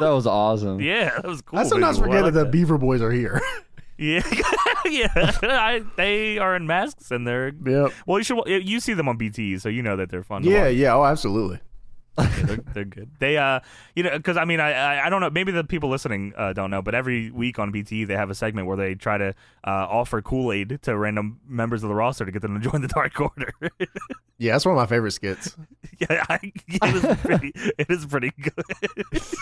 Speaker 2: That was awesome.
Speaker 3: yeah, that was cool.
Speaker 1: I sometimes
Speaker 3: visual. I
Speaker 1: forget
Speaker 3: like
Speaker 1: that the Beaver Boys are here.
Speaker 3: Yeah, *laughs* yeah. I, they are in masks, and they're
Speaker 1: *laughs* yep.
Speaker 3: well. You should you see them on BTE, so you know that they're fun. to
Speaker 1: Yeah, yeah. Oh, absolutely.
Speaker 3: Yeah, they're, they're good. They, uh, you know, because I mean, I, I, I don't know. Maybe the people listening uh, don't know, but every week on BTE they have a segment where they try to uh, offer Kool Aid to random members of the roster to get them to *laughs* join the Dark Order.
Speaker 1: Yeah, that's one of my favorite skits.
Speaker 3: yeah, I, it is pretty. it is pretty good. *laughs*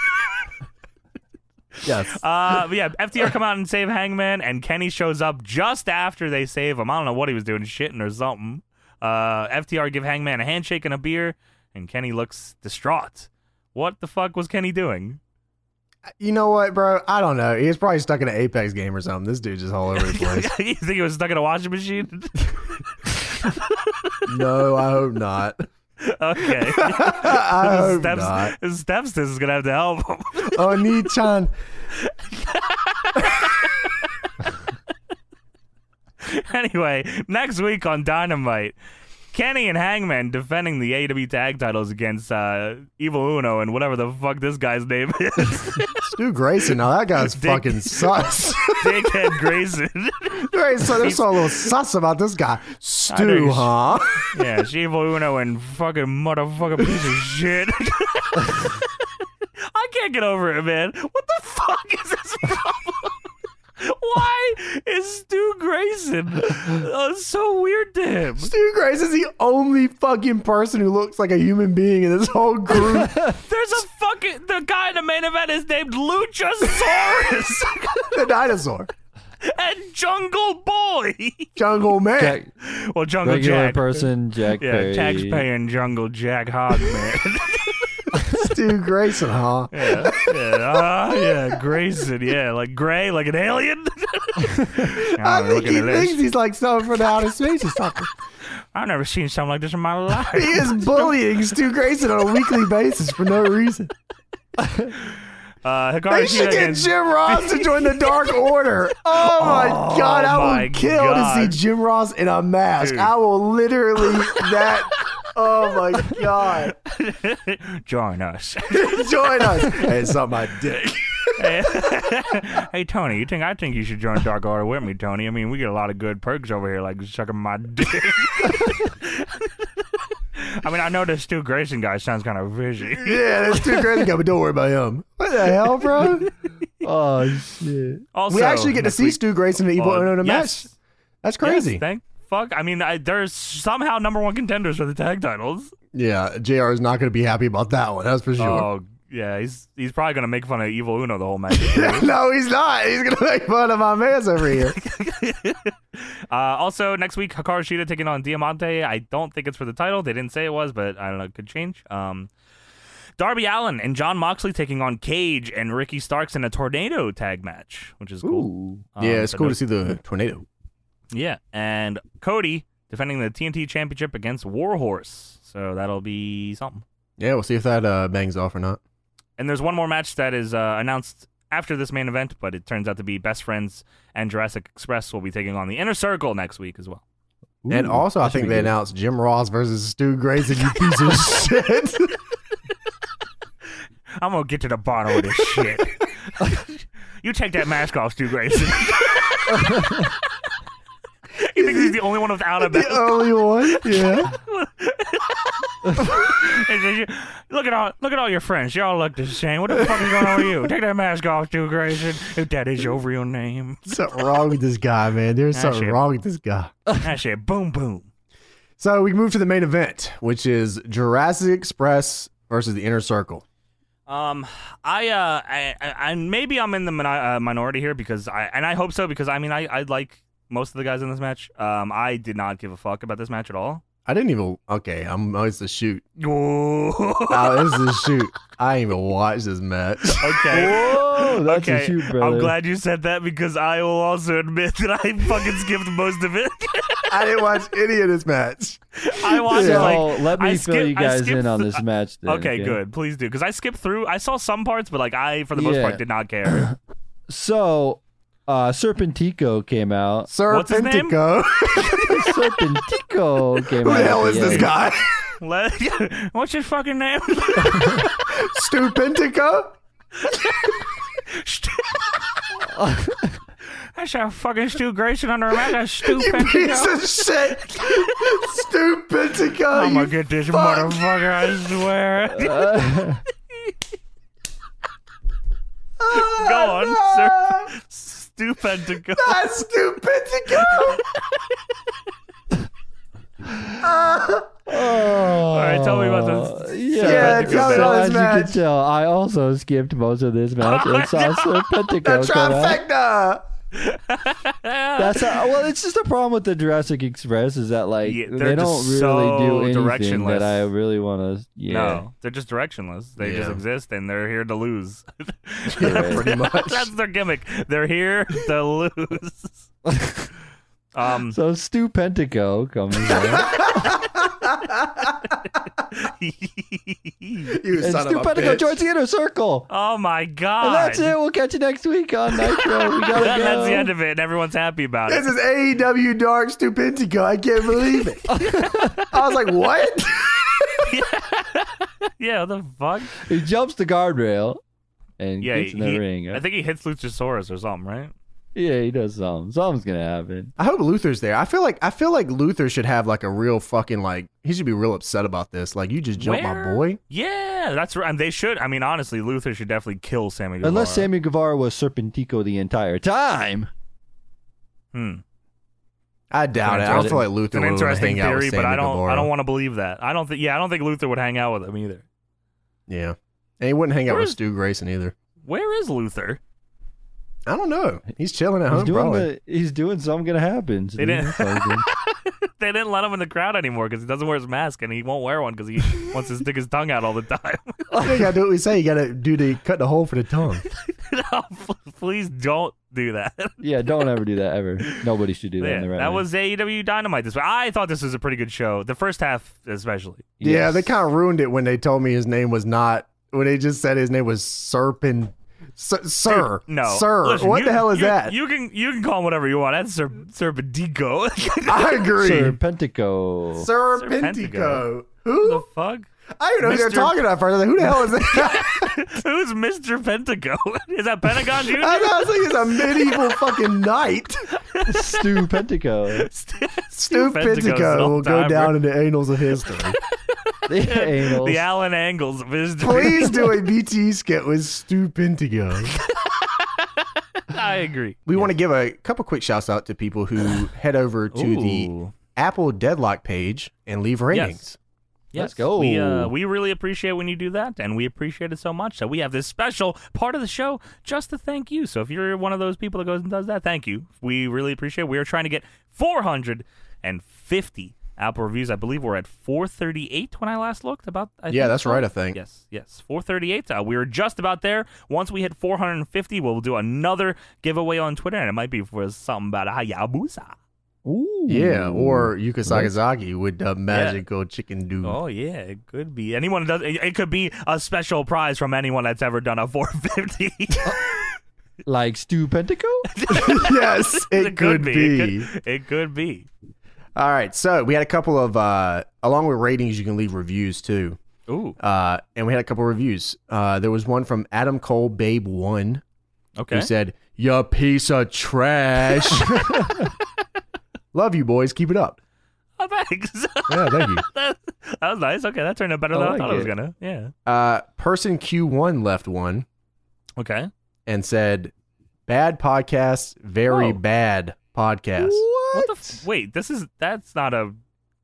Speaker 1: Yes.
Speaker 3: Uh, but yeah, FDR come out and save Hangman, and Kenny shows up just after they save him. I don't know what he was doing, shitting or something. Uh, FDR give Hangman a handshake and a beer, and Kenny looks distraught. What the fuck was Kenny doing?
Speaker 1: You know what, bro? I don't know. He was probably stuck in an Apex game or something. This dude's just all over
Speaker 3: *laughs*
Speaker 1: the place.
Speaker 3: you think it was stuck in a washing machine? *laughs*
Speaker 1: no, I hope
Speaker 3: *laughs*
Speaker 1: not. *laughs*
Speaker 3: okay.
Speaker 1: I hope
Speaker 3: *laughs* Steps,
Speaker 1: not. Oh,
Speaker 3: his stepsister's is gonna have to help him.
Speaker 1: Oni-chan.
Speaker 3: *laughs* anyway, next week on Dynamite, Kenny and Hangman defending the AEW tag titles against uh, Evil Uno and whatever the fuck this guy's name is, *laughs*
Speaker 1: Stu Grayson. Now that guy's
Speaker 3: Dick-
Speaker 1: fucking
Speaker 3: *laughs*
Speaker 1: sus.
Speaker 3: Dickhead Grayson. *laughs*
Speaker 1: right, so there's a little sus about this guy. Stu,
Speaker 3: you
Speaker 1: huh? *laughs*
Speaker 3: yeah, it's Evil Uno and fucking motherfucking piece of shit. *laughs* I can't get over it, man. What the fuck is this problem? *laughs* Why is Stu Grayson uh, so weird to him?
Speaker 1: Stu Grayson's the only fucking person who looks like a human being in this whole group. *laughs*
Speaker 3: There's a fucking the guy in the main event is named Luchasaurus
Speaker 1: the dinosaur.
Speaker 3: and Jungle Boy. *laughs*
Speaker 1: Jungle Man.
Speaker 2: Jack,
Speaker 3: Well, Jungle
Speaker 2: regular
Speaker 3: Jack.
Speaker 2: person, Jack
Speaker 3: Yeah,
Speaker 2: Perry.
Speaker 3: tax-paying Jungle Jack Hogman.
Speaker 1: Stu Grayson, huh?
Speaker 3: yeah, yeah, Ah, yeah, Grayson. Yeah, like Gray, like an alien. *laughs*
Speaker 1: I
Speaker 3: I'm
Speaker 1: think
Speaker 3: looking
Speaker 1: he
Speaker 3: at this.
Speaker 1: thinks he's like someone from the outer space or something.
Speaker 3: I've never seen something like this in my
Speaker 1: *laughs* He
Speaker 3: life.
Speaker 1: is bullying Stu Grayson on a weekly basis for no reason.
Speaker 3: Uh,
Speaker 1: They
Speaker 3: Hikaru
Speaker 1: should
Speaker 3: Shida
Speaker 1: get
Speaker 3: and
Speaker 1: Jim Ross to join the *laughs* Dark Order. Oh my
Speaker 3: Oh
Speaker 1: god, I
Speaker 3: my
Speaker 1: will kill to
Speaker 3: God.
Speaker 1: see Jim Ross in a mask.
Speaker 3: Dude.
Speaker 1: I will literally that. Oh my god,
Speaker 3: join us.
Speaker 1: *laughs*
Speaker 3: *laughs*
Speaker 1: join us! Hey, it's not my dick.
Speaker 3: *laughs* hey Tony, you think I think you should join Dark Order with me, Tony? I mean, we get a lot of good perks over here, like sucking my dick. *laughs* I mean, I know this Stu Grayson guy sounds kind of fishy.
Speaker 1: Yeah, that's too crazy, but don't worry about him. What the hell, bro?
Speaker 2: Oh shit.
Speaker 3: Also,
Speaker 1: We actually get to
Speaker 3: next
Speaker 1: see
Speaker 3: week-
Speaker 1: Stu Grayson and Evil
Speaker 3: Oh,
Speaker 1: Uno in a
Speaker 3: yes.
Speaker 1: match. That's crazy.
Speaker 3: Yes, thank fuck. I mean, I, there's somehow number one contenders for the tag titles.
Speaker 1: yeah, Jr. is not going to be happy about that one. That's for sure.
Speaker 3: Oh yeah, he's he's probably gonna make fun of Evil Uno the whole match.
Speaker 1: *laughs* no, he's not. He's going to make fun of my man's over here.
Speaker 3: uh, also, next week Hikaru Shida taking on Diamante. I don't think it's for the title. They didn't say it was, but I don't know. It could change. Um, Darby Allen and John Moxley taking on Cage and Ricky Starks in a tornado tag match, which is cool.
Speaker 2: Ooh.
Speaker 1: *laughs*
Speaker 3: Um,
Speaker 1: yeah, it's
Speaker 3: but
Speaker 1: cool
Speaker 3: no-
Speaker 1: to see the tornado.
Speaker 3: Yeah, and Cody defending the TNT Championship against Warhorse. So that'll be something.
Speaker 1: Yeah, we'll see if that uh, bangs off or not.
Speaker 3: And there's one more match that is uh, announced after this main event, but it turns out to be Best Friends and Jurassic Express will be taking on the Inner Circle next week as well.
Speaker 1: and
Speaker 2: Ooh,
Speaker 1: also, I
Speaker 2: that should
Speaker 1: think
Speaker 2: be
Speaker 1: they
Speaker 2: good.
Speaker 1: announced Jim Ross versus Stu Grayson. You piece of shit.
Speaker 3: I'm gonna get to the bottom of this shit. *laughs* you take that mask off, Stu *laughs* Grayson. he thinks he's the only one without a
Speaker 1: the
Speaker 3: mask.
Speaker 1: only one. Yeah.
Speaker 3: look at all look at all your friends. Y'all look the same. What the fuck is going on with you? Take that mask off, Stu Grayson. If that is your real *laughs* name,
Speaker 1: *laughs* something wrong with this guy, man. There's
Speaker 3: That
Speaker 1: something
Speaker 3: shit.
Speaker 1: wrong with this guy.
Speaker 3: that shit. Boom, boom.
Speaker 1: So we move to the main event, which is Jurassic Express versus the Inner Circle.
Speaker 3: Um, I uh, I, I I- maybe I'm in the mini- uh, minority here because I and I hope so because I mean I I like most of the guys in this match. Um, I did not give a fuck about this match at all.
Speaker 1: I didn't even. Okay, I'm. Oh, it's a shoot.
Speaker 3: okay,
Speaker 1: Oh, this is a shoot. I didn't even watch this match.
Speaker 2: Whoa, that's
Speaker 3: okay.
Speaker 2: a shoot, brother.
Speaker 3: I'm glad you said that because I will also admit that I fucking skipped most of it. *laughs*
Speaker 1: I didn't watch any of this match.
Speaker 3: I watched
Speaker 1: Yeah.
Speaker 3: like
Speaker 2: So let me
Speaker 3: I
Speaker 2: fill
Speaker 3: skip-
Speaker 2: you
Speaker 3: I
Speaker 2: guys
Speaker 3: skipped
Speaker 2: in on
Speaker 3: the-
Speaker 2: this match. Then,
Speaker 3: Okay, good. Please do, because I skipped through. I saw some parts, but like I, for the most
Speaker 2: Yeah.
Speaker 3: part, did not care.
Speaker 2: So, uh, Serpentico came
Speaker 3: *laughs*
Speaker 2: out.
Speaker 1: Sir
Speaker 3: What's his name?
Speaker 1: Pentico. *laughs*
Speaker 2: Serpentico came
Speaker 1: Who
Speaker 2: out.
Speaker 1: the hell is this
Speaker 2: Yeah.
Speaker 1: guy?
Speaker 3: Let- *laughs* What's your fucking name?
Speaker 1: Stu Pentico?
Speaker 3: I shot fucking Stu Grayson under a mask. That's Stu
Speaker 1: *laughs* You piece
Speaker 3: Pentico.
Speaker 1: of shit. Stu Pentico.
Speaker 3: I'm gonna
Speaker 1: you
Speaker 3: get this
Speaker 1: fuck.
Speaker 3: motherfucker.
Speaker 1: *laughs*
Speaker 3: I swear.
Speaker 2: *laughs* Uh,
Speaker 3: Go on,
Speaker 1: Ah,
Speaker 3: sir. Stu Pentico.
Speaker 1: Not Stu Pentico. Ah,
Speaker 2: All
Speaker 3: right, tell me about this
Speaker 2: Yeah,
Speaker 1: Oh, Yeah,
Speaker 3: tell me
Speaker 2: so
Speaker 3: about
Speaker 1: this
Speaker 2: as you
Speaker 1: match.
Speaker 2: can tell, I also skipped most of this
Speaker 3: *laughs*
Speaker 2: match
Speaker 3: Oh
Speaker 2: and saw Serpentico
Speaker 1: The
Speaker 2: come out.
Speaker 1: trifecta.
Speaker 2: That's how, well. It's just a problem with the Jurassic Express is that like
Speaker 3: Yeah, they're
Speaker 2: they don't
Speaker 3: just
Speaker 2: really
Speaker 3: so
Speaker 2: do anything
Speaker 3: directionless.
Speaker 2: that I really want to. Yeah,
Speaker 3: No, they're just directionless. They just
Speaker 1: Yeah.
Speaker 3: exist, and they're here
Speaker 1: *laughs*
Speaker 3: to lose. *laughs*
Speaker 2: Yeah,
Speaker 1: pretty much.
Speaker 3: That's their gimmick. They're here to
Speaker 1: *laughs*
Speaker 3: lose. um.
Speaker 2: So Stu
Speaker 1: *laughs*
Speaker 2: Pentico comes out,
Speaker 1: You
Speaker 2: and
Speaker 1: son of
Speaker 2: Stu
Speaker 1: a
Speaker 2: Pentico
Speaker 1: bitch.
Speaker 2: joins the inner circle.
Speaker 3: *laughs* oh my god.
Speaker 2: And that's it. We'll catch you next week
Speaker 3: *laughs*
Speaker 2: on Nitro. We gotta
Speaker 3: That-
Speaker 2: go.
Speaker 3: that's the end of it, and everyone's happy about
Speaker 1: This
Speaker 3: it.
Speaker 1: is AEW Dark Stupentico. I can't believe *laughs* it. I was like, what?
Speaker 3: Yeah, what the fuck?
Speaker 2: he jumps the guardrail and
Speaker 3: Yeah,
Speaker 2: gets in the
Speaker 3: he-
Speaker 2: ring.
Speaker 3: I think he hits Luchasaurus or something, right?
Speaker 2: yeah, he does something. Something's gonna happen.
Speaker 1: I hope Luther's there. I feel like I feel like Luther should have like a real fucking like he should be real upset about this. Like you just jumped my
Speaker 3: Where?
Speaker 1: boy.
Speaker 3: Yeah, that's right. And they should. I mean, honestly, Luther should definitely kill Sammy Guevara.
Speaker 2: Unless Sammy Guevara was Serpentico the entire time.
Speaker 3: Hmm.
Speaker 1: I doubt it.
Speaker 3: It's
Speaker 1: I don't
Speaker 2: an-
Speaker 1: feel like
Speaker 3: It's
Speaker 1: Luther
Speaker 3: an
Speaker 1: would
Speaker 3: interesting
Speaker 1: hang out
Speaker 3: theory,
Speaker 1: with
Speaker 3: but I
Speaker 1: Sammy
Speaker 3: don't. I
Speaker 1: Guevara.
Speaker 3: don't want to believe that. I don't think. Yeah, I don't think Luther would hang out with him either.
Speaker 1: Yeah, and he wouldn't hang out
Speaker 3: Where
Speaker 1: with
Speaker 3: is-
Speaker 1: Stu Grayson either.
Speaker 3: Where is Luther? *laughs*
Speaker 1: I don't know. He's chilling at
Speaker 2: He's
Speaker 1: home.
Speaker 2: doing
Speaker 1: Probably.
Speaker 2: the, he's doing something gonna happen.
Speaker 3: Oh, They
Speaker 2: *laughs*
Speaker 3: didn't- They didn't let him in the crowd anymore because he doesn't wear his mask and he won't wear one because he *laughs* wants to stick his tongue out all the time. *laughs*
Speaker 1: you gotta do what we say. You gotta do the cut the hole for the tongue.
Speaker 3: No, p- please don't do that.
Speaker 2: yeah, don't ever do that ever. Nobody should do that.
Speaker 3: Yeah,
Speaker 2: in the right
Speaker 3: that
Speaker 2: way.
Speaker 3: was AEW Dynamite this week. I thought this was a pretty good show. The first half, especially.
Speaker 1: Yeah,
Speaker 2: Yes.
Speaker 1: they kind of ruined it when they told me his name was not when they just said his name was Serpent. Sir, sir,
Speaker 3: Dude, no,
Speaker 1: sir.
Speaker 3: Listen,
Speaker 1: what
Speaker 3: you-
Speaker 1: the hell is
Speaker 3: you-
Speaker 1: that?
Speaker 3: You can you can call him whatever you want. That's Sir Serpentico. *laughs*
Speaker 1: *laughs*
Speaker 3: what
Speaker 1: I agree. Serpentico.
Speaker 2: Serpentico.
Speaker 3: Serpentico. the
Speaker 1: Who?
Speaker 3: fuck?
Speaker 1: I don't even know who they're
Speaker 3: Mr.
Speaker 1: talking about first. I was like, who the hell is that? *laughs*
Speaker 3: *laughs* Who's Mister Pentago? *laughs* Is that Pentagon
Speaker 1: I
Speaker 3: *laughs* Junior?
Speaker 1: was like, it's a medieval fucking knight.
Speaker 2: Stu Pentico.
Speaker 1: *laughs* Stu Pentico will go down in the annals of history.
Speaker 2: The anals.
Speaker 1: Oh.
Speaker 3: The Alan Angles of his
Speaker 1: Please do a BTE skit with Stu Pentico.
Speaker 3: *laughs* I agree.
Speaker 1: We want to give a couple quick shouts out to people
Speaker 3: *sighs*
Speaker 1: who head over to the
Speaker 3: Ooh.
Speaker 1: Apple Deadlock page and leave ratings.
Speaker 3: Yes,
Speaker 2: Let's go.
Speaker 3: We, uh, we really appreciate when you do that, and we appreciate it so much that we have this special part of the show just to thank you. So if you're one of those people that goes and does that, thank you. We really appreciate it. We are trying to get 450 Apple reviews. I believe we're at 438 when I last looked. About I
Speaker 1: Yeah,
Speaker 3: think
Speaker 1: that's
Speaker 3: so.
Speaker 1: right, I think.
Speaker 3: Yes, yes. 438. Uh, we were just about there. Once we hit 450, we'll do another giveaway on Twitter, and it might be for something about a Hayabusa.
Speaker 2: Ooh.
Speaker 1: Yeah, or Yuka Sakazaki with the magical chicken dude.
Speaker 3: Oh yeah, it could be *laughs* anyone. Does it, it could be a special prize from anyone that's ever done a 450.
Speaker 2: like Stu Pentico?
Speaker 1: *laughs*
Speaker 3: *laughs*
Speaker 1: yes, it, could, be.
Speaker 3: It could, it could be.
Speaker 1: All right, so we had a couple of uh, along with ratings, you can leave reviews too.
Speaker 3: Ooh.
Speaker 1: Uh, and we had a couple of reviews. Uh, there was one from Adam Cole Babe One
Speaker 3: Okay.
Speaker 1: who said, "You piece of
Speaker 3: *laughs*
Speaker 1: trash." *laughs* Love you, boys. Keep it up.
Speaker 3: oh, thanks. *laughs*
Speaker 1: Yeah, thank you.
Speaker 3: that, that was nice. Okay, that turned out better
Speaker 1: I
Speaker 3: than I
Speaker 1: like
Speaker 3: thought it was
Speaker 1: it.
Speaker 3: gonna. Yeah.
Speaker 1: Uh, person Q one left one
Speaker 3: Okay.
Speaker 1: and said, "Bad podcast, very
Speaker 3: Oh.
Speaker 1: bad podcast."
Speaker 3: What the? F- wait, this is that's not a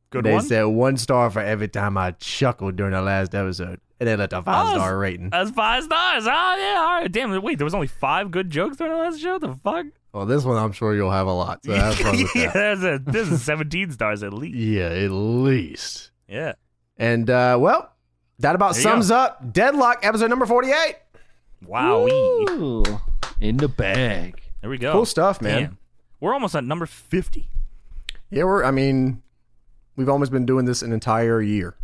Speaker 3: good
Speaker 1: they
Speaker 3: one.
Speaker 1: said one star for every time I chuckled during the last episode, and they left a five star rating.
Speaker 3: that's five stars. Oh yeah. All right. Damn. Wait, there was only five good jokes during the last show. The fuck.
Speaker 1: well, this one I'm sure you'll have a lot. So have
Speaker 3: *laughs*
Speaker 1: fun with
Speaker 3: yeah.
Speaker 1: that.
Speaker 3: That's a, this
Speaker 1: *laughs*
Speaker 3: is seventeen stars at least.
Speaker 1: Yeah, at least.
Speaker 3: Yeah.
Speaker 1: And uh, well, that about
Speaker 3: There you
Speaker 1: sums up Deadlock episode number forty-eight.
Speaker 3: Wow.
Speaker 2: Ooh, in the bag.
Speaker 3: There we go.
Speaker 1: Cool stuff, man.
Speaker 3: Damn. We're almost at number fifty.
Speaker 1: Yeah, we're. I mean, we've almost been doing this an entire year.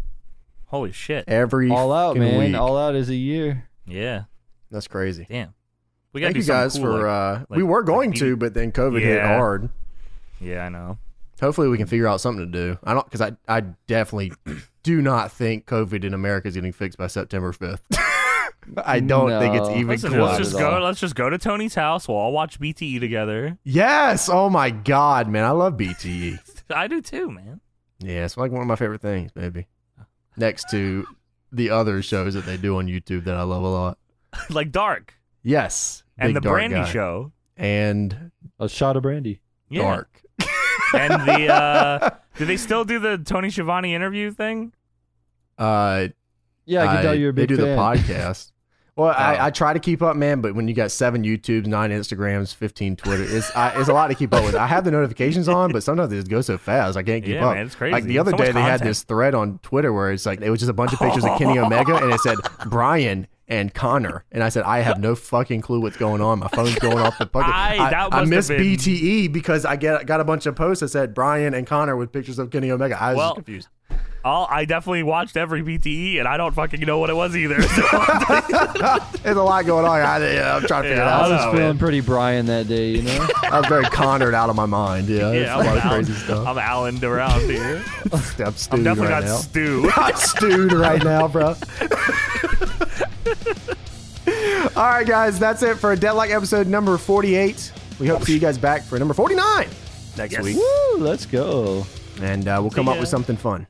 Speaker 3: Holy shit.
Speaker 1: Every
Speaker 2: All out,
Speaker 1: fucking
Speaker 2: man.
Speaker 1: week.
Speaker 2: All out is a year.
Speaker 3: Yeah.
Speaker 1: That's crazy.
Speaker 3: Damn. We gotta
Speaker 1: Thank you
Speaker 3: do
Speaker 1: guys
Speaker 3: something cool,
Speaker 1: for.
Speaker 3: like-
Speaker 1: uh, we were going
Speaker 3: like
Speaker 1: to,
Speaker 3: beating-
Speaker 1: but then COVID hit
Speaker 3: Yeah.
Speaker 1: hard.
Speaker 3: yeah, I know.
Speaker 1: Hopefully, we can figure out something to do. I don't because I I definitely do not think COVID in America is getting fixed by September fifth. *laughs* I don't think it's
Speaker 2: No.
Speaker 1: even
Speaker 3: Listen,
Speaker 1: close.
Speaker 3: let's just
Speaker 2: at
Speaker 3: go.
Speaker 2: all.
Speaker 3: Let's just go to Tony's house. We'll all watch BTE together. *laughs*
Speaker 1: Yes. Oh my God, man, I love BTE.
Speaker 3: I do too, man. *laughs*
Speaker 1: yeah, it's like one of my favorite things, maybe next to the other shows that they do on YouTube that I love a lot.
Speaker 3: like Dark
Speaker 1: Yes,
Speaker 3: and
Speaker 1: Big
Speaker 3: the
Speaker 1: Dark
Speaker 3: Brandy
Speaker 1: guy.
Speaker 3: Show.
Speaker 1: and
Speaker 2: A shot of brandy.
Speaker 3: Yeah.
Speaker 1: Dark.
Speaker 3: *laughs* and the
Speaker 1: *laughs*
Speaker 3: uh do they still do the Tony Schiavone interview thing?
Speaker 1: Uh,
Speaker 2: Yeah, I can tell you're a big
Speaker 1: They do
Speaker 2: fan.
Speaker 1: the podcast. *laughs* Well,
Speaker 3: Oh.
Speaker 1: I, I try to keep up, man, but when you got seven YouTubes, nine Instagrams, fifteen Twitter, it's I, it's a lot to keep up with. I have the notifications on, but sometimes it just goes so fast I can't keep
Speaker 3: yeah,
Speaker 1: up.
Speaker 3: man, it's crazy.
Speaker 1: Like the other
Speaker 3: So
Speaker 1: day,
Speaker 3: much
Speaker 1: they had
Speaker 3: content.
Speaker 1: this thread on Twitter where it's like it was just a bunch of pictures
Speaker 3: *laughs*
Speaker 1: of Kenny Omega, and it said Brian and Connor, and I said I have no fucking clue what's going on. My phone's going off
Speaker 3: *laughs*
Speaker 1: the fucking.
Speaker 3: I- that must
Speaker 1: I,
Speaker 3: have
Speaker 1: missed
Speaker 3: been-
Speaker 1: BTE E because I get got a bunch of posts that said Brian and Connor with pictures of Kenny Omega. I was
Speaker 3: Well,
Speaker 1: just confused.
Speaker 3: I'll, I definitely watched every BTE, and I don't fucking know what it was either.
Speaker 1: *laughs*
Speaker 3: So
Speaker 1: There's a lot going on. I, yeah, I'm trying to figure
Speaker 3: *laughs*
Speaker 1: it
Speaker 3: Yeah,
Speaker 1: out.
Speaker 2: I was
Speaker 3: Oh,
Speaker 2: feeling
Speaker 3: man.
Speaker 2: pretty Brian that day,
Speaker 1: *laughs*
Speaker 2: you know?
Speaker 1: I was very connered out of my mind. Yeah, it's
Speaker 3: yeah,
Speaker 1: a lot
Speaker 3: I'm,
Speaker 1: of
Speaker 3: Alan,
Speaker 1: crazy stuff.
Speaker 3: I'm Alan around here.
Speaker 1: I'm,
Speaker 3: I'm
Speaker 1: stewed
Speaker 3: definitely
Speaker 1: right
Speaker 3: not
Speaker 1: now.
Speaker 3: Stu.
Speaker 1: I'm stewed right now,
Speaker 3: *laughs*
Speaker 1: bro. All right, guys, that's it for Deadlock episode number 48. We hope to see you guys back for number 49 next
Speaker 3: Yes.
Speaker 1: week,
Speaker 2: Woo, let's go.
Speaker 1: and uh, we'll come up
Speaker 3: ya.
Speaker 1: with something fun.